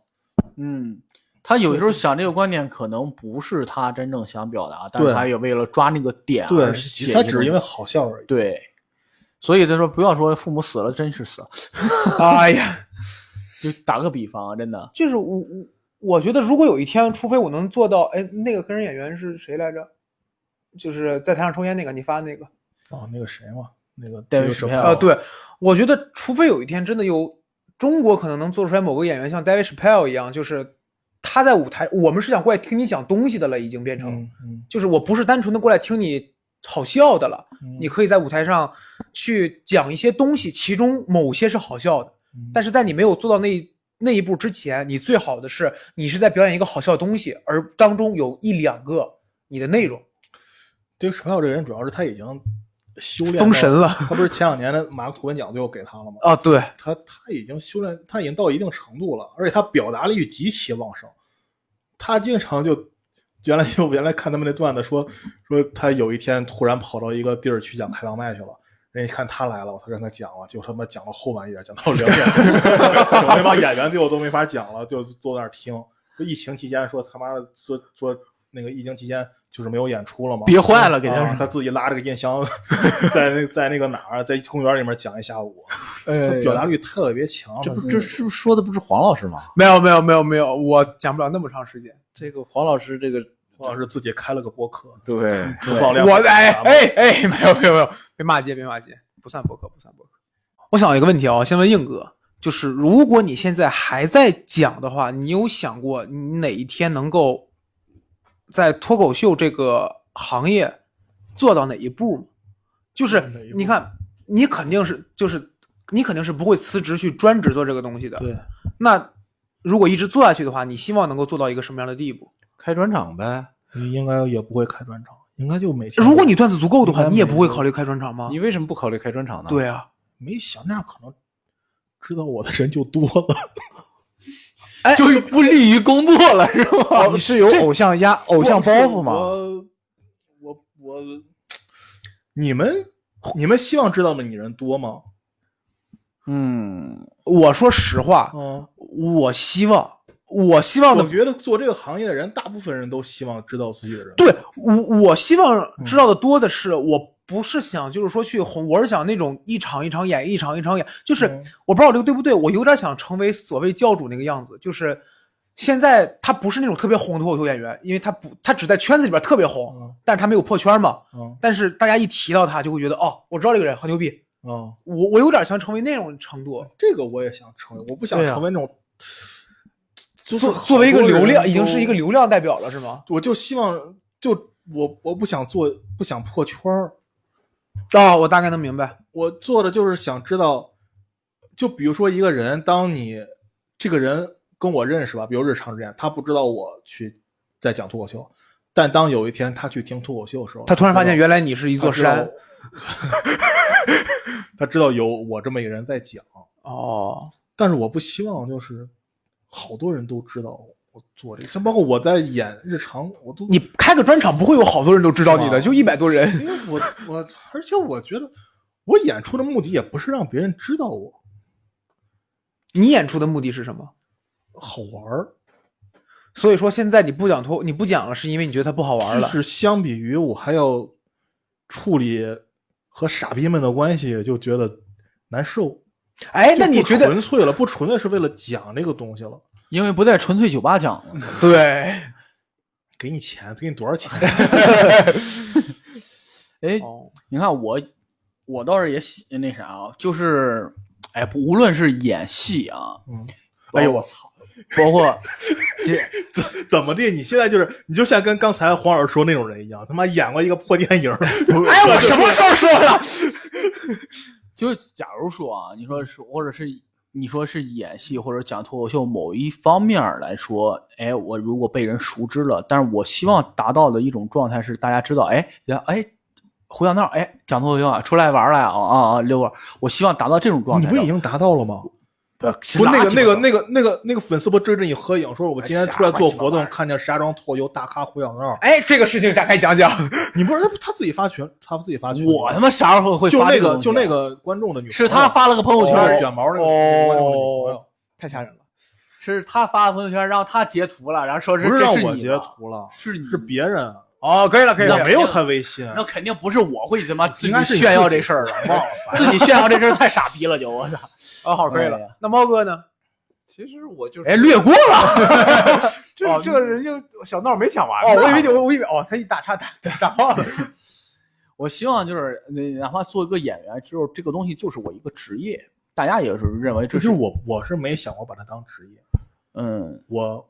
Speaker 5: 嗯，他有的时候想这个观点，可能不是他真正想表达，但是
Speaker 1: 对
Speaker 5: 他也为了抓那个点
Speaker 1: 对
Speaker 5: 而，写一
Speaker 1: 他
Speaker 5: 种。
Speaker 1: 只是因为好笑而已。
Speaker 5: 对，所以他说不要说父母死了，真是死了。
Speaker 2: 哎呀，
Speaker 5: 就打个比方啊，真的，
Speaker 2: 就是我我我觉得，如果有一天，除非我能做到，哎，那个黑人演员是谁来着？就是在台上抽烟那个，你发那个
Speaker 1: 哦，那个谁嘛，那个
Speaker 5: David
Speaker 1: 那个什
Speaker 5: Chappelle
Speaker 1: 么
Speaker 5: 哦
Speaker 2: 啊，对，我觉得除非有一天真的有中国可能能做出来某个演员像 David Chappelle 一样，就是他在舞台，我们是想过来听你讲东西的了，已经变成，
Speaker 1: 嗯嗯，
Speaker 2: 就是我不是单纯的过来听你好笑的了，
Speaker 1: 嗯
Speaker 2: 你可以在舞台上去讲一些东西，其中某些是好笑的，
Speaker 1: 嗯
Speaker 2: 但是在你没有做到那一那一步之前，你最好的是你是在表演一个好笑的东西，而当中有一两个你的内容。
Speaker 1: David Chappelle 这个人主要是他已经修炼
Speaker 2: 封神了
Speaker 1: 他不是前两年的马克吐温奖最后给他了吗？
Speaker 2: 啊，对，
Speaker 1: 他他已经修炼，他已经到一定程度了，而且他表达力极其旺盛。他经常就原来就原来看他们那段子说说他有一天突然跑到一个地儿去讲开放麦去了。人家一看他来了，我才让他讲了，就他妈讲到后半夜，讲到两点，整那帮演员最后都没法讲了，就坐在那儿听。说疫情期间说他妈的说说那个疫情期间就是没有演出了嘛，
Speaker 5: 憋坏了给他
Speaker 1: 啊
Speaker 5: 是
Speaker 1: 他自己拉着个音箱，在那在那个哪儿，在公园里面讲一下午，
Speaker 5: 哎
Speaker 1: 他表达力特别强。啊
Speaker 6: 这不
Speaker 1: 他
Speaker 6: 这是不是说的不是黄老师吗？
Speaker 2: 没有没有没有没有，我讲不了那么长时间。
Speaker 6: 这个黄老师这个
Speaker 1: 王老师自己开了个播客，
Speaker 4: 对，
Speaker 1: 放量
Speaker 2: 我哎哎哎，没有没有没有，别骂街别骂街，不算博客不算博客。我想一个问题啊、先问硬哥，就是如果你现在还在讲的话，你有想过你哪一天能够在脱口秀这个行业做到哪一步吗？就是
Speaker 1: 哪一步
Speaker 2: 你看，你肯定是就是你肯定是不会辞职去专职做这个东西的。
Speaker 1: 对，
Speaker 2: 那如果一直做下去的话，你希望能够做到一个什么样的地步？
Speaker 6: 开专场呗，
Speaker 1: 你应该也不会开专场，应该就每天。
Speaker 2: 如果你段子足够的
Speaker 1: 应
Speaker 2: 话，
Speaker 1: 该
Speaker 2: 你也
Speaker 1: 没
Speaker 2: 不会
Speaker 1: 有
Speaker 2: 考虑开专场吗
Speaker 6: 你？为什么不考虑开专场呢？
Speaker 2: 对啊，
Speaker 1: 没想那样可能，知道我的人就多了。
Speaker 2: 哎
Speaker 5: 就是不利于工作了，是吧？
Speaker 2: 哦
Speaker 4: 你是有偶像压偶像包袱吗？
Speaker 1: 我我我，你们你们希望知道的你人多吗？
Speaker 5: 嗯，
Speaker 2: 我说实话，
Speaker 1: 嗯，
Speaker 2: 我希望，我希望
Speaker 1: 我
Speaker 2: 的，
Speaker 1: 觉得做这个行业的人，大部分人都希望知道自己的人。
Speaker 2: 对我我希望知道的多的是，我不是想就是说去红，我是想那种一场一场演，一场一场演，就是、
Speaker 1: 嗯
Speaker 2: 我不知道我这个对不对，我有点想成为所谓教主那个样子，就是。现在他不是那种特别红的脱口秀演员，因为他不，他只在圈子里边特别红，
Speaker 1: 嗯
Speaker 2: 但是他没有破圈嘛。
Speaker 1: 嗯
Speaker 2: 但是大家一提到他，就会觉得哦，我知道这个人很牛逼。
Speaker 1: 嗯，
Speaker 2: 我我有点想成为那种程度，
Speaker 1: 这个我也想成为，我不想
Speaker 2: 对啊
Speaker 1: 成为那种，就是
Speaker 2: 作
Speaker 1: 好
Speaker 2: 作为一个
Speaker 1: 多人
Speaker 2: 流量，已经
Speaker 1: 都
Speaker 2: 是一个流量代表了，是吗？
Speaker 1: 我就希望，就我我不想做，不想破圈儿。
Speaker 2: 哦，我大概能明白。
Speaker 1: 我做的就是想知道，就比如说一个人，当你这个人跟我认识吧，比如日常之间，他不知道我去在讲脱口秀，但当有一天他去听脱口秀的时候，
Speaker 2: 他突然发
Speaker 1: 哦
Speaker 2: 现
Speaker 1: 知道
Speaker 2: 原来你是一座山。，
Speaker 1: 他知道他知道有我这么一个人在讲，
Speaker 2: 哦，
Speaker 1: 但是我不希望就是好多人都知道我做这个，像包括我在演日常，我都
Speaker 2: 你开个专场不会有好多人都知道你的，
Speaker 1: 是吧
Speaker 2: 就一百多人。
Speaker 1: 因为我我，而且我觉得我演出的目的也不是让别人知道我
Speaker 2: 你演出的目的是什么？
Speaker 1: 好玩儿，
Speaker 2: 所以说现在你不讲脱，你不讲了，是因为你觉得它不好玩了
Speaker 1: 就。是相比于我还要处理和傻逼们的关系，就觉得难受。
Speaker 2: 哎，那你
Speaker 1: 就不
Speaker 2: 觉得
Speaker 1: 纯粹了？不纯粹是为了讲这个东西了。
Speaker 5: 因为不在纯粹酒吧讲了。
Speaker 2: 对？
Speaker 1: 给你钱，给你多少钱？
Speaker 5: 哎，
Speaker 2: 哦
Speaker 5: 你看我，我倒是也喜那啥啊，就是，哎，不无论是演戏啊，
Speaker 1: 嗯，哎呦我操！
Speaker 5: 包括 这
Speaker 1: 哦怎么的？你现在就是，你就像跟刚才黄老师说那种人一样，他妈演过一个破电影儿。
Speaker 5: 哎，我什么时候说了？就假如说啊，你说是，或者是你说是演戏或者讲脱口秀某一方面儿来说，哎，我如果被人熟知了，但是我希望达到的一种状态是大家知道，哎，然后哎，胡小闹，哎，讲脱口秀啊，出来玩儿来啊啊啊，遛弯儿。我希望达到这种状
Speaker 1: 你
Speaker 5: 态
Speaker 1: 不
Speaker 5: 的。呃
Speaker 1: 已经达到了吗？
Speaker 5: 不
Speaker 1: 不，那个那个
Speaker 5: 个，
Speaker 1: 那个那个那个粉丝不追着你合影，说我今天出来做活
Speaker 5: 哎
Speaker 1: 动，
Speaker 5: 瞎
Speaker 1: 看见石家庄脱口秀大咖胡小 闹，
Speaker 2: 哎，这个事情展开讲讲。
Speaker 1: 你不是他自己发群，他自己发群，
Speaker 5: 我他妈啥时候会
Speaker 1: 就
Speaker 5: 发
Speaker 1: 那
Speaker 5: 这
Speaker 1: 个
Speaker 5: 东西啊
Speaker 1: 就那个哦观众的女朋友，
Speaker 5: 是他发了个朋友圈
Speaker 1: 就是
Speaker 5: 儿，
Speaker 1: 卷毛那个观众的女朋
Speaker 2: 哦
Speaker 1: 友，，
Speaker 2: 太吓人了。
Speaker 5: 是他发的朋友圈儿，然后他截图了，然后说
Speaker 1: 不
Speaker 5: 是哦这
Speaker 1: 让
Speaker 5: 是
Speaker 1: 我
Speaker 5: 你
Speaker 1: 截
Speaker 5: 的，
Speaker 1: 图了，
Speaker 5: 是你
Speaker 1: 是别人，啊
Speaker 2: 哦，可以了，可以
Speaker 1: 我
Speaker 2: 了。
Speaker 1: 没有他微信，
Speaker 5: 那肯定不是我会他妈自
Speaker 1: 应该
Speaker 5: 己
Speaker 1: 是你
Speaker 5: 炫耀
Speaker 1: 自己
Speaker 5: 这事 儿了，
Speaker 1: 忘了，
Speaker 5: 自己炫耀这事儿太傻逼了，就我操！
Speaker 2: 哦，好，可以
Speaker 5: 哎
Speaker 2: 了。那猫哥呢？
Speaker 4: 其实我就是
Speaker 5: 哎，略过了，
Speaker 4: 这这个人就小闹没讲完
Speaker 2: 哦，
Speaker 4: 呢
Speaker 2: 我以为你，我以为哦，他一打岔打打打炮了。
Speaker 5: 我希望就是嗯哪怕做一个演员，之后这个东西就是我一个职业，大家也是认为这
Speaker 1: 就是是我我是没想过把他当职业，
Speaker 5: 嗯，
Speaker 1: 我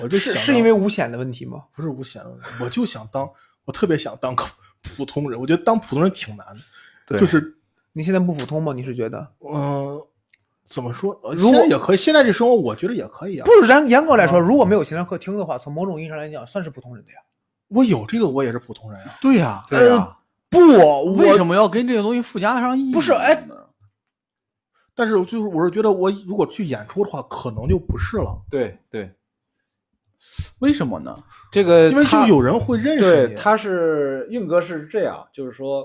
Speaker 1: 我就是想
Speaker 2: 是
Speaker 1: 让
Speaker 2: 因为五险的问题吗？
Speaker 1: 不是我想，我就想当，我特别想当个普通人，我觉得当普通人挺难的，
Speaker 6: 对
Speaker 1: 就是
Speaker 2: 你现在不普通吗？你是觉得？
Speaker 1: 嗯，怎么说？呃
Speaker 2: 如
Speaker 1: 现在
Speaker 2: 果
Speaker 1: 也可以，现在这生活我觉得也可以啊。
Speaker 2: 不是，严严格来说，如果没有闲聊客厅的话，从某种意义上来讲，算是普通人的呀。
Speaker 1: 我有这个，我也是普通人啊。
Speaker 5: 对呀、
Speaker 4: 对呀、
Speaker 2: 呃不，
Speaker 5: 为
Speaker 2: 我
Speaker 5: 什么要跟这个东西附加上意义呢？
Speaker 2: 不是哎
Speaker 1: 但是就是我是觉得，我如果去演出的话，可能就不是了，
Speaker 6: 对对，
Speaker 5: 为什么呢？
Speaker 6: 这个
Speaker 2: 呃
Speaker 1: 因为就
Speaker 6: 他
Speaker 1: 有人会认识
Speaker 6: 对
Speaker 1: 你。啊
Speaker 6: 他是硬哥是这样，就是说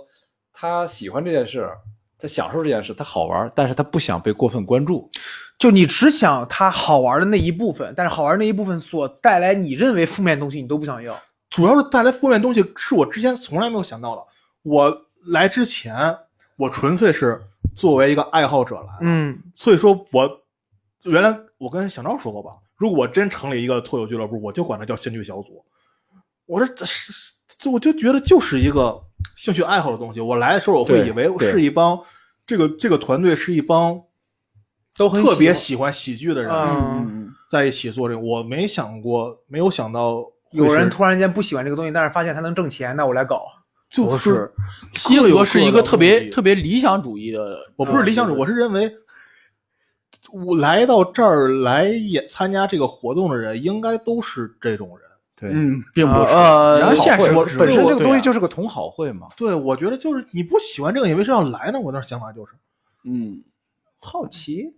Speaker 6: 他喜欢这件事，他享受这件事，他好玩，但是他不想被过分关注。
Speaker 2: 就你只想它好玩的那一部分，但是好玩那一部分所带来你认为负面的东西，你都不想要。
Speaker 1: 主要是带来负面东西，是我之前从来没有想到的。我来之前，我纯粹是作为一个爱好者来，
Speaker 2: 嗯，
Speaker 1: 所以说我原来我跟小赵说过吧，如果我真成立一个脱口俱乐部，我就管它叫兴趣小组。我这这是，这我就觉得就是一个兴趣爱好的东西。我来的时候，我会
Speaker 6: 对
Speaker 1: 以为
Speaker 6: 对
Speaker 1: 是一帮这个这个团队是一帮
Speaker 2: 都很
Speaker 1: 特别
Speaker 2: 喜
Speaker 1: 喜欢喜剧的人
Speaker 2: 嗯
Speaker 5: 嗯，
Speaker 1: 在一起做这个，我没想过，没有想到会
Speaker 2: 欢有人
Speaker 1: 是
Speaker 2: 突然间不喜欢这个东西，但是发现它能挣钱，那我来搞。
Speaker 1: 就
Speaker 5: 不
Speaker 1: 是
Speaker 5: 是一
Speaker 1: 各有
Speaker 5: 哥
Speaker 1: 各
Speaker 5: 是一
Speaker 1: 的
Speaker 5: 个特
Speaker 1: 目
Speaker 5: 别
Speaker 1: 的
Speaker 5: 特别理想主义的，
Speaker 1: 我不是理想主义，我是认为，我来到这儿来也参加这个活动的人，应该都是这种人。
Speaker 6: 对，
Speaker 5: 嗯，并不是。
Speaker 2: 呃，
Speaker 6: 然
Speaker 2: 然
Speaker 6: 后
Speaker 2: 后
Speaker 6: 现实
Speaker 5: 我是
Speaker 6: 本身
Speaker 5: 我
Speaker 6: 这个
Speaker 5: 对
Speaker 6: 东西
Speaker 5: 啊
Speaker 6: 就是个同好会嘛，
Speaker 1: 对，我觉得就是你不喜欢这个，你为什么要来呢？我那想法就是，
Speaker 5: 嗯，
Speaker 4: 好奇，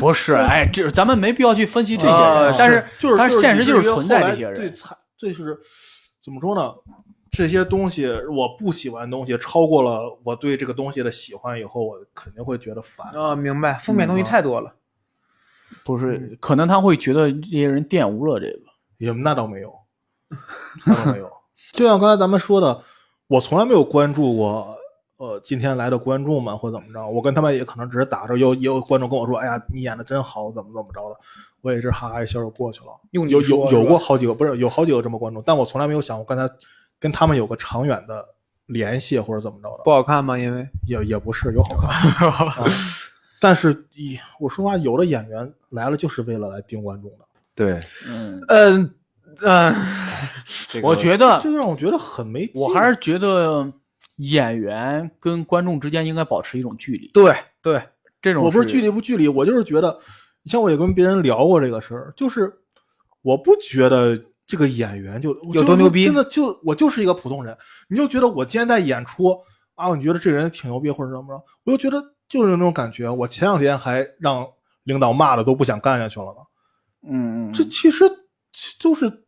Speaker 5: 不是，哎，这咱们没必要去分析这些
Speaker 1: 啊
Speaker 5: 人，但是
Speaker 1: 就是
Speaker 5: 但
Speaker 1: 就是
Speaker 5: 现实
Speaker 1: 就
Speaker 5: 就是存在这些
Speaker 1: 最
Speaker 5: 人，
Speaker 1: 惨，最是怎么说呢？这些东西我不喜欢的东西，超过了我对这个东西的喜欢以后，我肯定会觉得烦。
Speaker 2: 啊，明白，负面东
Speaker 1: 嗯
Speaker 2: 西太多了。
Speaker 5: 不是，可能他会觉得这些人玷污了这个，
Speaker 1: 也那倒没有，那倒没 有。就像刚才咱们说的，我从来没有关注过，呃，今天来的观众们或怎么着，我跟他们也可能只是打着，有也有观众跟我说，哎呀，你演的真好，怎么怎么着的，我也是哈哈一笑就过去了。
Speaker 2: 用你
Speaker 1: 有
Speaker 2: 说
Speaker 1: 有
Speaker 2: 是吧
Speaker 1: 有过好几个，不是有好几个这么观众，但我从来没有想过跟他跟他们有个长远的联系或者怎么着的，
Speaker 2: 不好看吗？因为
Speaker 1: 也也不是有好看。 啊但是，咦我说实话，有的演员来了就是为了来盯观众的，
Speaker 6: 对，
Speaker 5: 嗯，呃
Speaker 2: 嗯 嗯，
Speaker 6: 这个
Speaker 5: 我觉得
Speaker 1: 这就让我觉得很没劲。
Speaker 5: 我还是觉得演员跟观众之间应该保持一种距离。
Speaker 2: 对对，
Speaker 5: 这种
Speaker 1: 我不是
Speaker 5: 是
Speaker 1: 距离不距离，我就是觉得，你像我也跟别人聊过这个事儿，就是我不觉得这个演员就
Speaker 2: 有多牛逼
Speaker 1: 就是真的就我就是一个普通人，你就觉得我今天在演出啊，你觉得这人挺牛逼或者怎么着，我就觉得就是那种感觉。我前两天还让领导骂的都不想干下去了呢，
Speaker 5: 嗯嗯，
Speaker 1: 这其实就是。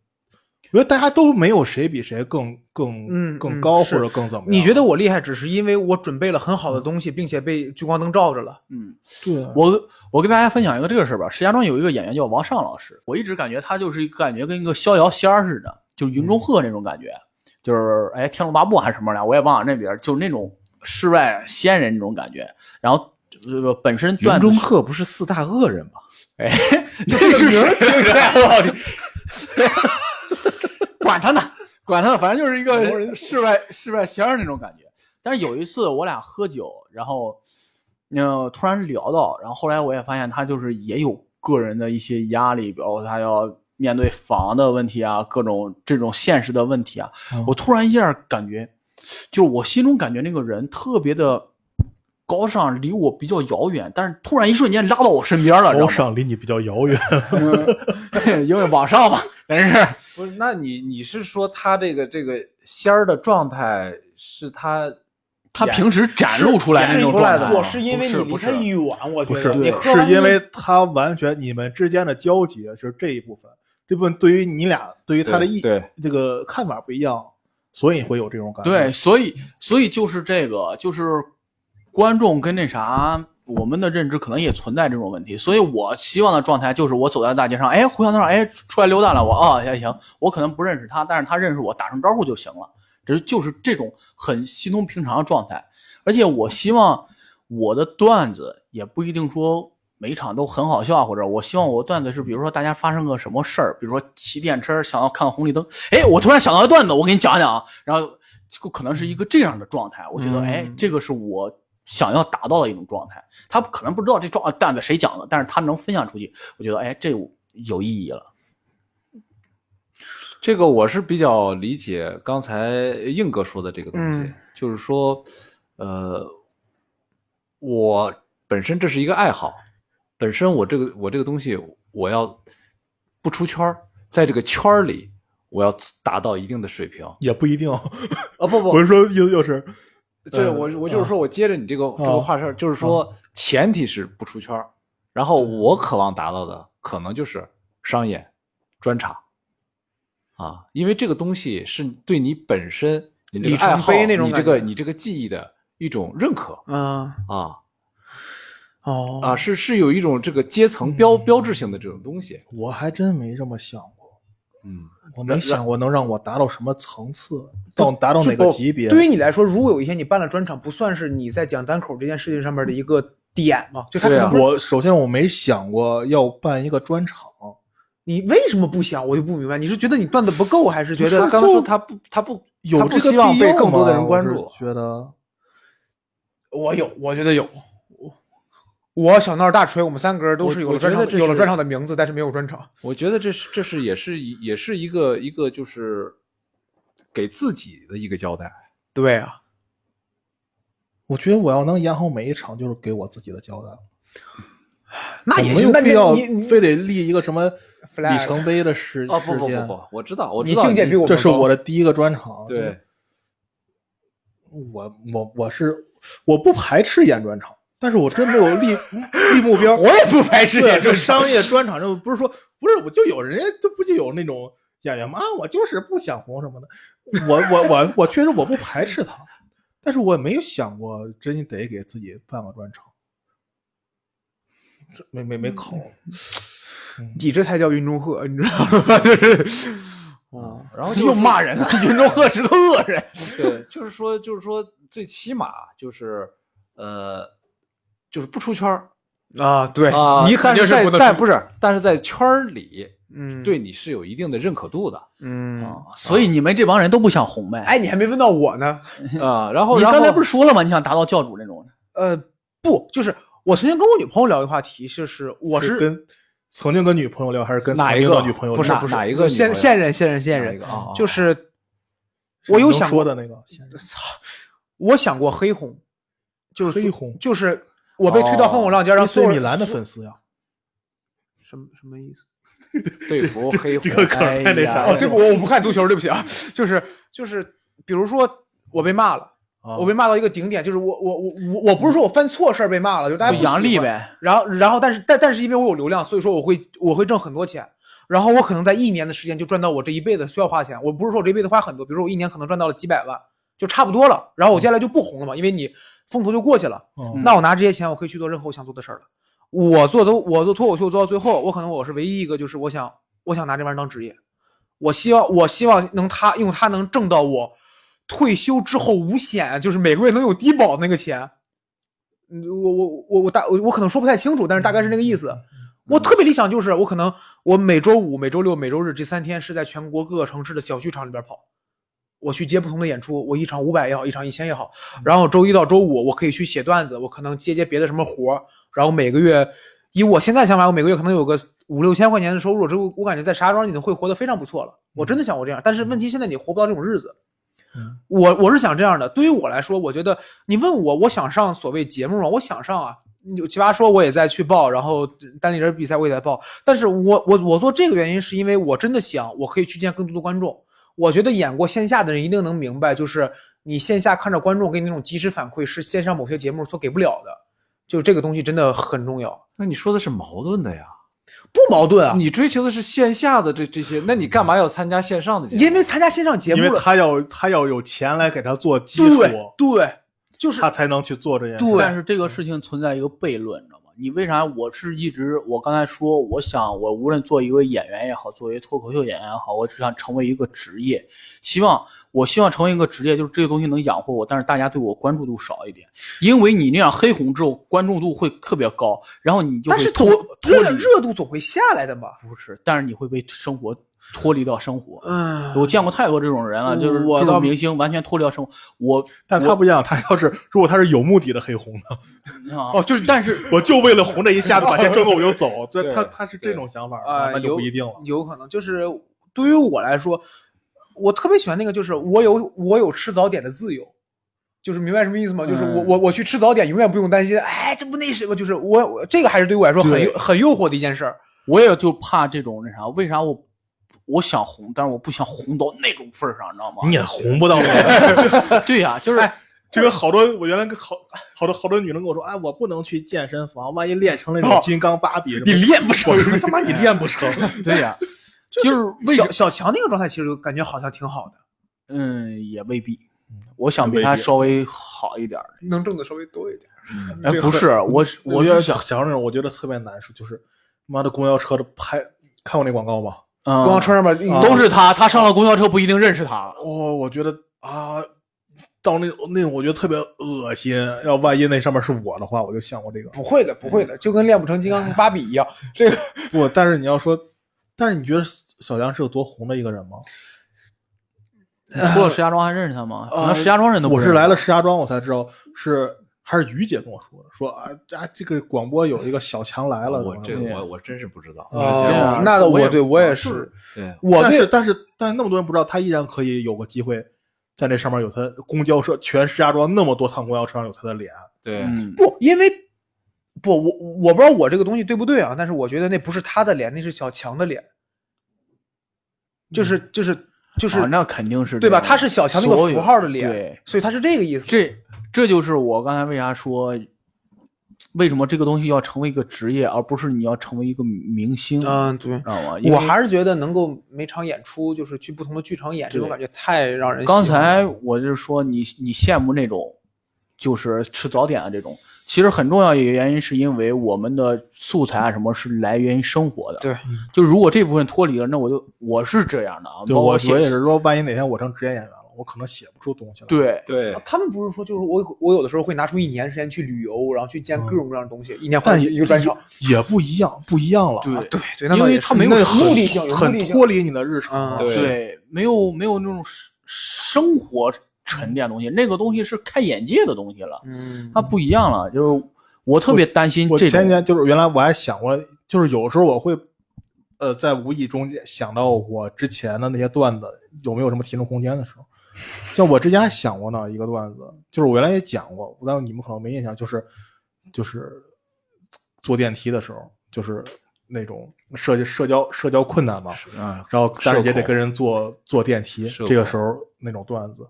Speaker 1: 我觉得大家都没有谁比谁更更
Speaker 2: 嗯
Speaker 1: 更
Speaker 2: 嗯
Speaker 1: 高
Speaker 2: 是
Speaker 1: 或者更怎么样？
Speaker 2: 你觉得我厉害，只是因为我准备了很好的东西，并且被聚光灯照着了。
Speaker 5: 嗯，
Speaker 1: 对啊？
Speaker 5: 我我跟大家分享一个这个事儿吧。石家庄有一个演员叫王尚老师，我一直感觉他就是一个感觉跟一个逍遥仙儿似的，就是云中鹤那种感觉，就是哎《天龙八部》还是什么来，我也忘了那边儿，就是那种世外仙人那种感觉。然后这个、本身
Speaker 6: 云
Speaker 5: 段子
Speaker 6: 中鹤不是四大恶人吗？
Speaker 5: 哎， 这是名儿听起 来我的，管他呢，管他呢，反正就是一个室外室外仙儿那种感觉。但是有一次我俩喝酒，然后嗯，突然聊到，然后后来我也发现他就是也有个人的一些压力，比如他要面对房的问题啊，各种这种现实的问题啊。
Speaker 1: 嗯
Speaker 5: 我突然一下感觉，就是我心中感觉那个人特别的。高尚离我比较遥远，但是突然一瞬间拉到我身边了，知道
Speaker 1: 高
Speaker 5: 吗
Speaker 1: 尚离你比较遥远，
Speaker 5: 嗯，因为往上嘛，但是
Speaker 4: 不是？那你你是说
Speaker 6: 他这个这个仙儿的状态是他
Speaker 5: 他平时展露出来那种
Speaker 2: 是
Speaker 5: 状态，
Speaker 2: 我是因为你离
Speaker 6: 不是
Speaker 2: 他
Speaker 6: 不是
Speaker 2: 远，我觉
Speaker 1: 不是
Speaker 2: 得你，喝完
Speaker 1: 是因
Speaker 2: 就
Speaker 1: 为他完全你们之间的交集是这一部分，这部分对于你俩对于他的意
Speaker 6: 对
Speaker 1: 这个看法不一样，所以会有这种感觉。
Speaker 5: 对，，所以所以就是这个，就是观众跟那啥，我们的认知可能也存在这种问题，所以我希望的状态就是我走在大街上，哎，互相道上，哎，出来溜达了，我啊也行，我可能不认识他，但是他认识我，打声招呼就行了，只是就是这种很稀松平常的状态，而且我希望我的段子也不一定说。每一场都很好笑，或者我希望我的段子是，比如说大家发生个什么事儿，比如说骑电车想要看红绿灯，哎，我突然想到个段子，我给你讲讲啊，然后这个可能是一个这样的状态，我觉得，
Speaker 2: 嗯
Speaker 5: 哎，这个是我想要达到的一种状态。他可能不知道这状段子谁讲的，但是他能分享出去，我觉得，哎，这有意义了。
Speaker 6: 这个我是比较理解刚才硬哥说的这个东西，
Speaker 2: 嗯
Speaker 6: 就是说，呃，我本身这是一个爱好，本身我这个我这个东西我要不出圈儿，在这个圈儿里我要达到一定的水平啊、
Speaker 1: 也不一定。
Speaker 6: 哦不
Speaker 1: 我
Speaker 6: 不，
Speaker 1: 是说，又又是
Speaker 6: 对
Speaker 1: 呃
Speaker 6: 我我就是说我接着你这个、这个
Speaker 1: 啊
Speaker 6: 话事儿，就是说前提是不出圈儿，然后我渴望达到的可能就是商演、专场啊，因为这个东西是对你本身你这
Speaker 2: 里
Speaker 6: 个
Speaker 2: 程
Speaker 6: 爱好、
Speaker 2: 碑那种
Speaker 6: 你这
Speaker 2: 感
Speaker 6: 个
Speaker 2: 觉
Speaker 6: 你这个技艺的一种认可
Speaker 2: 嗯
Speaker 6: 啊
Speaker 2: 哦
Speaker 6: 啊，是是有一种这个阶层标、标志性的这种东西，
Speaker 1: 我还真没这么想过，
Speaker 6: 嗯，
Speaker 1: 我没想过能让我达到什么层次，到达到哪
Speaker 2: 就
Speaker 1: 个
Speaker 2: 我
Speaker 1: 级别。
Speaker 2: 对于你来说，如果有一天你办了专场，不算是你在讲单口这件事情上面的一个点吗？就他可
Speaker 6: 对
Speaker 2: 能
Speaker 6: 啊
Speaker 2: 不是、
Speaker 1: 我首先我没想过要办一个专场，
Speaker 2: 你为什么不想，我就不明白。你是觉得你段子不够，还是觉得
Speaker 6: 他刚才说他不他不他
Speaker 1: 有
Speaker 6: 不
Speaker 1: 这个
Speaker 6: 希望
Speaker 1: 必
Speaker 6: 被
Speaker 1: 要
Speaker 6: 更多的
Speaker 1: 吗
Speaker 6: 人关
Speaker 1: 我是
Speaker 6: 注，
Speaker 1: 觉得
Speaker 2: 我有，我觉得有。我我小闹大锤，我们三个人都是有了专
Speaker 6: 我
Speaker 2: 场
Speaker 6: 我觉得这是
Speaker 2: 有了专场的名字，但是没有专场。
Speaker 6: 我觉得这是这是也是一也是一个一个就是给自己的一个交代。
Speaker 2: 对啊，
Speaker 1: 我觉得我要能演好每一场，就是给我自己的交代。
Speaker 2: 那 也
Speaker 1: 我没
Speaker 2: 行
Speaker 1: 有。
Speaker 2: 那
Speaker 1: 必要
Speaker 2: 你你
Speaker 1: 非得立一个什么
Speaker 2: flag
Speaker 1: 里程碑的事
Speaker 6: 哦，不
Speaker 1: 事
Speaker 6: 不不
Speaker 1: 件
Speaker 6: 不，我知道，我
Speaker 2: 你
Speaker 6: 知道
Speaker 2: 境界比我
Speaker 1: 这是
Speaker 2: 高
Speaker 1: 我的第一个专场。
Speaker 6: 对，
Speaker 1: 我我我是我不排斥演专场，但是我真没有立 立目标。
Speaker 4: 我也不排斥
Speaker 1: 对啊，
Speaker 4: 演
Speaker 1: 就
Speaker 4: 这
Speaker 1: 商业专场，就不是说不是，我就有人家就不就有那种演员吗？啊，我就是不想红什么的。我我我我确实我不排斥他，但是我也没有想过真得给自己办个专场，这没没没考。
Speaker 2: 你这才叫云中鹤，你知道吗？ 就是啊，
Speaker 6: 然后就
Speaker 5: 又骂人了，云中鹤是个恶人。
Speaker 6: 对，就是说，就是说，最起码就是，呃，就是不出圈儿
Speaker 2: 啊，对
Speaker 6: 啊、
Speaker 2: 你肯定
Speaker 6: 但
Speaker 2: 是不
Speaker 6: 在
Speaker 2: 能
Speaker 6: 但
Speaker 2: 出
Speaker 6: 不是，但是在圈儿里
Speaker 2: 嗯，
Speaker 6: 对你是有一定的认 可度的啊、
Speaker 2: 嗯，
Speaker 5: 所以你们这帮人都不想红呗？，
Speaker 2: 哎，你还没问到我呢，
Speaker 6: 啊然后
Speaker 5: 你
Speaker 6: 然后
Speaker 5: 刚才不是说了吗？你想达到教主那种，
Speaker 2: 呃，不，就是我曾经跟我女朋友聊一个话题，就是我是
Speaker 1: 跟曾经跟女朋友聊，还是跟曾
Speaker 6: 哪一
Speaker 1: 经的
Speaker 6: 个
Speaker 1: 女朋友聊？
Speaker 6: 不是
Speaker 1: 哪
Speaker 6: 不是哪一个
Speaker 2: 现
Speaker 6: 女朋友
Speaker 2: 现任现任现
Speaker 6: 哪一
Speaker 2: 任
Speaker 6: 个，啊？啊
Speaker 5: 哦
Speaker 2: 就是我有想
Speaker 1: 说
Speaker 2: 过，
Speaker 1: 的那个
Speaker 2: 我想过黑红，就是
Speaker 1: 黑红
Speaker 2: 就是我被推到风口浪尖，让
Speaker 1: 让
Speaker 2: 所有
Speaker 1: 岁
Speaker 2: 人
Speaker 1: 米兰的粉丝呀，
Speaker 2: 什么什么意思？
Speaker 6: 对付 黑
Speaker 1: 这
Speaker 6: 红
Speaker 1: 个梗儿太那啥
Speaker 5: 哎
Speaker 1: 了
Speaker 2: 哦，。对不，我我不看足球，对不起啊，就是就是，比如说我被骂了。
Speaker 1: 啊
Speaker 2: 我被骂到一个顶点，就是我我我我我不是说我犯错事儿被骂了，就是大家
Speaker 5: 就
Speaker 2: 不喜欢
Speaker 5: 杨笠。呗。
Speaker 2: 然后然后但是但但是因为我有流量，所以说我会我会挣很多钱。然后我可能在一年的时间就赚到我这一辈子需要花钱。我不是说我这一辈子花很多，比如说我一年可能赚到了几百万，就差不多了。然后我接下来就不红了嘛，因为你风头就过去了。
Speaker 1: 嗯
Speaker 2: 那我拿这些钱，我可以去做任何我想做的事儿了。我做都我做脱口秀做到最后，我可能我是唯一一个，就是我想我想拿这玩意儿当职业。我希望我希望能他用它能挣到我退休之后五险，就是每个月能有低保那个钱。嗯，我我我我大我我可能说不太清楚，但是大概是那个意思。我特别理想就是，我可能我每周五、每周六、每周日这三天是在全国各个城市的小剧场里边跑，我去接不同的演出，我一场五百也好，一场一千也好，然后周一到周五我可以去写段子，我可能接接别的什么活儿，然后每个月以我现在想法，我每个月可能有个五六千块钱的收入，这我我感觉在石家庄已经会活得非常不错了。我真的想过这样，但是问题现在你活不到这种日子。
Speaker 1: 嗯
Speaker 2: 我我是想这样的，对于我来说，我觉得你问我，我想上所谓节目吗？我想上啊。有奇葩说我也在去报，然后单立人比赛我也在报，但是我我我做这个原因是因为我真的想我可以去见更多的观众，我觉得演过线下的人一定能明白，就是你线下看着观众给你那种及时反馈，是线上某些节目所给不了的。就这个东西真的很重要，
Speaker 6: 那你说的是矛盾的呀？
Speaker 2: 不矛盾啊。
Speaker 6: 你追求的是线下的这这些，那你干嘛要参加线上的节目？
Speaker 2: 因为参加线上节目
Speaker 1: 因为
Speaker 2: 了，
Speaker 1: 他要他要有钱来给他做基础，
Speaker 2: 对对，就是
Speaker 1: 他才能去做这件事。
Speaker 2: 对
Speaker 5: 但是这个事情存在一个悖论，你知道吗？你为啥？我是一直，我刚才说，我想，我无论做一个演员也好，作为脱口秀演员也好，我只想成为一个职业，希望我希望成为一个职业，就是这个东西能养活我，但是大家对我关注度少一点，因为你那样黑红之后，关注度会特别高，然后你就
Speaker 2: 但
Speaker 5: 会
Speaker 2: 是
Speaker 5: 脱
Speaker 2: 总
Speaker 5: 脱
Speaker 2: 热
Speaker 5: 离，
Speaker 2: 热度总会下来的嘛。
Speaker 5: 不是，但是你会被生活脱离到生活。
Speaker 2: 嗯，
Speaker 5: 我见过太多这种人了，就是
Speaker 2: 我
Speaker 5: 这
Speaker 2: 倒
Speaker 5: 种明星完全脱离到生活。我
Speaker 1: 但他不一样，他要是如果他是有目的的黑红呢，
Speaker 2: 啊
Speaker 5: 哦，就是，但是
Speaker 1: 我就为了红这一下子把钱挣够我就 走，对他他是这种想法，
Speaker 2: 啊、
Speaker 1: 那就不一定了。
Speaker 2: 有。有可能就是对于我来说，我特别喜欢那个，就是我有我有吃早点的自由，就是明白什么意思吗？就是我
Speaker 5: 嗯
Speaker 2: 我我去吃早点，永远不用担心，哎，这不那什么，就是我我这个还是对我来说很
Speaker 5: 对
Speaker 2: 诱很诱惑的一件事儿。
Speaker 5: 我也就怕这种那啥，为啥我我想红，但是我不想红到那种份儿上，你知道吗？
Speaker 1: 你也红不到我，
Speaker 5: 对呀、就是、
Speaker 2: 哎
Speaker 1: 就跟好多我原来跟好好多好多女人跟我说，哎，我不能去健身房，万一练成那种金刚芭比什么的，
Speaker 5: 哦练不
Speaker 1: 我说 他妈你练不 成，
Speaker 5: 对呀、就是为
Speaker 2: 小小强那个状态，其实就感觉好像挺好的，
Speaker 5: 嗯也未必，我想比
Speaker 1: 未必
Speaker 5: 他稍微好一点儿。
Speaker 2: 能挣的稍微多一点。
Speaker 5: 哎，
Speaker 2: 对
Speaker 5: 不是，我
Speaker 2: 嗯
Speaker 5: 是我
Speaker 1: 要
Speaker 5: 是
Speaker 1: 想
Speaker 5: 想，
Speaker 1: 想那种，我觉得特别难受，就是妈的公交车的拍，看过那广告吗？
Speaker 5: 嗯，
Speaker 2: 公交车上面
Speaker 1: 啊
Speaker 5: 都是他，他上了公交车不一定认识他。
Speaker 1: 哦，我觉得啊，到那种那种我觉得特别恶心。要万一那上面是我的话，我就想过这个。
Speaker 2: 不会的，不会的，就跟练不成金刚芭比一样。这个
Speaker 1: 不，但是你要说，但是你觉得小杨是有多红的一个人吗？
Speaker 5: 你除了石家庄还认识他吗？
Speaker 2: 呃
Speaker 5: 可能石家庄人都不
Speaker 1: 我
Speaker 5: 认识
Speaker 1: 是
Speaker 5: 他
Speaker 1: 来了石家庄，我才知道是还是于姐跟我说的，说啊啊，这个广播有一个小强来了。
Speaker 6: 我
Speaker 1: 什么
Speaker 6: 这
Speaker 1: 的
Speaker 6: 个
Speaker 5: 对
Speaker 6: 我我真是不知道。
Speaker 1: 嗯
Speaker 5: 哦这样
Speaker 2: 那
Speaker 6: 我
Speaker 2: 我
Speaker 6: 也
Speaker 2: 对我也，
Speaker 6: 就是对，
Speaker 2: 我
Speaker 1: 但
Speaker 2: 对
Speaker 1: 是但是但是那么多人不知道，他依然可以有个机会。在那上面有他公交车，全石家庄那么多趟公交车上有他的脸，啊
Speaker 6: 对，
Speaker 5: 嗯，
Speaker 2: 不，因为不，我我不知道我这个东西对不对啊，但是我觉得那不是他的脸，那是小强的脸，就是就是就是、
Speaker 5: 嗯啊那肯定是
Speaker 2: 对吧？
Speaker 5: 这样
Speaker 2: 他是小强那个
Speaker 5: 所有
Speaker 2: 符号的脸，
Speaker 5: 对
Speaker 2: 所以他是这个意思。
Speaker 5: 这这就是我刚才为啥说为什么这个东西要成为一个职业，而不是你要成为一个明星，
Speaker 2: 嗯，对
Speaker 5: 知。道吗？因为
Speaker 2: 我还是觉得能够每场演出就是去不同的剧场演，这种
Speaker 5: 对
Speaker 2: 感觉太让人
Speaker 5: 刚
Speaker 2: 喜欢了
Speaker 5: 才我就是说你，你羡慕那种，就是吃早点啊这种。其实很重要一个原因，是因为我们的素材啊什么是来源于生活的。
Speaker 2: 对，
Speaker 5: 就如果这部分脱离了，那我就我是这样的啊，
Speaker 1: 对
Speaker 5: 包
Speaker 1: 我
Speaker 5: 括
Speaker 1: 我
Speaker 5: 写
Speaker 1: 也是说，万一哪天我成职业演员了，我可能写不出东西来。，
Speaker 5: 对
Speaker 6: 对
Speaker 2: 啊他们不是说就是我我有的时候会拿出一年时间去旅游，然后去见
Speaker 5: 嗯
Speaker 2: 各种各样的东西，一年换
Speaker 1: 但也
Speaker 2: 一个专场。
Speaker 1: 也不一样，不一样了。啊
Speaker 5: 对
Speaker 2: 对对，那
Speaker 5: 因
Speaker 2: 倒
Speaker 5: 为
Speaker 2: 也是
Speaker 5: 他没有
Speaker 1: 那
Speaker 5: 很
Speaker 2: 目的性，有目
Speaker 1: 很
Speaker 2: 的性
Speaker 1: 脱。离你的日常。
Speaker 2: 嗯
Speaker 6: 对
Speaker 5: 对，没有没有那种生生活沉淀的东西，那个东西是开眼界的东西了，
Speaker 2: 嗯，
Speaker 5: 它不一样了。就是我特别担心
Speaker 1: 我
Speaker 5: 这
Speaker 1: 前几
Speaker 5: 种，
Speaker 1: 天就是原来我还想过，就是有时候我会，呃，在无意中想到我之前的那些段子有没有什么提升空间的时候，像我之前还想过呢一个段子，就是我原来也讲过，但是你们可能没印象，就是就是坐电梯的时候，就是那种社交社交社交困难嘛，
Speaker 6: 啊，
Speaker 1: 然后但是也
Speaker 6: 社
Speaker 1: 得
Speaker 6: 恐
Speaker 1: 跟人坐坐电梯，
Speaker 6: 社恐
Speaker 1: 这个时候那种段子。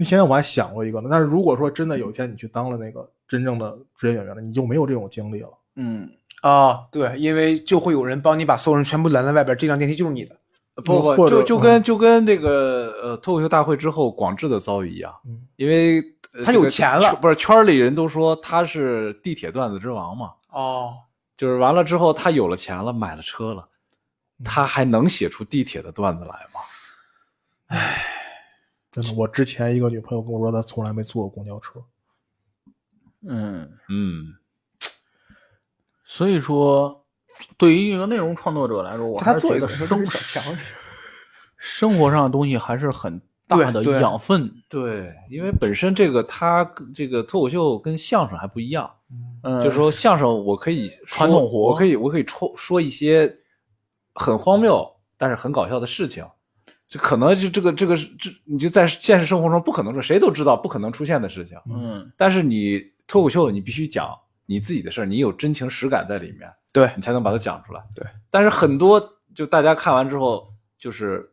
Speaker 1: 那现在我还想过一个呢，但是如果说真的有一天你去当了那个真正的职业演员了，你就没有这种经历了。
Speaker 5: 嗯，
Speaker 2: 啊，对，因为就会有人帮你把所有人全部拦在外边，这辆电梯就是你的。
Speaker 6: 不不，
Speaker 1: 或者
Speaker 6: 就
Speaker 2: 嗯
Speaker 6: 就跟就跟这个呃脱口秀大会之后广志的遭遇一样
Speaker 1: 嗯，
Speaker 6: 因为呃
Speaker 2: 他
Speaker 6: 这个
Speaker 2: 有钱了
Speaker 6: 圈不是圈里人都说他是地铁段子之王嘛，
Speaker 2: 哦，
Speaker 6: 就是完了之后他有了钱了，买了车了，
Speaker 5: 嗯
Speaker 6: 他还能写出地铁的段子来吗？
Speaker 1: 真的，我之前一个女朋友跟我说，她从来没坐过公交车。
Speaker 5: 嗯，
Speaker 6: 嗯，
Speaker 5: 所以说，对于一个内容创作者来说，我还
Speaker 2: 他
Speaker 5: 是
Speaker 2: 做
Speaker 5: 觉
Speaker 2: 一
Speaker 5: 得
Speaker 2: 个
Speaker 5: 生
Speaker 2: 小强，
Speaker 5: 生活上的东西还是很大的
Speaker 2: 对对
Speaker 5: 养分。
Speaker 6: 对，因为本身这个他这个脱口秀跟相声还不一样，
Speaker 5: 嗯，
Speaker 6: 就是说相声我可以说
Speaker 5: 传统活
Speaker 6: 我可以我可以说说一些很荒谬但是很搞笑的事情，这可能就这个这个这你就在现实生活中不可能说谁都知道不可能出现的事情，
Speaker 5: 嗯，
Speaker 6: 但是你脱口秀你必须讲你自己的事儿，你有真情实感在里面，
Speaker 2: 对
Speaker 6: 你才能把它讲出来。
Speaker 2: 对，
Speaker 6: 但是很多就大家看完之后，就是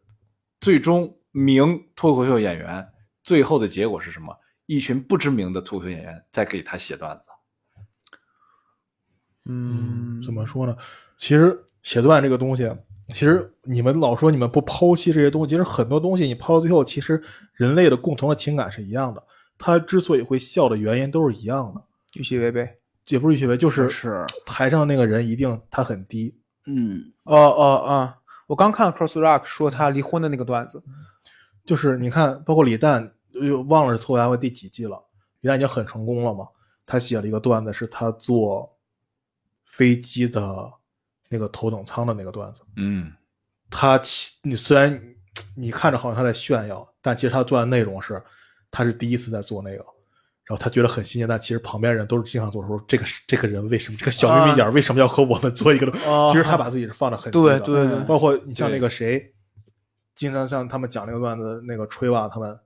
Speaker 6: 最终名脱口秀演员最后的结果是什么？一群不知名的脱口秀演员在给他写段子。
Speaker 2: 嗯，
Speaker 1: 怎么说呢？其实写段这个东西，啊其实你们老说你们不剖析这些东西，其实很多东西你抛到最后，其实人类的共同的情感是一样的。他之所以会笑的原因都是一样的，
Speaker 2: 举起违背？
Speaker 1: 也不是学为，就是
Speaker 5: 是，
Speaker 1: 台上那个人一定他很低，
Speaker 5: 嗯，
Speaker 2: 哦哦哦，我刚看 Cross Rock 说他离婚的那个段子，
Speaker 1: 就是你看，包括李诞，又忘了是脱口秀大会第几季了，李诞已经很成功了嘛。他写了一个段子，是他坐飞机的那个头等舱的那个段子。
Speaker 6: 嗯，
Speaker 1: 他其你虽然你看着好像他在炫耀，但其实他段的内容是他是第一次在做那个，然后他觉得很新鲜，但其实旁边人都是经常做说这个这个人为什么这个小眯眯眼为什么要和我们做一个东西？
Speaker 2: 啊
Speaker 1: 其实他把自己是放得很低
Speaker 2: 对
Speaker 1: 的，
Speaker 2: 对嗯对，
Speaker 1: 包括你像那个谁，经常像他们讲那个段子，那个吹瓦他们，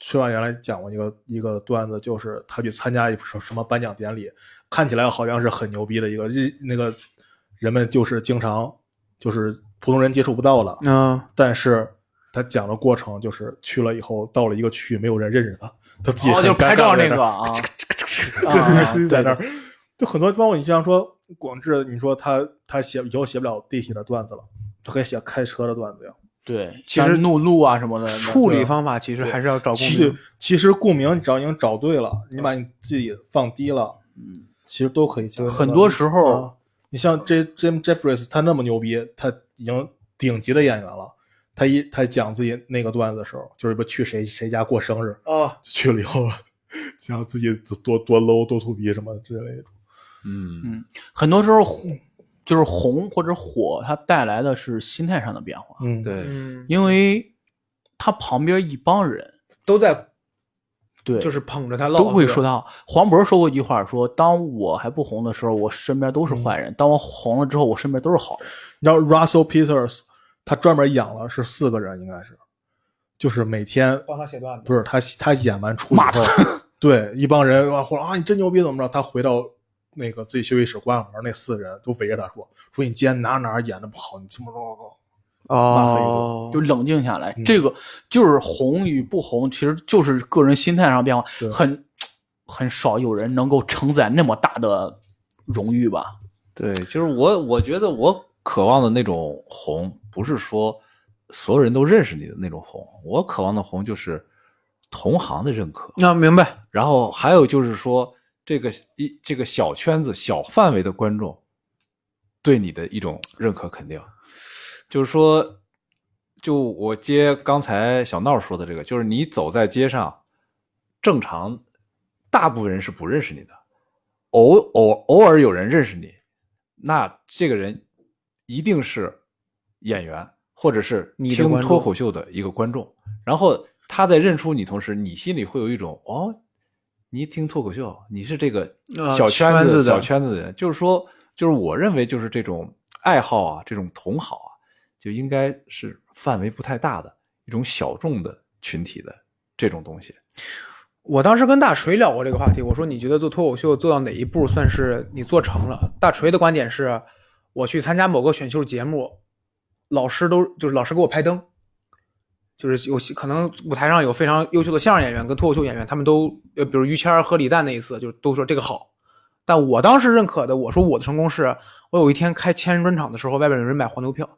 Speaker 1: 吹瓦原来讲过一个一个段子，就是他去参加一什什么颁奖典礼，看起来好像是很牛逼的一个，日那个人们就是经常就是普通人接触不到了，
Speaker 2: 嗯，
Speaker 1: 但是他讲的过程就是去了以后到了一个区域没有人认识他，他自己
Speaker 5: 哦，
Speaker 1: 很
Speaker 5: 就
Speaker 1: 尴
Speaker 5: 拍
Speaker 1: 尬
Speaker 5: 照
Speaker 1: 在
Speaker 5: 那
Speaker 1: 儿
Speaker 5: 个啊，啊
Speaker 1: 对，在那儿，就很多，包括你像说广志，你说他他写以后写不了地铁的段子了，他可以写开车的段子呀。
Speaker 5: 对，
Speaker 2: 其实
Speaker 5: 像怒路啊什么的，
Speaker 2: 处理
Speaker 5: 对
Speaker 2: 方法其实还是要找共
Speaker 1: 其
Speaker 2: 鸣
Speaker 1: 实。其实共鸣你只要已经找对了，你把你自己放低了，
Speaker 5: 嗯，
Speaker 1: 其实都可以讲
Speaker 5: 对。很多时候
Speaker 1: 啊你像 J Jim Jeffries，他那么牛逼，他已经顶级的演员了。他一他讲自己那个段子的时候，就是不去谁谁家过生日，
Speaker 2: 哦，
Speaker 1: 就去了以后，讲自己多多 low 多土逼什么之类的。
Speaker 6: 嗯
Speaker 5: 很多时候红就是红或者火，它带来的是心态上的变化，
Speaker 1: 嗯，
Speaker 6: 对，
Speaker 2: 嗯，
Speaker 5: 因为他旁边一帮人，
Speaker 2: 都在
Speaker 5: 对，
Speaker 2: 就是捧着他唠，
Speaker 5: 都会说他。黄渤说过一句话，说当我还不红的时候，我身边都是坏人；当我红了之后，我身边都是好人。
Speaker 1: 你知道 Russell Peters，他专门养了是四个人，应该是，就是每天
Speaker 2: 帮他写段子。
Speaker 1: 不是他他演完出以后， 对一帮人哇，或者啊你真牛逼怎么着？他回到那个自己休息室关上门，那四个人都围着他说说你今天哪哪演的不好，你这么着，
Speaker 2: 哦
Speaker 5: 就冷静下来，这个就是红与不红，其实就是个人心态上的变化
Speaker 1: 对，
Speaker 5: 很很少有人能够承载那么大的荣誉吧。
Speaker 6: 对，就是我，我觉得我渴望的那种红，不是说所有人都认识你的那种红，我渴望的红就是同行的认可。
Speaker 2: 那、明白，
Speaker 6: 然后还有就是说，这个一这个小圈子、小范围的观众对你的一种认可肯定，就是说，就我接刚才小闹说的这个，就是你走在街上，正常大部分人是不认识你的，偶偶偶尔有人认识你，那这个人一定是演员或者是
Speaker 2: 你的
Speaker 6: 听
Speaker 2: 观众
Speaker 6: 脱口秀的一个观众，然后他在认出你同时，你心里会有一种哦，你听脱口秀，你是这个
Speaker 2: 啊
Speaker 6: 小圈
Speaker 2: 圈子的
Speaker 6: 小圈子的人，就是说，就是我认为就是这种爱好啊，这种同好啊，就应该是范围不太大的一种小众的群体的这种东西。
Speaker 2: 我当时跟大锤聊过这个话题，我说你觉得做脱口秀做到哪一步算是你做成了？大锤的观点是，我去参加某个选秀节目，老师都就是老师给我拍灯，就是有可能舞台上有非常优秀的相声演员跟脱口秀演员，他们都呃，比如于谦儿和李诞那一次，就都说这个好。但我当时认可的，我说我的成功是，我有一天开千人专场的时候，外边有人买黄牛 票。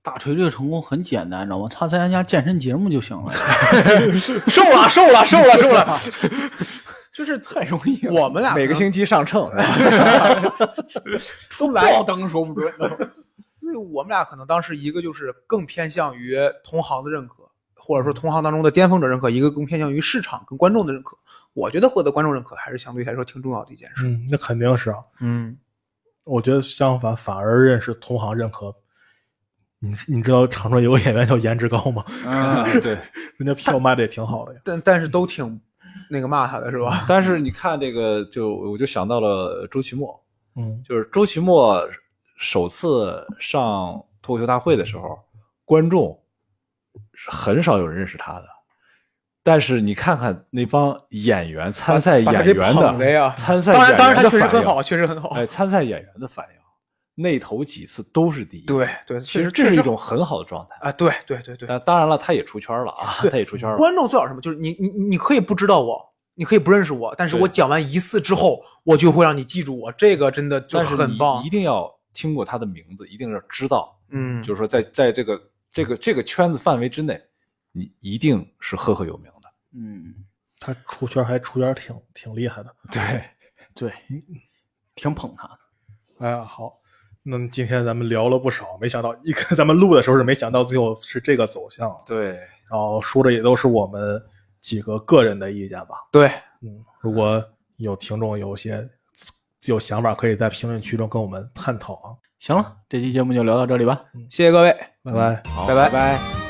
Speaker 5: 大锤这个成功很简单，你知道吗？他参加健身节目就行了，
Speaker 2: 瘦了，瘦了，瘦了，瘦了， 就是太容易
Speaker 4: 了
Speaker 2: 我们俩
Speaker 4: 每个
Speaker 2: 可能
Speaker 4: 星期上秤，
Speaker 2: 出来爆灯说不准。所以我们俩可能当时一个就是更偏向于同行的认可，或者说同行当中的巅峰者认可；一个更偏向于市场跟观众的认可。我觉得获得观众认可还是相对来说挺重要的一件事。
Speaker 1: 嗯，那肯定是啊。
Speaker 2: 嗯，
Speaker 1: 我觉得相反，反而认识同行认可。你你知道长春有个演员叫颜值高吗？
Speaker 6: 啊，对。
Speaker 1: 人家票卖的也挺好的呀。
Speaker 2: 但但是都挺那个骂他的是吧？
Speaker 6: 但是你看这个，就我就想到了周奇墨，
Speaker 1: 嗯，
Speaker 6: 就是周奇墨首次上脱口秀大会的时候，观众是很少有人认识他的。但是你看看那帮演员、参赛
Speaker 2: 把他
Speaker 6: 演
Speaker 2: 给
Speaker 6: 员
Speaker 2: 捧的呀。
Speaker 6: 参赛
Speaker 2: 当然，当然他
Speaker 6: 演员
Speaker 2: 确
Speaker 6: 的
Speaker 2: 实
Speaker 6: 反
Speaker 2: 很
Speaker 6: 应
Speaker 2: 好，，确实很好。
Speaker 6: 哎，参赛演员的反应，那头几次都是第一。，
Speaker 2: 对对，
Speaker 6: 其实
Speaker 2: 确
Speaker 6: 这是
Speaker 2: 确
Speaker 6: 一种呃很好的状态。
Speaker 2: 啊，对对对对。
Speaker 6: 但当然了，他也出圈了啊，
Speaker 2: 对
Speaker 6: 他也出圈了。
Speaker 2: 观众最好是什么？就是你你你可以不知道我，你可以不认识我，但是
Speaker 6: 对
Speaker 2: 我讲完一次之后，我就会让你记住我。这个真的就
Speaker 6: 但是
Speaker 2: 很
Speaker 6: 你
Speaker 2: 棒
Speaker 6: 一。定要听过他的名字，一定要知道
Speaker 2: 嗯，
Speaker 6: 就是说在在这个这个这个圈子范围之内，你一定是赫赫有名的。
Speaker 5: 嗯，
Speaker 1: 他出圈还出圈挺挺厉害的。
Speaker 6: 对，
Speaker 5: 对，挺捧他的。
Speaker 1: 哎呀，好，那么今天咱们聊了不少，没想到一个咱们录的时候是没想到最后是这个走向，啊
Speaker 6: 对，
Speaker 1: 然后说的也都是我们几个个人的意见吧。
Speaker 2: 对，
Speaker 1: 嗯，如果有听众有些有想法，可以在评论区中跟我们探讨啊。
Speaker 5: 行了，这期节目就聊到这里吧。
Speaker 2: 谢谢各位。
Speaker 1: 拜拜。
Speaker 6: 好，
Speaker 2: 拜拜
Speaker 6: 拜